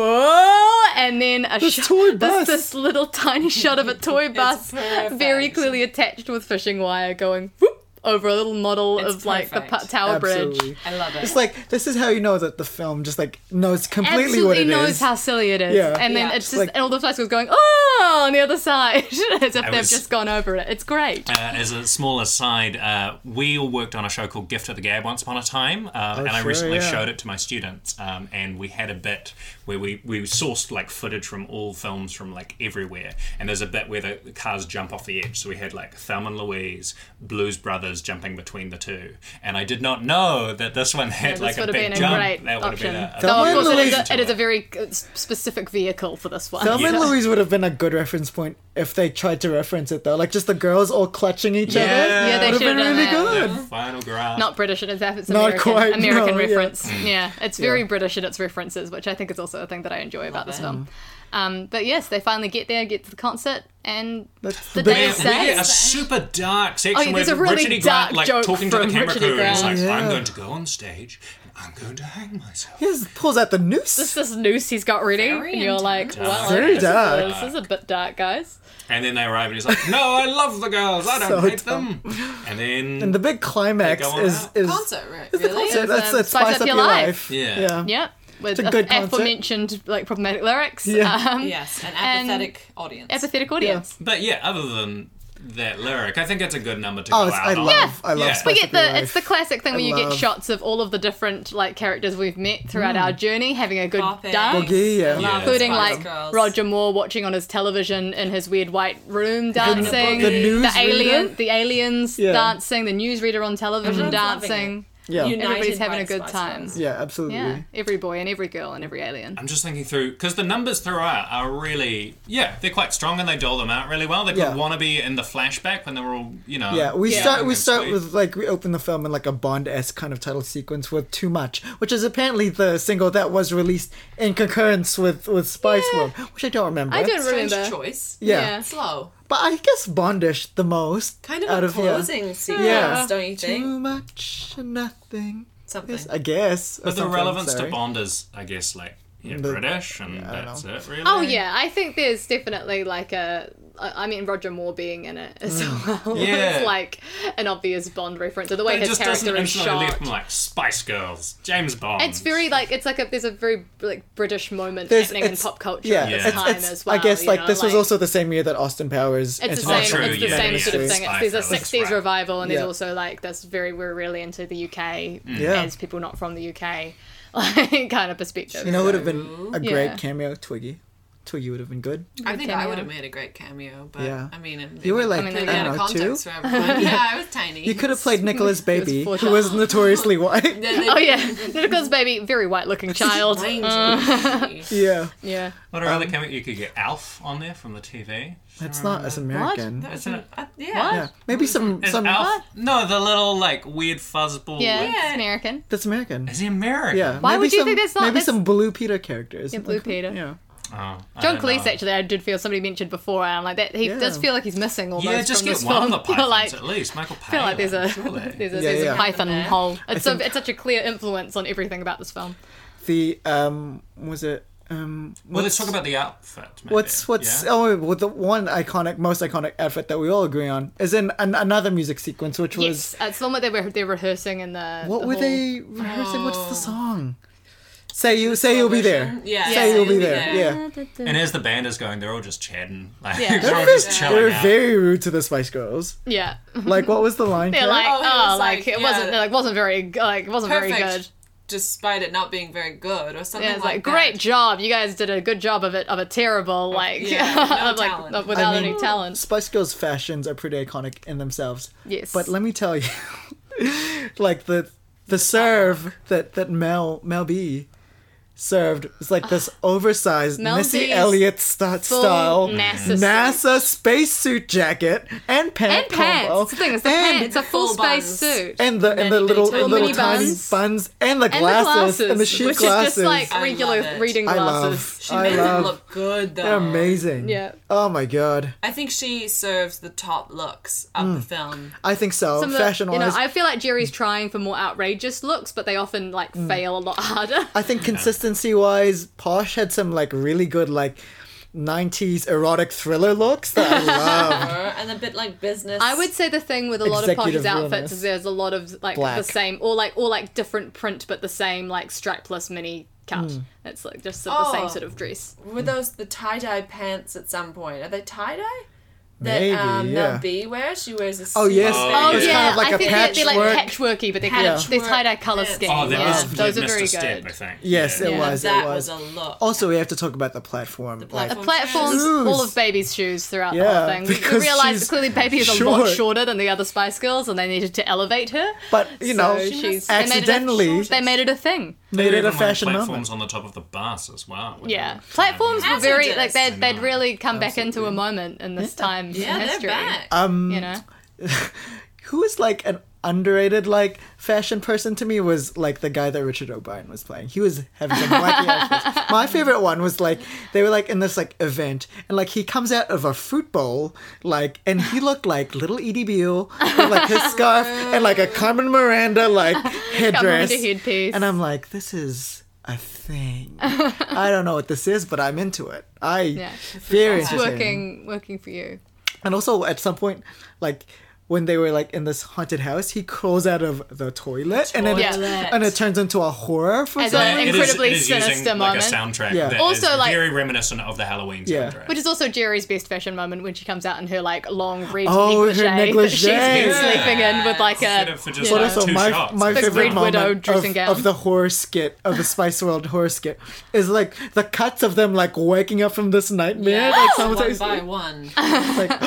whoa! And then a
This
shot-
toy
this-
bus.
This, little tiny shot of a toy bus, very
perfect.
clearly attached with fishing wire, going whoop over a little model
It's
of like the
perfect.
pu- Tower Bridge.
Absolutely.
I love it.
It's like this is how you know that the film just like knows completely
Absolutely
what it is.
knows how silly it is,
Yeah.
and then
Yeah.
it's just
Like-
and all the Spice Girls going oh on the other side, as if
I
they've
was-
just gone over it. It's great.
Uh, as a small aside, uh, we all worked on a show called Gift of the Gab once upon a time, um,
Oh,
and I
sure,
recently
yeah.
showed it to my students. Um, and we had a bit where we, we sourced like footage from all films from like everywhere, and there's a bit where the, the cars jump off the edge. So we had like Thelma and Louise, Blues Brothers jumping between the two, and I did not know that this one had
this
like a
would have
big
been
jump.
a great
that would have
option.
been a, a
Though, of
Thelma and
course, it is,
Louise.
a, it is a very uh, s- specific vehicle for this one.
Thelma and
Yeah.
Louise would have been a good reference point if they tried to reference it though. Like just the girls all clutching each
Yeah.
other.
Yeah, they
would have been
should've done
really
that.
good.
the final graph.
Not British in its it's
Not
American,
quite,
American
no, yeah.
reference. Yeah, it's very British in its references, which I think is also a thing that I enjoy about this film. Um, but yes, they finally get there, get to the concert, and
That's
the
the
day
Man,
best.
we
is
get a
set.
super dark
Oh,
section
yeah,
where
there's a really
Richard E. Grant
dark
like
joke
talking to the
from
camera
Richard E.
crew and he's like,
Grant.
I'm
Yeah.
going to go on stage and I'm going to hang myself.
He just pulls out the noose.
It's this noose he's got ready,
Very
and you're like,
intense.
well,
Very
this, is a,
dark.
this is a bit dark, guys.
And then they arrive and he's like, No, I love the girls, I don't
So
hate them. And then
and the big climax
They go on
is
out.
is
concert, right?
is the
really?
concert. That's
um,
that's spice up your life.
Yeah.
Yeah.
Yep, with
a good
the
concept.
aforementioned like problematic lyrics.
Yeah.
Um,
Yes, an
And-
apathetic audience.
Apathetic audience.
But yeah, other than that lyric, I think it's a good number to
Oh,
go
it's,
out
I
on.
love I love
Yeah.
spice
We
up
get
your
the it's the
life.
classic thing where you get
love-
shots of all of the different like characters we've met throughout our journey having a good
Bopping.
dance.
Boogie, yeah.
Love
Yeah.
including
Spice
like
Girls.
Roger Moore watching on his television in his weird white room dancing,
the newsreader.
alien, the aliens
Yeah.
dancing, the newsreader on television
Everyone's loving
dancing.
yeah.
United
Everybody's
by
having a
the
good
Spice
time.
Girls.
yeah, absolutely.
Yeah, every boy and every girl and every alien.
I'm just thinking through because the numbers throughout are really yeah they're quite strong and they dole them out really well. They could
Yeah.
want to be in the flashback when they were all you know
Yeah, we
young
start we
and
start
sweet.
with like we open the film in like a Bond esque kind of title sequence with "Too Much," which is apparently the single that was released in concurrence with with Spice World, which I don't remember.
I don't
Strange
remember.
choice.
Yeah.
Yeah.
Slow.
but I guess Bondish the most.
Kind of
out
a
of yeah.
closing sequence,
Yeah.
don't you think?
Too much, nothing.
Something.
Yes, I guess. or
But the
something,
relevance
sorry.
to Bond is, I guess, like yeah,
The-
British, and
I don't
that's
know.
it, really.
Oh yeah, I think there's definitely like a. I I mean, Roger Moore being in it as
Mm.
well
Yeah.
it's like an obvious Bond reference. Or the way
It
his
just
character
doesn't
is
instantly leave
shot.
them like Spice Girls, James Bond.
It's very like it's like a there's a very like British moment
There's-
happening in
it's-
pop culture
Yeah,
at this
it's-
time
it's-
as well.
I guess
you
like
know,
this was also the same year that Austin Powers.
it's the
Oh,
same,
International
true,
it's the
yeah,
same
yeah,
sort of
yeah.
thing. It's,
Spy
there's a
thrillers,
60s
right.
revival, and there's
Yeah.
also like this very we're really into the UK
Mm.
Yeah.
as people not from the UK, like kind of perspective.
You know, it would have been a great
Yeah.
cameo. Twiggy, Twiggy would have been good.
I think I
cameo.
would have made a great cameo, but
Yeah.
I mean, it-
You were like,
I
I,
mean, they
out
don't
of
know, two.
context for everyone. yeah, I was tiny.
You could have played Nicholas Baby,
four.
who was notoriously white.
Then they-
oh yeah, Nicole's baby, very white-looking child.
Mind you.
yeah,
yeah,
What are other
um,
coming? You could get Alf on there from the TV.
it's not as American.
That was an- uh,
What?
Yeah,
yeah.
maybe some
Is
some.
Alf? No, the little like weird fuzzball.
yeah,
like-
it's American.
That's American.
Is he American?
Yeah.
Why
maybe
would you
some-
think that's not-
Maybe
that's-
some Blue Peter characters.
Yeah, Blue Peter.
Yeah.
Oh, I
John
don't
Cleese,
know.
actually, I did feel somebody mentioned before, and I'm like that. He
Yeah.
does feel like he's missing almost.
Yeah, just
from
get
this
one
film.
of the pythons
like,
at least. Michael
I feel
Palin.
like there's a
surely.
there's a,
Yeah,
there's a
yeah.
python hole. It's
think-
a, it's such a clear influence on everything about this film.
The um was it um
well, let's talk about the outfit. Maybe.
What's what's
Yeah?
oh well, the one iconic most iconic outfit that we all agree on is in an, another music sequence which was
Yes, uh, it's the one that they were they're rehearsing in the.
what
the
were
hall.
they rehearsing what's the song say you say you'll be there
Yeah.
say
Yeah,
you'll be there, yeah
And as the band is going, they're all just chatting. Like,
Yeah.
they're all just
they were
chilling out.
very rude to the Spice Girls
Yeah,
like what was the line
they're
Kat?
like,
Oh, it
oh,
was
like,
like,
it
yeah,
wasn't
the-
like wasn't very like it wasn't
Perfect.
very good.
Despite it not being very good or something
Yeah, it's
like,
like
that.
great job, you guys did a good job of it of a terrible like
yeah,
of,
no
like
talent.
of- without
I mean-
any talent.
Spice Girls fashions are pretty iconic in themselves
Yes,
but let me tell you like the the serve that that Mel Mel B served was like this oversized
Mel
Missy
B's
Elliott st-
full
style
NASA suit.
NASA spacesuit jacket and
And
pant
pants.
combo
It's the thing. It's the
and,
pants. It's a full,
full
space
buns.
suit.
and the and
Many
the little
details.
and little
Mini
tiny
buns.
buns. and the
and
glasses
the
and
glasses,
the sheer
which is
glasses.
just like
I love
regular
it.
reading
I
glasses.
love.
She
I
made them
love.
look good though.
They're amazing.
Yeah.
Oh my god.
I think she serves the top looks of the film.
I think so.
Some of the-
Fashion
you know,
wise,
I feel like Jerry's trying for more outrageous looks, but they often like
Mm.
fail a lot harder.
I think consistency wise, Posh had some like really good like 90s erotic thriller looks that I love.
Her and a bit like business.
I would say the thing with a lot of
Executive
Posh's outfits
realness.
is there's a lot of like the
Black.
same or like or like different print but the same like strapless mini cut.
Hmm.
It's like just the
Oh.
same sort of dress.
Were those the tie dye pants at some point? Are they tie dye? That
Maybe,
um,
yeah.
Mel B wears. She wears a.
Oh,
suit
yes.
of
Oh,
things.
It's yeah.
kind of like
I
a
think they're, they're like patchwork-y, but they're kind of
Patchwork
they're tie dye color
pants.
scheme.
Oh, that
yeah,
was
those
those
are very
Mr. Step, I
good.
think.
Yes, it
Yeah.
was.
That
it was. Oh,
was a look.
also, we have to talk about the platform.
platform.
Like,
Platforms,
Shoes.
all of baby's shoes throughout
Yeah,
the whole thing. We
because
realised
she's
that clearly baby is a lot
short.
shorter than the other Spice Girls, and they needed to elevate her.
but you know,
So she's- they made it a-
accidentally
They made it a thing.
They
made it a
even went
fashion
platforms
moment.
on the top of the bus as well. with
Yeah,
the-
platforms were
Hazardous.
very like
I
they'd, they'd really come back into a moment in this time
Yeah,
in
they're
history.
back.
Um,
You
Mm.
know,
Who is like an underrated like fashion person to me was like the guy that Richard O'Brien was playing. He was having some wacky outfits. My favorite one was like they were like in this like event and like he comes out of a fruit bowl like and he looked like little Edie Beale with like his scarf and like a Carmen Miranda like headdress.
Miranda headpiece.
And I'm like, this is a thing. I don't know what this is, but I'm into it. I very
it's
interesting.
working working for you.
And also at some point, like when they were like in this haunted house, he crawls out of the toilet, and then it,
Toilet.
and it turns into a horror for
As
some
a-
reason.
It is-
Incredibly
it is
sinister
using, like, a
moment.
soundtrack
Yeah.
that is
Also, like-
very reminiscent of the Halloween
Yeah.
soundtrack.
Which is also Jerry's best fashion moment when she comes out in her like long red
Oh, her
negligee, that she's been
negligee.
sleeping in with like
Instead
a
of for just
But
you know,
like
also
two
my
shots.
my
It's
favorite
not-
Widow
moment
dressing
of,
gown.
of the horror skit of the Spice World horror skit is like the cuts of them like waking up from this nightmare. Like someone's
one
like,
by one.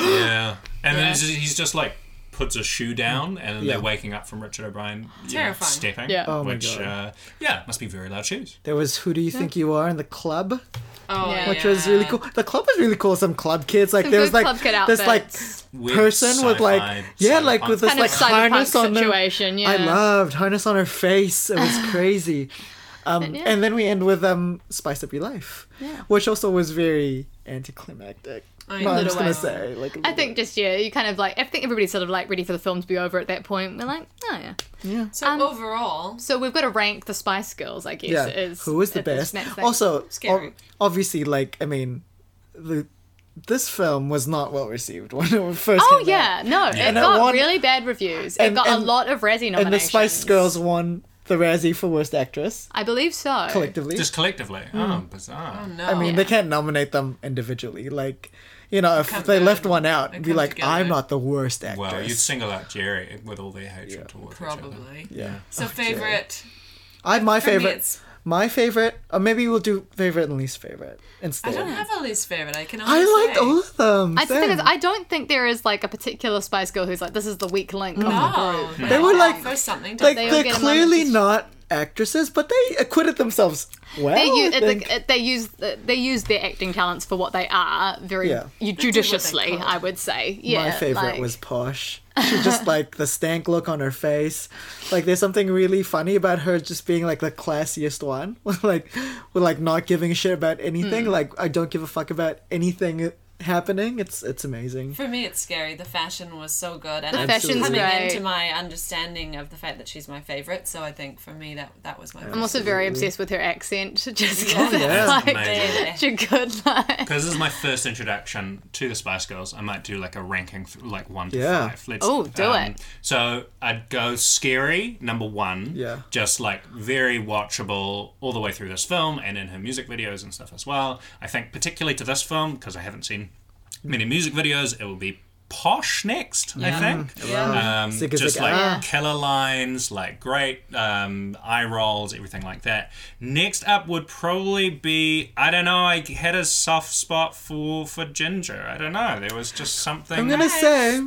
Yeah. And then it's just- he's just like puts a shoe down and then
Yeah.
they're waking up from Richard O'Brien you know,
Terrifying.
stepping.
Yeah. Oh
my
which
God.
uh, yeah, must be very loud shoes.
there was who do you think you are in the club,
Oh,
Yeah.
yeah.
which was really cool. The club was really cool. Some club kids like there was
good
like
club kid
this like
outfits.
Weird
person with like
sci-fi,
yeah like
cyberpunk.
with this
kind
like
of cyberpunk
harness on them.
situation. Yeah,
I loved harness on her face. It was crazy. Um,
yeah.
And then we end with um, "Spice Up Your Life," which also was very anticlimactic.
I
Well, I'm
know.
just gonna say, like,
I think just yeah, you kind of like I think everybody's sort of like ready for the film to be over at that point. We're like, oh yeah.
So overall,
So we've got to rank the Spice Girls, I guess.
yeah,
Is
who was the
at this
best?
next thing.
Also,
Scary.
ob- obviously, like, I mean, the this film was not well received when it first.
Oh
came out.
yeah, no, it
it
got
won-
really bad reviews. it
and-
got a
and-
lot of Razzie nominations.
and the Spice Girls won the Razzie for Worst Actress
I believe so.
collectively.
just collectively.
Hmm.
Oh, bizarre.
no.
I mean,
Oh,
they can't nominate them individually. Like, you know, if
come
they left
together.
one out,
They
be
come
like,
together.
I'm not the worst actress.
Well, you'd single out Jerry with all their hatred towards each other.
probably.
yeah. Oh,
So favorite.
I my
For me,
favorite,
it's-
my favorite, or maybe we'll do favorite and least favorite
I
instead.
don't have a least favorite. I can. Only
I liked
say.
all of them.
I, the thing
same.
is, I don't think there is like a particular Spice Girl who's like this is the weak link. of the group.
Oh,
they were like,
there's something. To
like
They all
they're
get a
clearly
moment.
not actresses, but they acquitted themselves well.
They use,
I think.
they use uh, they use their acting talents for what they are very
Yeah.
judiciously, I would say. Yeah,
my favorite
like-
was Posh. She just like the stank look on her face. Like there's something really funny about her just being like the classiest one. like with like not giving a shit about
Hmm.
anything. Like I don't give a fuck about anything happening. It's it's amazing.
For me, it's scary. The fashion was so good, and I'm
fashion's
coming
great.
into my understanding of the fact that she's my favorite. So I think for me, that that was my.
I'm also very obsessed with her accent, just because
Oh, yeah.
it's
Amazing.
like she good like.
Because this is my first introduction to the Spice Girls, I might do like a ranking, th- like one to
Yeah.
five. Let's, um,
Oh, do it.
So I'd go scary number one.
Yeah.
Just like very watchable all the way through this film and in her music videos and stuff as well. I think particularly to this film because I haven't seen many music videos. It will be Posh next, I think.
Mm.
Um,
Zig,
just
zig,
like
ah.
killer lines, like great um, eye rolls, everything like that. Next up would probably be I don't know. I had a soft spot for for Ginger. I don't know. There was just something.
I'm gonna say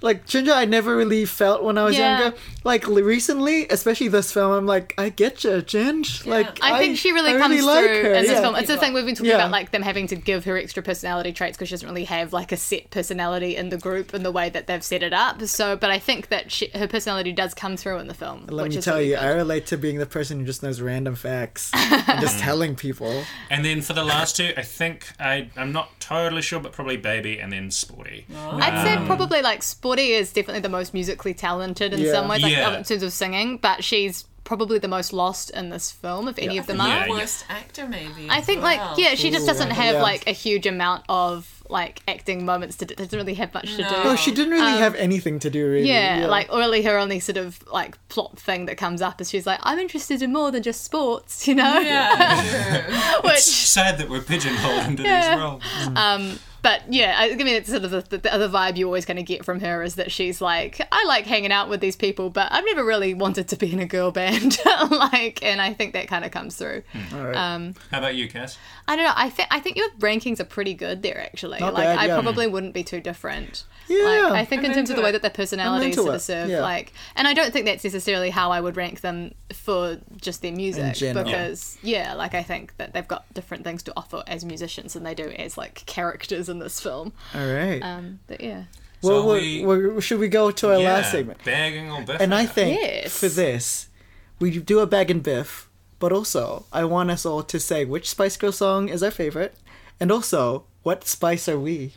like ginger I never really felt when I was
Yeah.
younger. Like l- recently, especially this film, I'm like, I get you, Ginge. Like
I, think she really
I
comes
like
through
her,
in this
yeah.
film. It's the thing we've been talking
Yeah.
about, like them having to give her extra personality traits because she doesn't really have like a set personality in the group in the way that they've set it up. So, but I think that she, her personality does come through in the film.
Let
which
me
is
tell
really
you,
good.
I relate to being the person who just knows random facts and just telling people.
And then for the last two, I think I I'm not totally sure, but probably Baby and then Sporty.
I'd say probably like Sporty is definitely the most musically talented in
Yeah.
some ways, like
Yeah.
in terms of singing, but she's probably the most lost in this film, if any of them
Yeah, yeah.
are.
Worst actor, maybe.
I
as
think
well.
like yeah, she just doesn't have
yeah.
like a huge amount of like acting moments to do. Doesn't really have much to do.
No, Oh, she didn't really have anything to do. Really,
Oh, um, Yeah, like or really her only sort of like plot thing that comes up is she's like, I'm interested in more than just sports, you know?
Yeah, true.
It's
Which
sad that we're pigeonholed into
Yeah.
these roles.
um but yeah, I I mean, it's sort of the, the other vibe you always kind of get from her is that she's like, I like hanging out with these people, but I've never really wanted to be in a girl band, like, and I think that kind of comes through.
Hmm.
How about you, Cass?
I don't know. I think I think your rankings are pretty good there, actually.
Not
like,
bad,
I
yeah.
probably wouldn't be too different.
Yeah.
Like, I think in terms of the way that their personalities
into
sort
it,
of serve,
yeah.
like, and I don't think that's necessarily how I would rank them for just their music,
general.
because yeah, like I think that they've got different things to offer as musicians than they do as like characters in this film.
all right.
Um, but yeah,
well,
so
we,
we-
we- should we go to our
yeah,
last segment?
Bagging or biffing.
And I think
Yes.
for this, we do a bag and biff, but also I want us all to say which Spice Girl song is our favorite, and also what spice are we?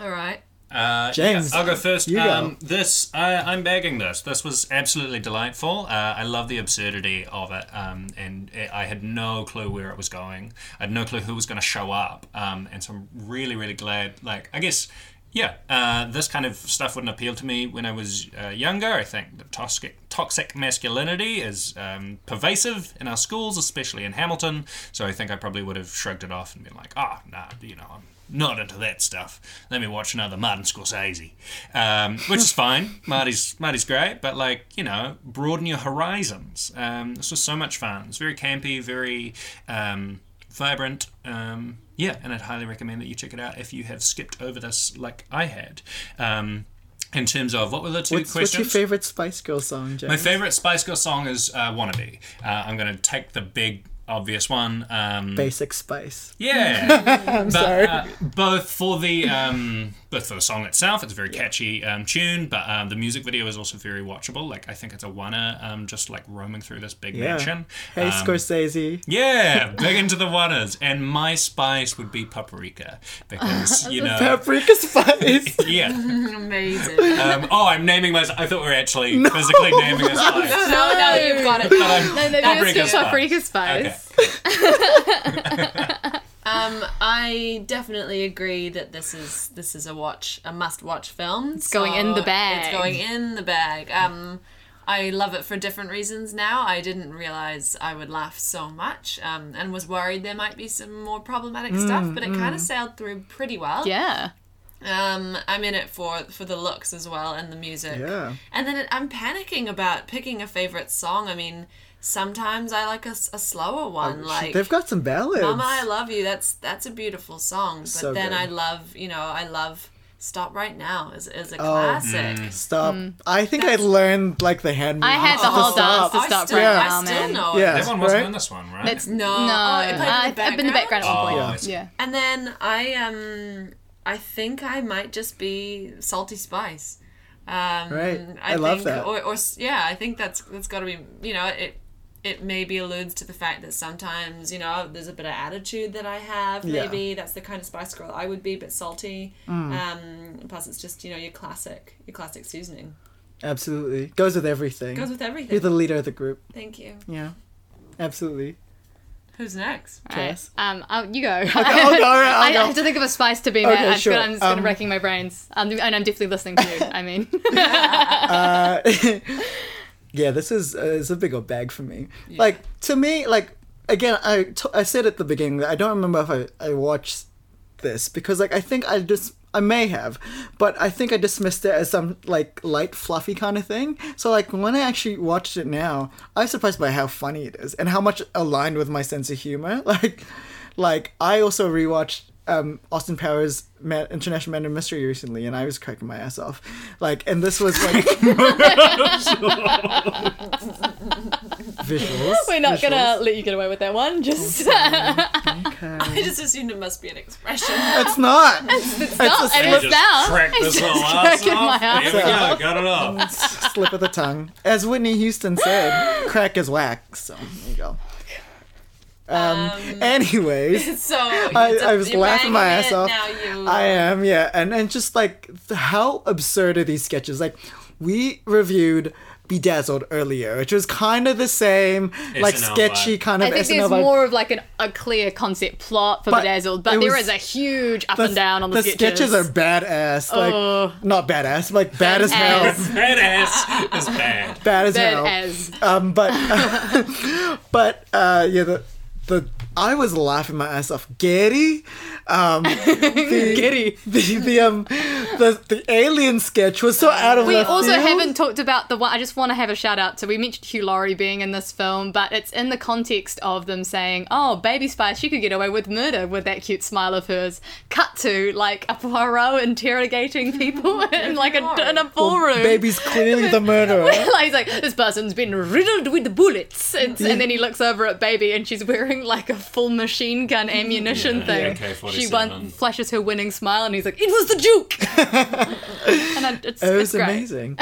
All right.
Uh,
James,
yeah, I'll go first.
you go.
um, This, I, I'm bagging this. This was absolutely delightful. Uh, I love the absurdity of it, um, and i I had no clue where it was going. I had no clue who was going to show up, um, and so I'm really, really glad. Like, I guess. Yeah, uh, this kind of stuff wouldn't appeal to me when I was uh, younger. I think the toxic, toxic masculinity is um, pervasive in our schools, especially in Hamilton. So I think I probably would have shrugged it off and been like, "Ah, oh, nah, you know, I'm not into that stuff. Let me watch another Martin Scorsese, um, which is fine. Marty's Marty's great, but like you know, broaden your horizons. Um, this was so much fun. It's very campy, very um, vibrant. Um, yeah, and I'd highly recommend that you check it out if you have skipped over this like I had. Um, in terms of what were the two
what's, what's
questions?
your favorite Spice Girl song, James?
My favorite Spice Girl song is uh, "Wannabe." Uh, I'm going to take the big obvious one. Um,
Basic Spice.
yeah.
I'm sorry.
Uh, both for the um, both for the song itself, it's a very catchy um, tune, but um, the music video is also very watchable. Like I think it's a wanna um, just like roaming through this big
yeah.
mansion.
Hey,
Um,
Scorsese.
Yeah, big into the wannas, and my spice would be paprika because you know.
Paprika Spice.
yeah.
Amazing.
Um, oh, I'm naming my. I thought we were actually physically naming a spice.
no, no, you've got it.
But I'm-
no, maybe
Paprika
it's
Spice.
paprika spice.
Okay.
Um, I definitely agree that this is this is a watch, a must-watch film. It's
going in the bag.
It's going in the bag. Um, I love it for different reasons now. I didn't realize I would laugh so much, um, and was worried there might be some more problematic stuff, but it kind of sailed through pretty well.
Mm, Yeah,
Um, I'm in it for for the looks as well and the music.
Yeah.
And then it, I'm panicking about picking a favorite song. I mean, sometimes I like a, s- a slower one, like
Oh, They've got some ballads.
Mama, I love you. That's that's a beautiful song. But
So
then
good.
I love, you know, I love Stop Right Now is is a
Oh.
classic.
Stop. I think I learned like the hand.
I
movements
had Mm. the
to
whole
stop.
dance to
I
stop
still,
right
Yeah.
now,
I still
man.
know it.
Yeah.
That one wasn't
Right?
in this one, right?
That's
No,
no,
oh, it played
I-
in the
Uh, in the background at one
oh,
point.
I see.
Yeah.
And then I um I think I might just be Salty Spice. Um,
Right. I love
think,
that.
Or, or s- yeah, I think that's that's got to be you know it it maybe alludes to the fact that sometimes you know there's a bit of attitude that I have.
Yeah. Mm.
Maybe that's the kind of Spice Girl I would be, but salty. Um, plus, it's just you know your classic your classic seasoning
Absolutely goes with everything.
goes with everything.
Mm. You're the leader of the group.
Thank you.
Yeah. Absolutely.
Who's next?
Cass.
Um, i you go.
I'll go, all right, I'll
I-
go.
I have to think of a spice to be mad. I
sure.
feel I'm just kind
Um,
of racking my brains. Um, and I'm definitely listening to you. I mean,
Uh, yeah, this is uh, is a big old bag for me. Like to me, like again, I t- I said at the beginning that I don't remember if I I watched this because like I think I just. I may have, but I think I dismissed it as some like light, fluffy kind of thing. So like when I actually watched it now, I was surprised by how funny it is and how much aligned with my sense of humor. Like, like I also rewatched um, Austin Powers Ma- International Man of Mystery recently, and I was cracking my ass off. Like, and this was like visuals.
We're not
visuals.
gonna let you get away with that one. Just
I just assumed it must be an expression.
It's not. It's,
not,
a
and
slip,
it's- now,
crack
I
this little
just
ass
cracking
off.
my ass
There we go,
off.
got it off.
slip of the tongue. As Whitney Houston said, crack is whack. So there you go. Um, anyways,
So
I-
you-
I was
you're
laughing my
banging
ass
it,
off.
Now you.
I am, yeah. And and just like th- how absurd are these sketches? Like we reviewed Bedazzled earlier, which was kind of the same, like
SNL
sketchy
vibe.
kind of
I think
SNL
there's
vibe.
more of like an, a clear concept plot for
But
Bedazzled, but
it
there
was-
is a huge up and down on the,
sketches. are badass. Like not badass, like bad as hell.
Badass.
That ass is bad.
Bad as
Bad
hell.
as
um, but but uh, yeah, the the I was laughing my ass off. Gary, um, the,
Gary.
the the um the the alien sketch was so out of
We
left
also
field.
haven't talked about the one. I just want to have a shout out. So we mentioned Hugh Laurie being in this film, but it's in the context of them saying, "Oh, Baby Spice, she could get away with murder with that cute smile of hers." Cut to like a Poirot interrogating people in like a, in a ballroom.
Baby's clearly the murderer.
like he's like, this person's been riddled with bullets, it's, and then he looks over at baby, and she's wearing like a full machine gun ammunition
Yeah,
thing.
AK-47.
she one, flashes her winning smile, and he's like, "It was the Duke." and I, it's,
It was
it's great.
Oh, amazing.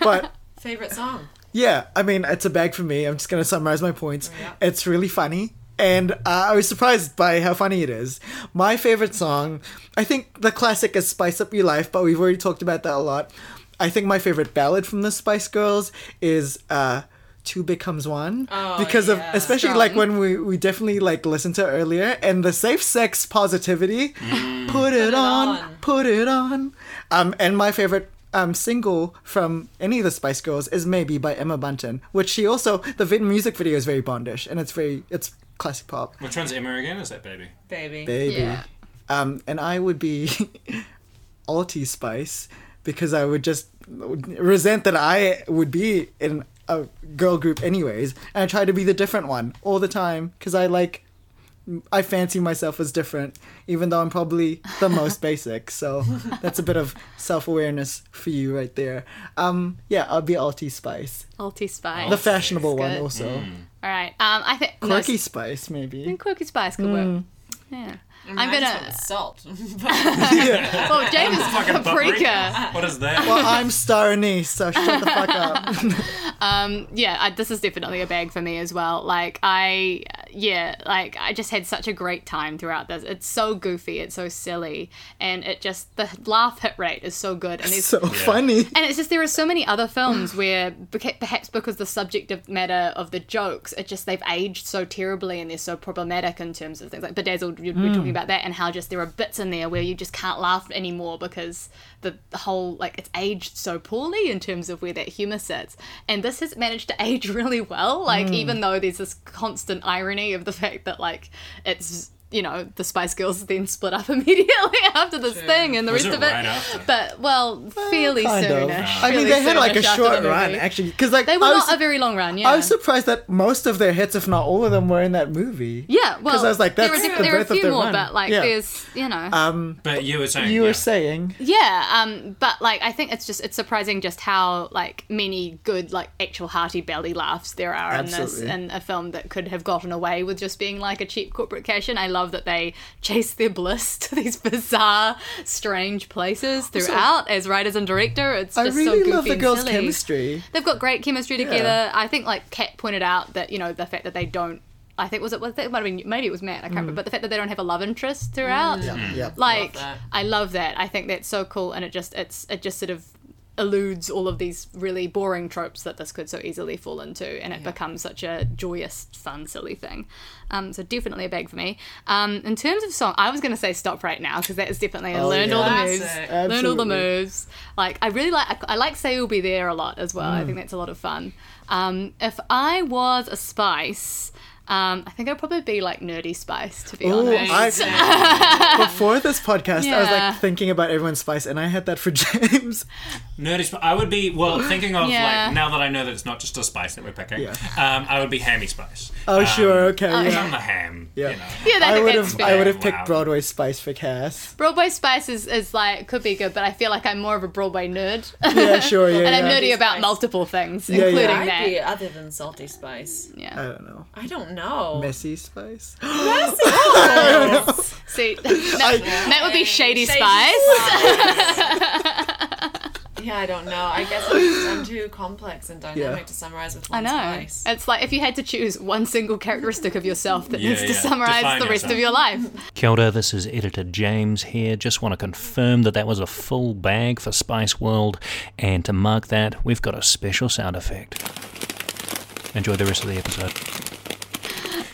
but
Favorite song.
yeah, I mean, it's a bag for me. I'm just gonna summarize my points. It's really funny. And uh, I was surprised by how funny it is. My favorite song, I think the classic is Spice Up Your Life, but we've already talked about that a lot. I think my favorite ballad from the Spice Girls is uh, Two Becomes One. because of,
yeah.
especially like when we, we definitely like listened to it earlier, and the safe sex positivity, Mm. put it on,
on.
put it on. Um, and my favorite um, single from any of the Spice Girls is "Maybe" by Emma Bunton, which she also the vid- music video is very Bondish and it's very it's classic pop.
Which one's Emma again? Is that baby?
Baby.
Baby,
Yeah.
um, and I would be Alti Spice because I would just resent that I would be in a girl group anyways, and I try to be the different one all the time because I like. I fancy myself as different, even though I'm probably the most basic. So that's a bit of self awareness for you right there. Um, yeah, I'll be Alti Spice,
Alti Spice.
the fashionable
That's
one
good.
also.
All right. Um, I think no,
Quirky
s-
Spice, maybe.
quirky spice could work. Yeah. I'm
Mine's
gonna.
with salt.
Well, James is
Fucking
paprika.
paprika. What is that?
Well, I'm Star Anise, so shut the fuck up.
Um, yeah, I, this is definitely a bag for me as well. Like I, yeah, like I just had such a great time throughout this. It's so goofy, it's so silly, and it just the laugh hit rate is so good. And there's
so funny.
and it's just there are so many other films where beca- perhaps because the subject of matter of the jokes, it just they've aged so terribly and they're so problematic in terms of things like Bedazzled. You're, we're talking about that and how just there are bits in there where you just can't laugh anymore because the the whole like it's aged so poorly in terms of where that humor sits. And this has managed to age really well. Like even though there's this constant irony of the fact that like it's. You know, the Spice Girls then split up immediately after this thing, and the
Was
rest
it
of it.
right after?
But well, fairly
Kind
soonish.
of. I mean,
fairly
they had like a
soonish after
short
the
run,
movie.
actually, because like
They were
I was,
not a very long run. Yeah.
I was surprised that most of their hits, if not all of them, were in that movie.
yeah. Well,
because I was like, that's
there, were diff-
the
there are a
breadth of
few
their
more,
run.
but like,
Yeah. Uh,
there's you know,
But you were saying
Um, you
yeah.
were saying
yeah. Um, but like, I think it's just it's surprising just how like many good like actual hearty belly laughs there are
Absolutely.
in this in a film that could have gotten away with just being like a cheap corporate cash in. I love that they chase their bliss to these bizarre, strange places throughout as writers and director. It's
I
just
really
so goofy
love the
and
girls'
silly.
chemistry.
they've got great chemistry together.
Yeah.
I think like Kat pointed out that you know the fact that they don't. I think was it was that might have been maybe it was Matt. I can't remember. But the fact that they don't have a love interest throughout,
Yeah,
like
Love that.
I love that. I think that's so cool, and it just it's it just sort of eludes all of these really boring tropes that this could so easily fall into, and it becomes such a joyous, fun, silly thing. Um, so definitely a bag for me. Um, in terms of song, I was going to say stop right now because that is definitely I learned all the moves,
Classic.
learned all the
Absolutely.
moves. Like I really like I, I like say you'll be
Mm.
there a lot as well. I think that's a lot of fun. Um, if I was a spice. Um, I think it'll probably be like Nerdy Spice, to be
Ooh,
honest.
I, before this podcast, I was
Yeah.
like thinking about everyone's spice, and I had that for James.
Nerdy spice. I would be well thinking of
Yeah.
like now that I know that it's not just a spice that we're picking.
Yeah.
Um, I would be hammy spice.
Oh,
Um,
sure, okay,
because
yeah.
I'm a ham.
Yeah.
You know.
yeah, that,
I would
that's
have,
fair.
I would have
Wow.
picked Broadway spice for Cass.
Broadway Spice is, is like could be good, but I feel like I'm more of a Broadway nerd,
Yeah, sure, yeah,
and I'm
yeah.
nerdy
Spice.
about multiple things,
yeah.
including
I'd
that.
be other than salty spice.
Yeah.
I don't know,
I don't know.
messy spice.
See, that, that would be shady,
Shady
spice.
Yeah, I don't know. I guess I'm, just- I'm too complex and dynamic
Yeah.
to summarize with
I
one
know.
spice.
It's like if you had to choose one single characteristic of yourself that
Yeah,
needs to
yeah.
summarize
Define
the rest
yourself.
of your life.
Kia ora, this is editor James here. Just want to confirm that that was a full bag for Spice World, and to mark that, we've got a special sound effect. Enjoy the rest of the episode.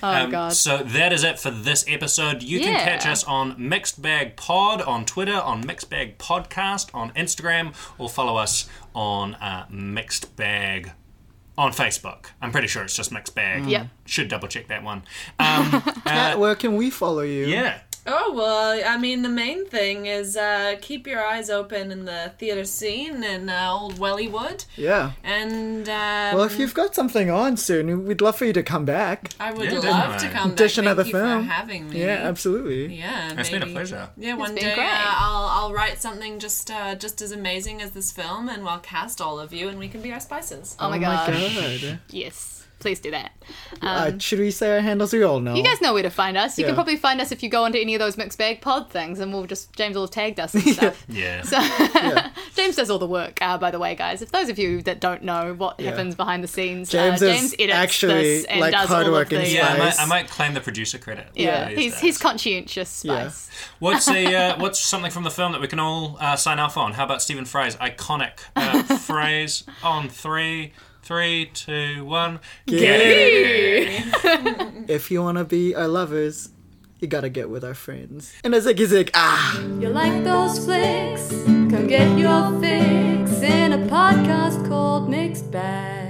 Oh
Um,
god.
So that is it for this episode. You can
Yeah.
catch us on Mixed Bag Pod on Twitter, on Mixed Bag Podcast on Instagram, or follow us on uh, Mixed Bag on Facebook. I'm pretty sure it's just Mixed Bag.
Mm. Yep.
Should double check that one. Um,
Kat, where can we follow you?
yeah.
Oh, well, I mean, the main thing is uh, keep your eyes open in the theatre scene in uh, old Wellywood.
Yeah.
And um,
Well, if you've got something on soon, we'd love for you to come back.
I would
Yeah,
love to
definitely.
come back.
Dish
Thank
another
you
film.
for having me.
Yeah, absolutely.
Yeah,
It's been a
maybe.
pleasure.
Yeah, one
been
day
great.
Uh, I'll I'll write something just uh, just as amazing as this film, and we'll cast all of you, and we can be our spices.
oh my
My
gosh.
God.
Yes. Please do that.
uh, should we say our handles? We all know.
You guys know where to find us. You can
Oh. Yeah.
probably find us if you go onto any of those mixed bag pod things, and we'll just James will have tagged us and stuff.
Yeah.
James does all the work, uh, by the way, guys. If those of you that don't know what happens behind the scenes,
James
uh,
is
James edits
actually,
this and
like,
does
hard
all
work
of
and
the
yeah, I
Spice.
might, I might claim the producer credit.
yeah.
these
He's
days.
he's conscientious spice.
What's a uh, what's something from the film that we can all uh, sign off on? How about Stephen Fry's iconic uh, phrase on three, three, two, one. Get it.
If you want to be our lovers, you gotta get with our friends. And a zig zig, ah!
You like those flicks? Come get your fix in a podcast called Mixed Bag.